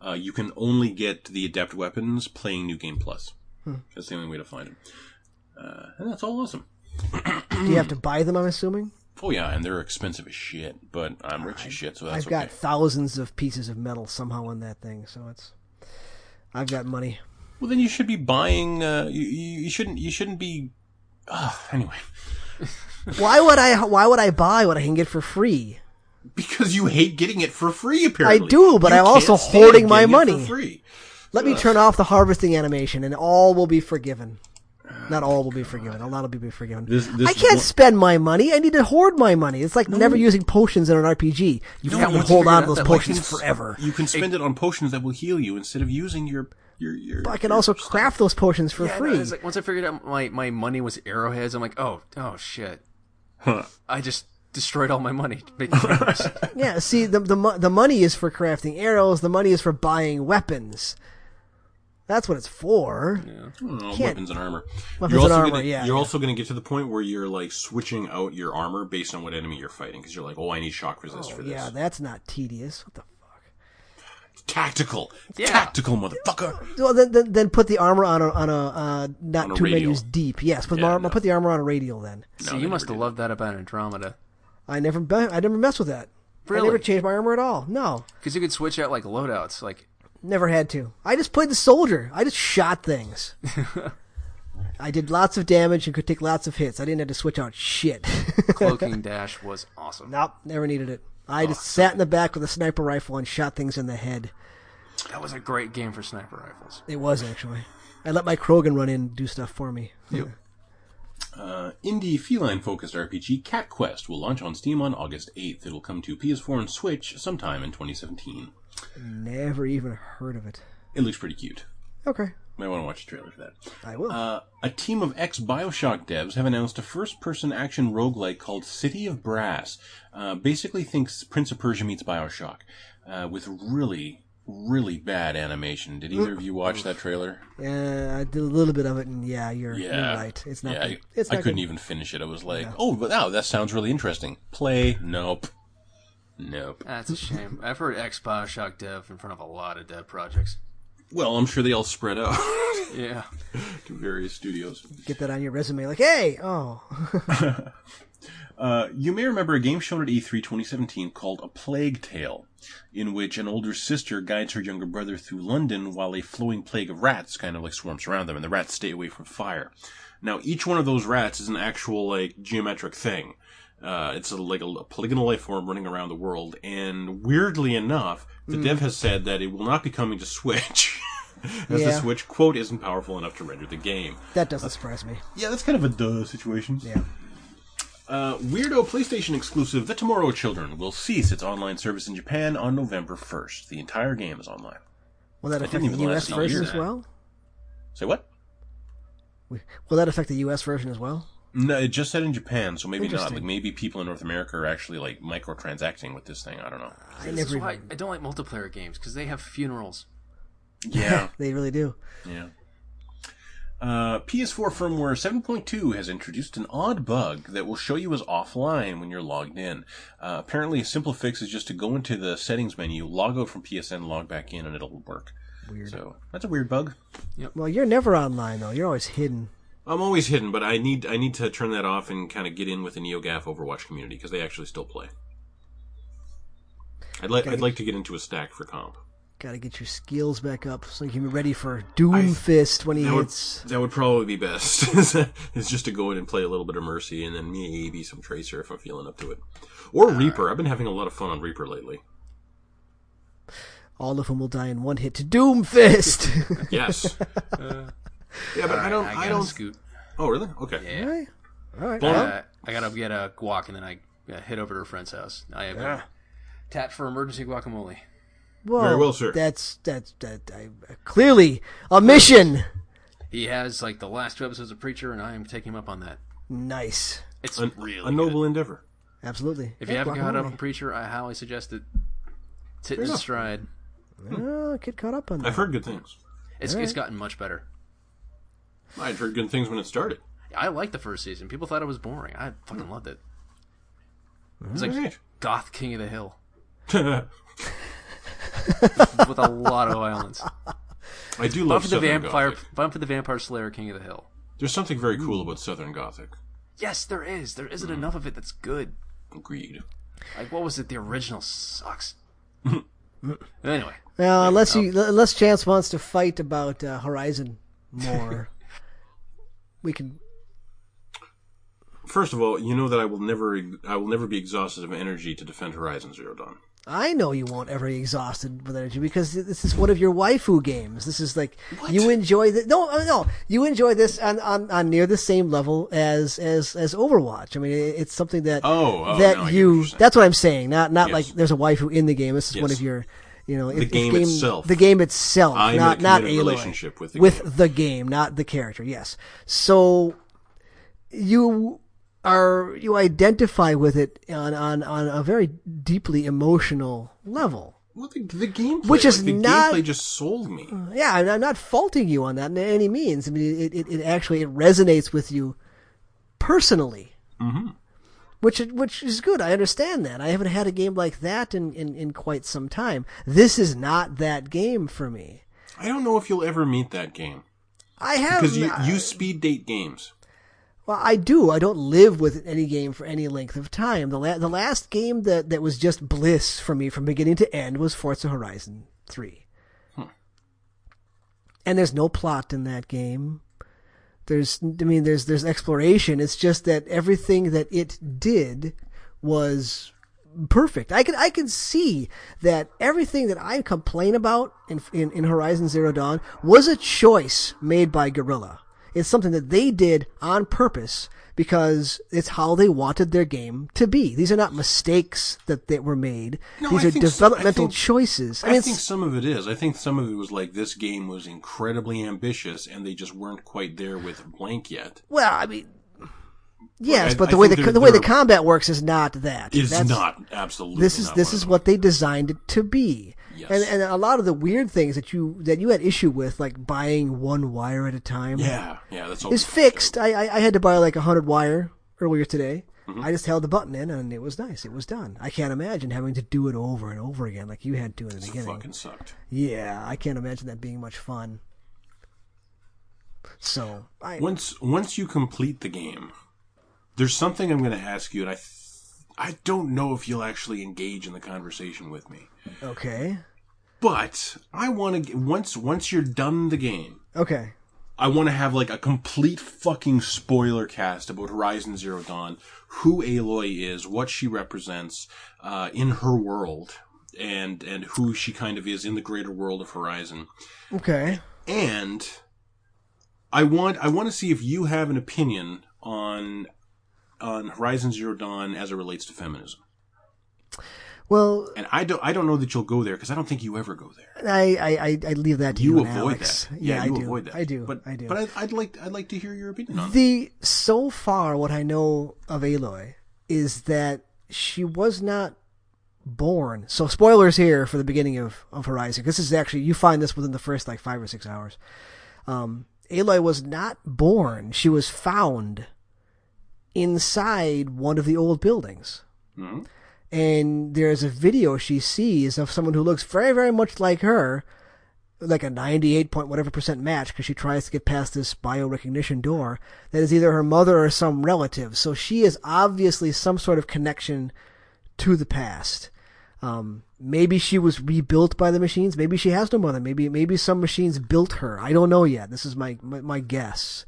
[SPEAKER 2] Uh, you can only get the adept weapons playing New Game Plus. That's the only way to find them. Uh, and that's all awesome.
[SPEAKER 1] Do you have to buy them? I'm assuming.
[SPEAKER 2] Oh yeah, and they're expensive as shit, but I'm rich as shit, so that's
[SPEAKER 1] I've got
[SPEAKER 2] okay.
[SPEAKER 1] thousands of pieces of metal somehow in that thing, so it's. I've got money.
[SPEAKER 2] Well, then you should be buying. Uh, you, you you shouldn't you shouldn't be. Uh, anyway,
[SPEAKER 1] Why would I? Why would I buy what I can get for free?
[SPEAKER 2] because you hate getting it for free. Apparently,
[SPEAKER 1] do, but
[SPEAKER 2] You
[SPEAKER 1] I'm
[SPEAKER 2] can't
[SPEAKER 1] also
[SPEAKER 2] stand
[SPEAKER 1] hoarding my
[SPEAKER 2] getting it for
[SPEAKER 1] money.
[SPEAKER 2] free.
[SPEAKER 1] Let me turn off the harvesting animation, and all will be forgiven. Not all will be forgiven. A lot will be forgiven.
[SPEAKER 2] This- this
[SPEAKER 1] I can't
[SPEAKER 2] one-
[SPEAKER 1] spend my money. I need to hoard my money. It's like never using potions in an RPG. You
[SPEAKER 2] No,
[SPEAKER 1] have to
[SPEAKER 2] once you
[SPEAKER 1] hold
[SPEAKER 3] figure
[SPEAKER 1] on
[SPEAKER 3] out
[SPEAKER 1] to those
[SPEAKER 3] that, like,
[SPEAKER 1] potions
[SPEAKER 2] it's-
[SPEAKER 1] forever.
[SPEAKER 2] You can spend it on potions that will heal you instead of using your your your.
[SPEAKER 1] I can
[SPEAKER 2] your-
[SPEAKER 1] also craft those potions for
[SPEAKER 3] Yeah, no,
[SPEAKER 1] free.
[SPEAKER 3] it's like once I figured out my, my money was arrowheads, I'm like, oh, oh shit. I just destroyed all my money making arrows.
[SPEAKER 1] yeah, see, the, the mo- the money is for crafting arrows. The money is for buying weapons. That's what it's for.
[SPEAKER 2] Oh,
[SPEAKER 1] can't-
[SPEAKER 2] weapons and armor.
[SPEAKER 1] Weapons
[SPEAKER 2] you're
[SPEAKER 1] and
[SPEAKER 2] also
[SPEAKER 1] armor,
[SPEAKER 2] Gonna,
[SPEAKER 1] yeah,
[SPEAKER 2] You're
[SPEAKER 1] yeah.
[SPEAKER 2] also going to get to the point where you're like switching out your armor based on what enemy you're fighting because you're like, oh, I need shock resist for this.
[SPEAKER 1] Yeah, that's not tedious. What the fuck?
[SPEAKER 2] Tactical,
[SPEAKER 3] Yeah.
[SPEAKER 2] tactical, motherfucker.
[SPEAKER 1] Well, then, then, then put the armor on a on a uh, not
[SPEAKER 2] On a
[SPEAKER 1] two
[SPEAKER 2] radial.
[SPEAKER 1] menus deep. Yes, put
[SPEAKER 2] Yeah,
[SPEAKER 1] mar-
[SPEAKER 2] no.
[SPEAKER 1] put the armor on a radial. Then
[SPEAKER 3] so
[SPEAKER 2] they
[SPEAKER 3] you must
[SPEAKER 2] never
[SPEAKER 3] have
[SPEAKER 2] did.
[SPEAKER 3] loved that about Andromeda.
[SPEAKER 1] I never be- I never mess with that. I never
[SPEAKER 3] Really?
[SPEAKER 1] changed my armor at all. No,
[SPEAKER 3] Because you could switch out like loadouts. Like,
[SPEAKER 1] never had to. I just played the soldier. I just shot things. I did lots of damage and could take lots of hits. I didn't have to switch out shit.
[SPEAKER 3] Cloaking Dash was awesome.
[SPEAKER 1] Nope, never needed it. Oh, I just sat in the back with a sniper rifle and shot things in the head.
[SPEAKER 3] That was a great game for sniper rifles.
[SPEAKER 1] It was actually. I let my Krogan run in and do stuff for me.
[SPEAKER 2] Uh, indie feline focused RPG Cat Quest will launch on Steam on August 8th. It'll come to PS4 and Switch sometime in 2017.
[SPEAKER 1] Never even heard of it.
[SPEAKER 2] It looks pretty cute.
[SPEAKER 1] Okay,
[SPEAKER 2] Might want to watch a trailer for that.
[SPEAKER 1] I will.
[SPEAKER 2] Uh, a team of ex Bioshock devs have announced a first person action roguelike called City of Brass. Uh, basically, thinks Prince of Persia meets Bioshock uh, with really, really bad animation. Did either of you watch that trailer?
[SPEAKER 1] Yeah, I did a little bit of it, and yeah, you're,
[SPEAKER 2] Yeah.
[SPEAKER 1] you're right. It's not.
[SPEAKER 2] Yeah, I,
[SPEAKER 1] good. It's
[SPEAKER 2] I
[SPEAKER 1] not
[SPEAKER 2] couldn't
[SPEAKER 1] good.
[SPEAKER 2] even finish it. I was like, oh, but now that sounds really interesting. Play? Nope. Nope.
[SPEAKER 3] That's a shame. I've heard ex Bioshock dev in front of a lot of dev projects.
[SPEAKER 2] Well, I'm sure they all spread out
[SPEAKER 3] Yeah.
[SPEAKER 2] to various studios.
[SPEAKER 1] get that on your resume. Like, hey, oh,
[SPEAKER 2] Uh, you may remember a game shown at E E3 2017 called A Plague Tale, in which an older sister guides her younger brother through London while a flowing plague of rats kind of like swarms around them, and the rats stay away from fire. Now, each one of those rats is an actual like geometric thing. Uh, it's a, like a, a polygonal life form running around the world, and weirdly enough, the dev has said that it will not be coming to Switch, as the
[SPEAKER 1] Yeah.
[SPEAKER 2] Switch quote isn't powerful enough to render the game.
[SPEAKER 1] that doesn't surprise me.
[SPEAKER 2] Yeah, that's kind of a duh situation.
[SPEAKER 1] Yeah.
[SPEAKER 2] Uh, weirdo PlayStation exclusive The Tomorrow Children will cease its online service in Japan on November 1st. The entire game is online.
[SPEAKER 1] Will that
[SPEAKER 2] I
[SPEAKER 1] affect
[SPEAKER 2] didn't
[SPEAKER 1] the
[SPEAKER 2] even
[SPEAKER 1] U.S.
[SPEAKER 2] last a
[SPEAKER 1] version
[SPEAKER 2] year.
[SPEAKER 1] as well?
[SPEAKER 2] Say what?
[SPEAKER 1] We- Will that affect the U.S. version as well?
[SPEAKER 2] No, it just said in Japan, so maybe not.
[SPEAKER 1] Interesting.
[SPEAKER 2] Like maybe people in North America are actually like microtransacting with this thing. I don't know.
[SPEAKER 1] I
[SPEAKER 3] This
[SPEAKER 1] never.
[SPEAKER 3] is
[SPEAKER 1] Even,
[SPEAKER 3] why I don't like multiplayer games because they have funerals.
[SPEAKER 2] Yeah,
[SPEAKER 1] They really do.
[SPEAKER 2] yeah. Uh, PS4 firmware 7.2 has introduced an odd bug that will show you as offline when you're logged in. Uh, apparently, a simple fix is just to go into the settings menu, log out from PSN, log back in, and it'll work.
[SPEAKER 1] Weird.
[SPEAKER 2] So that's a weird bug.
[SPEAKER 1] Well, you're never online though. You're always hidden.
[SPEAKER 2] I'm always hidden, but I need I need to turn that off and kind of get in with the NeoGaf Overwatch community because they actually still play. I'd like I'd like to get into a stack for comp.
[SPEAKER 1] Gotta get your skills back up so you can be ready for Doomfist when he
[SPEAKER 2] That would,
[SPEAKER 1] hits.
[SPEAKER 2] that would probably be best. is just to go in and play a little bit of Mercy and then maybe some Tracer if I'm feeling up to it.
[SPEAKER 3] Uh,
[SPEAKER 2] Or Reaper. I've been having a lot of fun on Reaper lately.
[SPEAKER 1] All of them will die in one hit to Doomfist.
[SPEAKER 2] Yes.
[SPEAKER 3] Uh,
[SPEAKER 2] yeah, but I don't. I,
[SPEAKER 3] gotta
[SPEAKER 2] don't.
[SPEAKER 3] scoot.
[SPEAKER 2] Oh, really? Okay.
[SPEAKER 3] Yeah.
[SPEAKER 1] All right. All right.
[SPEAKER 2] Well,
[SPEAKER 1] Well,
[SPEAKER 3] Uh, I gotta get a guac and then I uh, head over to a friend's house. I have
[SPEAKER 2] Yeah.
[SPEAKER 3] a tap for emergency guacamole.
[SPEAKER 2] very well, sir.
[SPEAKER 1] That's that's that. I, uh, clearly a mission.
[SPEAKER 3] He has like the last two episodes of Preacher, and I am taking him up on that.
[SPEAKER 1] Nice.
[SPEAKER 3] It's
[SPEAKER 2] An-
[SPEAKER 3] really
[SPEAKER 2] a noble endeavor.
[SPEAKER 1] Absolutely.
[SPEAKER 3] If you haven't caught up on Preacher, I highly suggest it. It's hitting its
[SPEAKER 2] enough.
[SPEAKER 3] stride.
[SPEAKER 1] Oh, get caught up on that.
[SPEAKER 2] Hmm. I've heard good things.
[SPEAKER 3] It's, it's gotten much better.
[SPEAKER 2] I'd heard good things when it started.
[SPEAKER 3] I liked the first season. People thought it was boring. I fucking loved it. It's like
[SPEAKER 2] Alright.
[SPEAKER 3] goth king of the hill
[SPEAKER 2] I
[SPEAKER 3] with a lot of violence.
[SPEAKER 2] do love
[SPEAKER 3] Bump for the
[SPEAKER 2] Southern
[SPEAKER 3] vampire,
[SPEAKER 2] Gothic.
[SPEAKER 3] bump for the vampire slayer king of the hill.
[SPEAKER 2] There's something very cool about Southern Gothic.
[SPEAKER 3] Yes, there is. There isn't
[SPEAKER 2] Mm-hmm.
[SPEAKER 3] enough of it that's good.
[SPEAKER 2] Agreed.
[SPEAKER 3] Like what was it? The original sucks. anyway,
[SPEAKER 1] Well, unless you unless Chance wants to fight about uh, Horizon more, we can.
[SPEAKER 2] First of all, you know that I will never, I will never be exhausted of energy to defend Horizon Zero Dawn.
[SPEAKER 1] I know you won't ever be exhausted with energy because this is one of your waifu games. This is like you enjoy the no uh, no you enjoy this on, on, on near the same level as as as Overwatch. I mean, it- it's something that
[SPEAKER 2] Oh, oh,
[SPEAKER 1] that
[SPEAKER 2] now I get what
[SPEAKER 1] you
[SPEAKER 2] you're saying.
[SPEAKER 1] that's what I'm saying. Not not
[SPEAKER 2] Yes.
[SPEAKER 1] like there's a waifu in the game. This is one
[SPEAKER 2] Yes.
[SPEAKER 1] of your you know it- it's
[SPEAKER 2] game itself.
[SPEAKER 1] The game itself,
[SPEAKER 2] I'm in a
[SPEAKER 1] not not
[SPEAKER 2] committed
[SPEAKER 1] Aloy.
[SPEAKER 2] relationship with the
[SPEAKER 1] with
[SPEAKER 2] game.
[SPEAKER 1] the game, not the character. Yes, so you are you identify with it on on on a very deeply emotional level.
[SPEAKER 2] Well, the, the gameplay,
[SPEAKER 1] Which is
[SPEAKER 2] like, the
[SPEAKER 1] not-
[SPEAKER 2] gameplay just sold me.
[SPEAKER 1] Yeah, I'm I'm not faulting you on that in any means. I mean, it, it, it actually it resonates with you personally, mm-hmm. which is- which is good. I understand that. I haven't had a game like that in, in, in quite some time. This is not that game for me.
[SPEAKER 2] I don't know if you'll ever meet that game
[SPEAKER 1] I have
[SPEAKER 2] because you,
[SPEAKER 1] not-
[SPEAKER 2] you speed date games.
[SPEAKER 1] Well, I do. I don't live with any game for any length of time. The la- the last game that, that was just bliss for me from beginning to end was Forza Horizon 3. And there's no plot in that game. There's I mean there's there's exploration. It's just that everything that it did was perfect. I can I can see that everything that I complain about in in, in Horizon Zero Dawn was a choice made by Guerrilla. It's something that they did on purpose because it's how they wanted their game to be. These are not mistakes that, that were made.
[SPEAKER 2] No,
[SPEAKER 1] These
[SPEAKER 2] I
[SPEAKER 1] are
[SPEAKER 2] think so- I
[SPEAKER 1] developmental
[SPEAKER 2] think-
[SPEAKER 1] choices. I
[SPEAKER 2] I,
[SPEAKER 1] mean,
[SPEAKER 2] think
[SPEAKER 1] it's-
[SPEAKER 2] some of it is. I think some of it was like this game was incredibly ambitious and they just weren't quite there with blank yet.
[SPEAKER 1] well, I mean, yes,
[SPEAKER 2] I-
[SPEAKER 1] but
[SPEAKER 2] I
[SPEAKER 1] the way the,
[SPEAKER 2] think
[SPEAKER 1] co-
[SPEAKER 2] they're-
[SPEAKER 1] the way the
[SPEAKER 2] they're-
[SPEAKER 1] combat works is not that.
[SPEAKER 2] Is
[SPEAKER 1] That's-
[SPEAKER 2] not absolutely.
[SPEAKER 1] this is
[SPEAKER 2] not
[SPEAKER 1] this
[SPEAKER 2] one of
[SPEAKER 1] is
[SPEAKER 2] them.
[SPEAKER 1] what they designed it to be.
[SPEAKER 2] Yes.
[SPEAKER 1] And and a lot of the weird things that you that you had issue with, like buying one wire at a time,
[SPEAKER 2] Yeah, yeah, that's all.
[SPEAKER 1] is fixed. I, I I had to buy like a hundred wire earlier today.
[SPEAKER 2] Mm-hmm.
[SPEAKER 1] I just held the button in and it was nice. It was done. I can't imagine having to do it over and over again like you had to in the beginning.
[SPEAKER 2] Fucking sucked.
[SPEAKER 1] Yeah, I can't imagine that being much fun. So I
[SPEAKER 2] Once once you complete the game, there's something I'm going to ask you, and I th- I don't know if you'll actually engage in the conversation with me,
[SPEAKER 1] okay
[SPEAKER 2] but I want to once once you're done the game,
[SPEAKER 1] okay
[SPEAKER 2] I want to have like a complete fucking spoiler cast about Horizon Zero Dawn, who Aloy is, what she represents uh, in her world, and and who she kind of is in the greater world of Horizon.
[SPEAKER 1] okay.
[SPEAKER 2] and I want I want to see if you have an opinion on on Horizon Zero Dawn as it relates to feminism.
[SPEAKER 1] Well,
[SPEAKER 2] And I don't I don't know that you'll go there because I don't think you ever go there.
[SPEAKER 1] I, I I- I leave that to you.
[SPEAKER 2] You
[SPEAKER 1] and
[SPEAKER 2] avoid
[SPEAKER 1] Alex.
[SPEAKER 2] that.
[SPEAKER 1] Yeah,
[SPEAKER 2] you
[SPEAKER 1] I do.
[SPEAKER 2] avoid that.
[SPEAKER 1] I do.
[SPEAKER 2] But
[SPEAKER 1] I do.
[SPEAKER 2] But I, I'd like I'd like to hear your opinion on it.
[SPEAKER 1] The so far what I know of Aloy is that she was not born. So spoilers here for the beginning of of Horizon. 'cause This is actually you find this within the first like five or six hours. Um, Aloy was not born. She was found inside one of the old buildings. And there's a video she sees of someone who looks very, very much like her, like a 98 point whatever percent match because she tries to get past this bio recognition door that is either her mother or some relative. So she is obviously some sort of connection to the past. Um, maybe she was rebuilt by the machines. Maybe she has no mother. Maybe maybe some machines built her. I don't know yet. This is my my, my guess.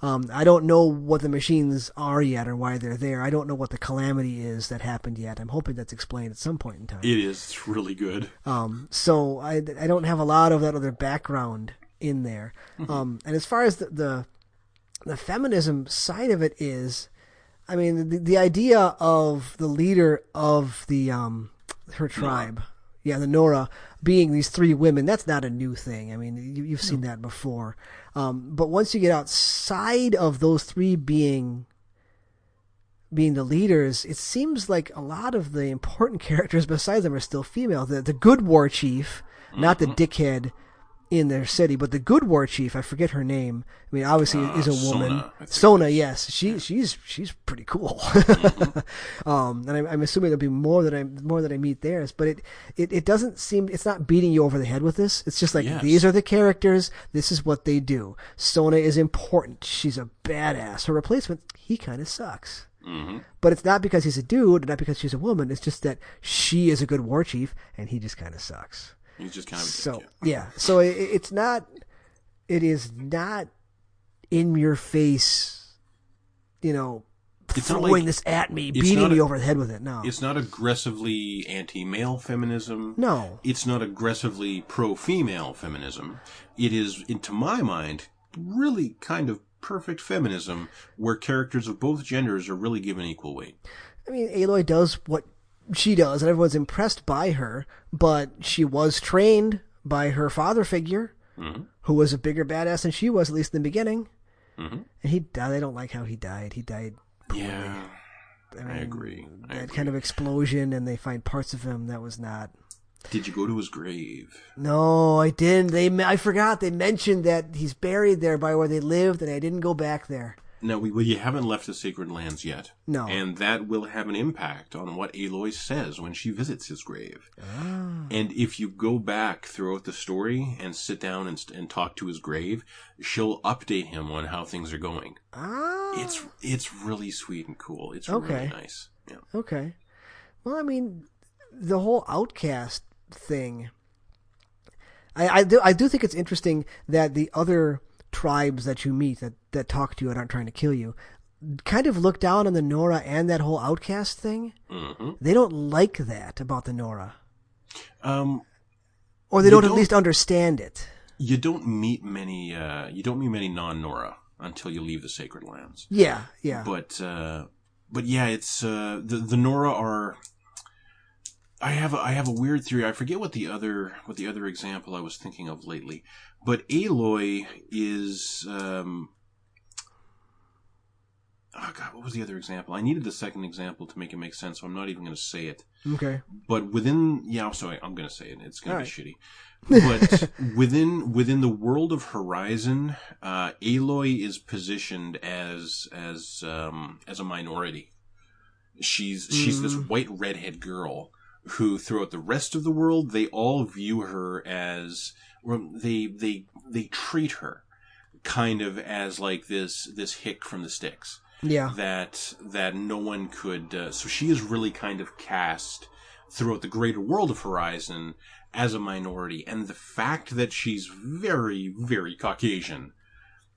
[SPEAKER 1] Um, I don't know what the machines are yet or why they're there. I don't know what the calamity is that happened yet. I'm hoping that's explained at some point in time.
[SPEAKER 2] It is. It's really good.
[SPEAKER 1] Um, so I, I don't have a lot of that other background in there. Um, and as far as the, the the feminism side of it is, I mean, the, the idea of the leader of the um, her tribe, yeah, the Nora, being these three women, that's not a new thing. I mean, you, you've seen that before. Um, but once you get outside of those three being being the leaders, it seems like a lot of the important characters besides them are still female. The the good war chief, not the dickhead in their city, but the good war chief, I forget her name. I mean, obviously is a woman.
[SPEAKER 2] Sona, I think
[SPEAKER 1] Sona, yes, she she's she's pretty cool. um, and I'm, I'm assuming there'll be more that I more that I meet there. But it, it it doesn't seem it's not beating you over the head with this. It's just like
[SPEAKER 2] Yes.
[SPEAKER 1] these are the characters. This is what they do. Sona is important. She's a badass. Her replacement, he kind of sucks. But it's not because he's a dude, not because she's a woman. It's just that she is a good war chief, and he just kind of sucks.
[SPEAKER 2] He's just kind of a
[SPEAKER 1] So
[SPEAKER 2] dickhead.
[SPEAKER 1] yeah, so it, it's not. It is not in your face. You know,
[SPEAKER 2] It's not
[SPEAKER 1] throwing
[SPEAKER 2] like-
[SPEAKER 1] this at me,
[SPEAKER 2] it's
[SPEAKER 1] beating
[SPEAKER 2] not
[SPEAKER 1] me
[SPEAKER 2] a-
[SPEAKER 1] over the head with it. No,
[SPEAKER 2] It's not aggressively anti-male feminism.
[SPEAKER 1] No.
[SPEAKER 2] It's not aggressively pro-female feminism. It is, in- to my mind, really kind of perfect feminism where characters of both genders are really given equal weight.
[SPEAKER 1] I mean, Aloy does what she does, and everyone's impressed by her. But she was trained by her father figure,
[SPEAKER 2] Mm-hmm.
[SPEAKER 1] who was a bigger badass than she was, at least in the beginning.
[SPEAKER 2] Mm-hmm.
[SPEAKER 1] And he died. I don't like how he died. He died.
[SPEAKER 2] Yeah. I agree. I
[SPEAKER 1] That
[SPEAKER 2] agree.
[SPEAKER 1] kind of explosion, and they find parts of him that was not.
[SPEAKER 2] Did you go to his grave?
[SPEAKER 1] No, I didn't. They I forgot they mentioned that he's buried there by where they lived, and I didn't go back there.
[SPEAKER 2] No, we, we haven't left the sacred lands yet.
[SPEAKER 1] No.
[SPEAKER 2] And that will have an impact on what Aloy says when she visits his grave.
[SPEAKER 1] Ah.
[SPEAKER 2] And if you go back throughout the story and sit down and, and talk to his grave, she'll update him on how things are going.
[SPEAKER 1] Ah,
[SPEAKER 2] It's it's really sweet and cool. It's
[SPEAKER 1] Okay.
[SPEAKER 2] really nice. Yeah.
[SPEAKER 1] okay. Well, I mean, the whole outcast thing. I, I do I do think it's interesting that the other tribes that you meet that that talk to you and aren't trying to kill you, kind of look down on the Nora and that whole outcast thing.
[SPEAKER 2] hmm
[SPEAKER 1] They don't like that about the Nora,
[SPEAKER 2] Um,
[SPEAKER 1] or they
[SPEAKER 2] You
[SPEAKER 1] don't, at
[SPEAKER 2] don't-
[SPEAKER 1] least understand it.
[SPEAKER 2] you don't meet many uh, you don't meet many non Nora until you leave the sacred lands.
[SPEAKER 1] Yeah, yeah.
[SPEAKER 2] but uh, but yeah, it's uh, the the Nora are. I have a, I have a weird theory. I forget what the other what the other example I was thinking of lately, but Aloy is. Um, oh God, what was the other example? I needed the second example to make it make sense, so I'm not even going to say it.
[SPEAKER 1] okay.
[SPEAKER 2] But within yeah, I'm sorry, I'm going to say it. It's going
[SPEAKER 1] All
[SPEAKER 2] to be shitty. But within within the world of Horizon, uh, Aloy is positioned as as um, as a minority. She's she's this white redhead girl who, throughout the rest of the world, they all view her as well, they they they treat her kind of as like this this hick from the sticks
[SPEAKER 1] Yeah.
[SPEAKER 2] that that no one could. Uh, so she is really kind of cast throughout the greater world of Horizon as a minority, and the fact that she's very, very Caucasian,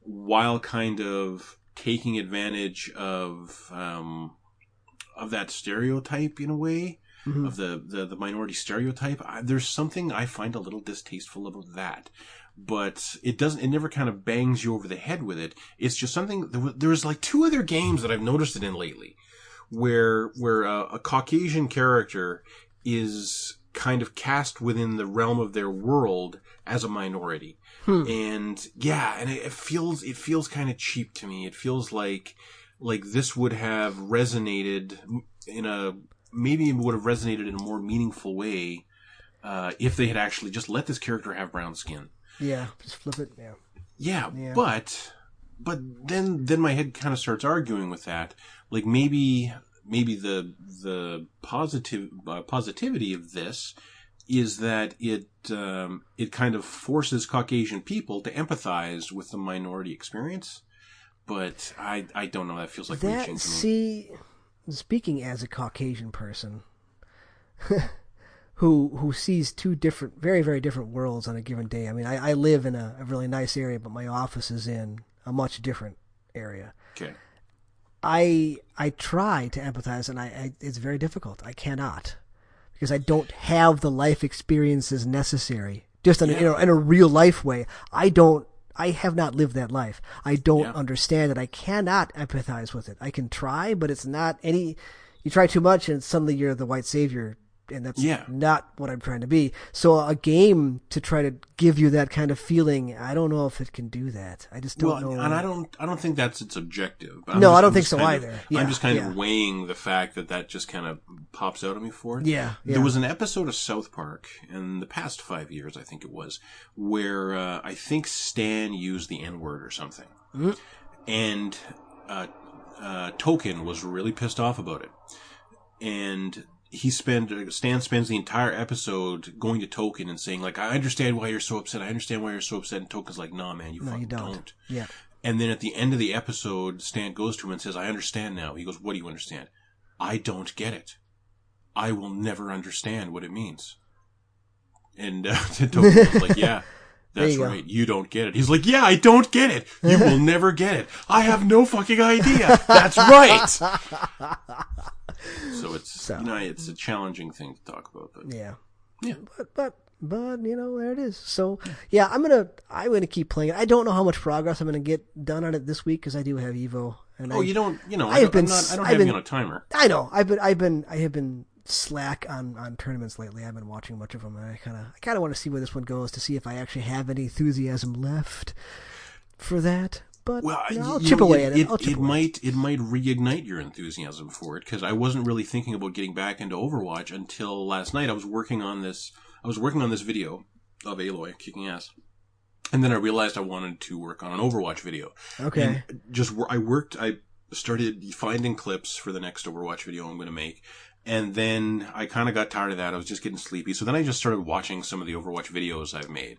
[SPEAKER 2] while kind of taking advantage of um, of that stereotype in a way. Of the, the, the minority stereotype, I, there's something I find a little distasteful about that but it doesn't it never kind of bangs you over the head with it it's just something there was, there was like two other games that i've noticed it in lately where where a, a caucasian character is kind of cast within the realm of their world as a minority and yeah and it, it feels it feels kind of cheap to me it feels like like this would have resonated in a maybe it would have resonated in a more meaningful way uh, if they had actually just let this character have brown skin
[SPEAKER 1] Yeah, just flip it. Yeah.
[SPEAKER 2] yeah, but but then then my head kind of starts arguing with that. Like maybe maybe the the positive uh, positivity of this is that it um, it kind of forces Caucasian people to empathize with the minority experience. But I I don't know. That feels like reaching
[SPEAKER 1] That
[SPEAKER 2] to me.
[SPEAKER 1] see, speaking as a Caucasian person, who who sees two different, very very different worlds on a given day. I mean, I, I live in a, a really nice area, but my office is in a much different area.
[SPEAKER 2] Okay.
[SPEAKER 1] I I try to empathize, and I, I it's very difficult. I cannot because I don't have the life experiences necessary. Just in, a, you know, in a real life way, I don't. I have not lived that life. I don't
[SPEAKER 2] Yeah.
[SPEAKER 1] understand it. I cannot empathize with it. I can try, but it's not any. You try too much, and suddenly you're the white savior, and that's
[SPEAKER 2] Yeah.
[SPEAKER 1] not what I'm trying to be. So a game to try to give you that kind of feeling, I don't know if it can do that. I just don't
[SPEAKER 2] Well,
[SPEAKER 1] know.
[SPEAKER 2] and I don't, I don't think that's its objective. but
[SPEAKER 1] No, I don't
[SPEAKER 2] I'm
[SPEAKER 1] think so
[SPEAKER 2] kind of-
[SPEAKER 1] either. Yeah,
[SPEAKER 2] I'm just kind
[SPEAKER 1] yeah.
[SPEAKER 2] of weighing the fact that that just kind of pops out at me for it.
[SPEAKER 1] Yeah, yeah.
[SPEAKER 2] There was an episode of South Park in the past five years, I think it was, where uh, I think Stan used the N word or something,
[SPEAKER 1] Mm-hmm.
[SPEAKER 2] and uh, uh, Token was really pissed off about it, and. He spend Stan spends the entire episode going to Token and saying like I understand why you're so upset I understand why you're so upset and Token's like nah man you
[SPEAKER 1] no,
[SPEAKER 2] fucking
[SPEAKER 1] you don't.
[SPEAKER 2] don't.
[SPEAKER 1] Yeah.
[SPEAKER 2] And then at the end of the episode, Stan goes to him and says, I understand now. He goes, What do you understand? I don't get it. I will never understand what it means. And uh, Toby was like, Yeah,
[SPEAKER 1] There
[SPEAKER 2] that's
[SPEAKER 1] you go.
[SPEAKER 2] right. You don't get it. He's like, Yeah, I don't get it. You will never get it. I have no fucking idea. That's right. so it's you know, it's a challenging thing to talk about, but
[SPEAKER 1] Yeah.
[SPEAKER 2] Yeah.
[SPEAKER 1] But but but you know there it is. So yeah, I'm gonna I'm gonna keep playing it. I don't know how much progress I'm gonna get done on it this week because I do have Evo. And
[SPEAKER 2] oh,
[SPEAKER 1] I,
[SPEAKER 2] you don't you know
[SPEAKER 1] I
[SPEAKER 2] I,
[SPEAKER 1] have
[SPEAKER 2] don't, I'm
[SPEAKER 1] been s-
[SPEAKER 2] not, I don't
[SPEAKER 1] I've
[SPEAKER 2] have
[SPEAKER 1] been-
[SPEAKER 2] you on a timer.
[SPEAKER 1] I know. I've been I've been I have been slack on on tournaments lately. I've been watching much of them, and I kind of I kind of want to see where this one goes to see if I actually have any enthusiasm left for that. But
[SPEAKER 2] Well,
[SPEAKER 1] you know, I'll
[SPEAKER 2] you
[SPEAKER 1] chip
[SPEAKER 2] know,
[SPEAKER 1] away at it. I'll
[SPEAKER 2] It,
[SPEAKER 1] chip away.
[SPEAKER 2] might it might reignite your enthusiasm for it because I wasn't really thinking about getting back into Overwatch until last night. I was working on this. I was working on this video of Aloy kicking ass, and then I realized I wanted to work on an Overwatch video.
[SPEAKER 1] Okay.
[SPEAKER 2] And just wor- I worked. I started finding clips for the next Overwatch video I'm going to make. And then I kind of got tired of that. I was just getting sleepy. So then I just started watching some of the Overwatch videos I've made.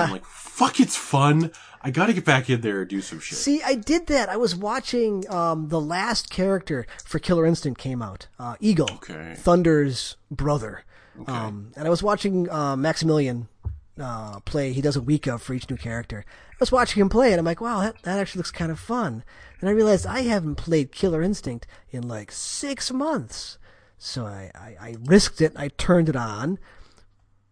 [SPEAKER 2] I'm like, fuck, it's fun. I got to get back in there and do some shit.
[SPEAKER 1] See, I did that. I was watching um, the last character for Killer Instinct came out, uh, Eagle,
[SPEAKER 2] Okay.
[SPEAKER 1] Thunder's brother, um, and I was watching uh, Maximilian uh, play. He does a week of for each new character. I was watching him play, and I'm like, wow, that, that actually looks kind of fun. And I realized I haven't played Killer Instinct in like six months, so I, I, I risked it. I turned it on,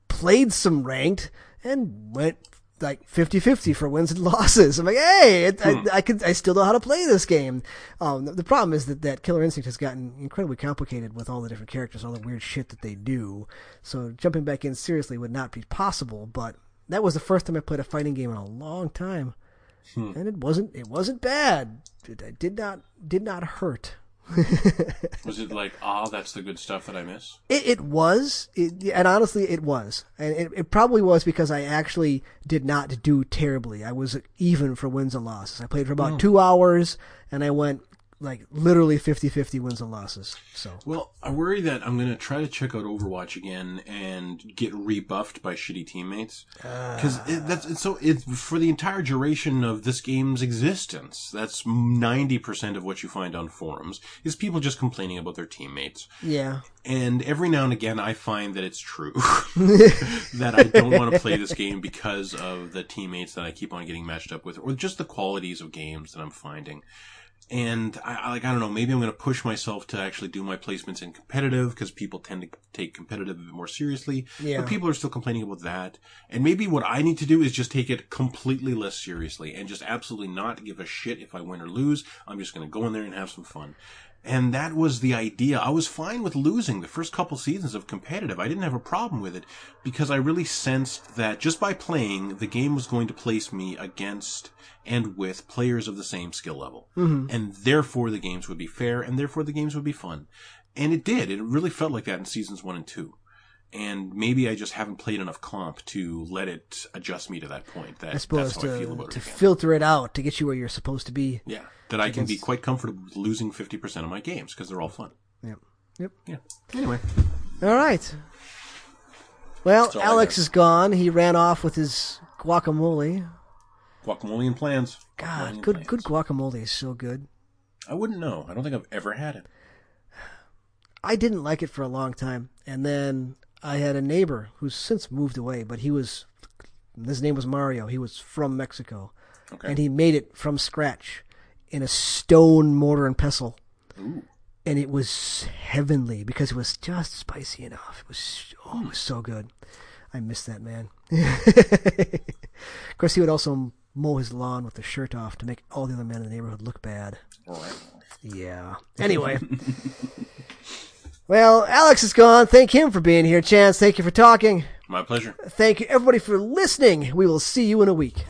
[SPEAKER 1] played some ranked and went like 50-50 for wins and losses. I'm like, hey, it, I, I could, I still know how to play this game. Um, the, the problem is that that Killer Instinct has gotten incredibly complicated with all the different characters, all the weird shit that they do. So jumping back in seriously would not be possible. But that was the first time I played a fighting game in a long time, and it wasn't it wasn't bad. It, it did not did not hurt.
[SPEAKER 2] Was it like, ah, that's the good stuff that I miss?
[SPEAKER 1] It, it was, it, and honestly, it was, and it, it probably was because I actually did not do terribly. I was even for wins and losses. I played for
[SPEAKER 2] Oh.
[SPEAKER 1] about two hours, and I went like literally 50-50 wins and losses. So
[SPEAKER 2] Well, I worry that I'm going to try to check out Overwatch again and get rebuffed by shitty teammates. Because it, that's it's so. It's for the entire duration of this game's existence. That's ninety percent of what you find on forums is people just complaining about their teammates.
[SPEAKER 1] yeah,
[SPEAKER 2] And every now and again, I find that it's true that I don't want to play this game because of the teammates that I keep on getting matched up with, or just the qualities of games that I'm finding. And I, I like, I don't know, maybe I'm going to push myself to actually do my placements in competitive because people tend to take competitive a bit more seriously.
[SPEAKER 1] Yeah.
[SPEAKER 2] But people are still complaining about that. And maybe what I need to do is just take it completely less seriously and just absolutely not give a shit if I win or lose. I'm just going to go in there and have some fun. And that was the idea. I was fine with losing the first couple seasons of competitive. I didn't have a problem with it because I really sensed that just by playing, the game was going to place me against and with players of the same skill level. And therefore the games would be fair and therefore the games would be fun. And it did. It really felt like that in seasons one and two. And maybe I just haven't played enough comp to let it adjust me to that point. That,
[SPEAKER 1] I suppose
[SPEAKER 2] that's how I feel
[SPEAKER 1] to
[SPEAKER 2] about
[SPEAKER 1] to
[SPEAKER 2] it. Again.
[SPEAKER 1] filter it out to get you where you're supposed to be.
[SPEAKER 2] yeah. That I can be quite comfortable with losing 50% of my games because they're all fun.
[SPEAKER 1] Yep, yep.
[SPEAKER 2] Yeah. Anyway.
[SPEAKER 1] All right. Well,
[SPEAKER 2] all I
[SPEAKER 1] Alex
[SPEAKER 2] got.
[SPEAKER 1] is gone. He ran off with his guacamole.
[SPEAKER 2] Guacamole and plans. Guacamole
[SPEAKER 1] God,
[SPEAKER 2] and
[SPEAKER 1] good
[SPEAKER 2] plans.
[SPEAKER 1] good guacamole is so good.
[SPEAKER 2] I wouldn't know. I don't think I've ever had it.
[SPEAKER 1] I didn't like it for a long time, and then I had a neighbor who's since moved away, but he was his name was Mario. He was from Mexico,
[SPEAKER 2] Okay.
[SPEAKER 1] and he made it from scratch in a stone mortar and pestle,
[SPEAKER 2] Ooh.
[SPEAKER 1] and it was heavenly because it was just spicy enough. It was oh, it was so good. I miss that man. of course, he would also mow his lawn with the shirt off to make all the other men in the neighborhood look bad.
[SPEAKER 2] All right.
[SPEAKER 1] Yeah. Anyway. well, Alex is gone. Thank him for being here, Chance. Thank you for talking.
[SPEAKER 2] My pleasure.
[SPEAKER 1] Thank you, everybody, for listening. We will see you in a week.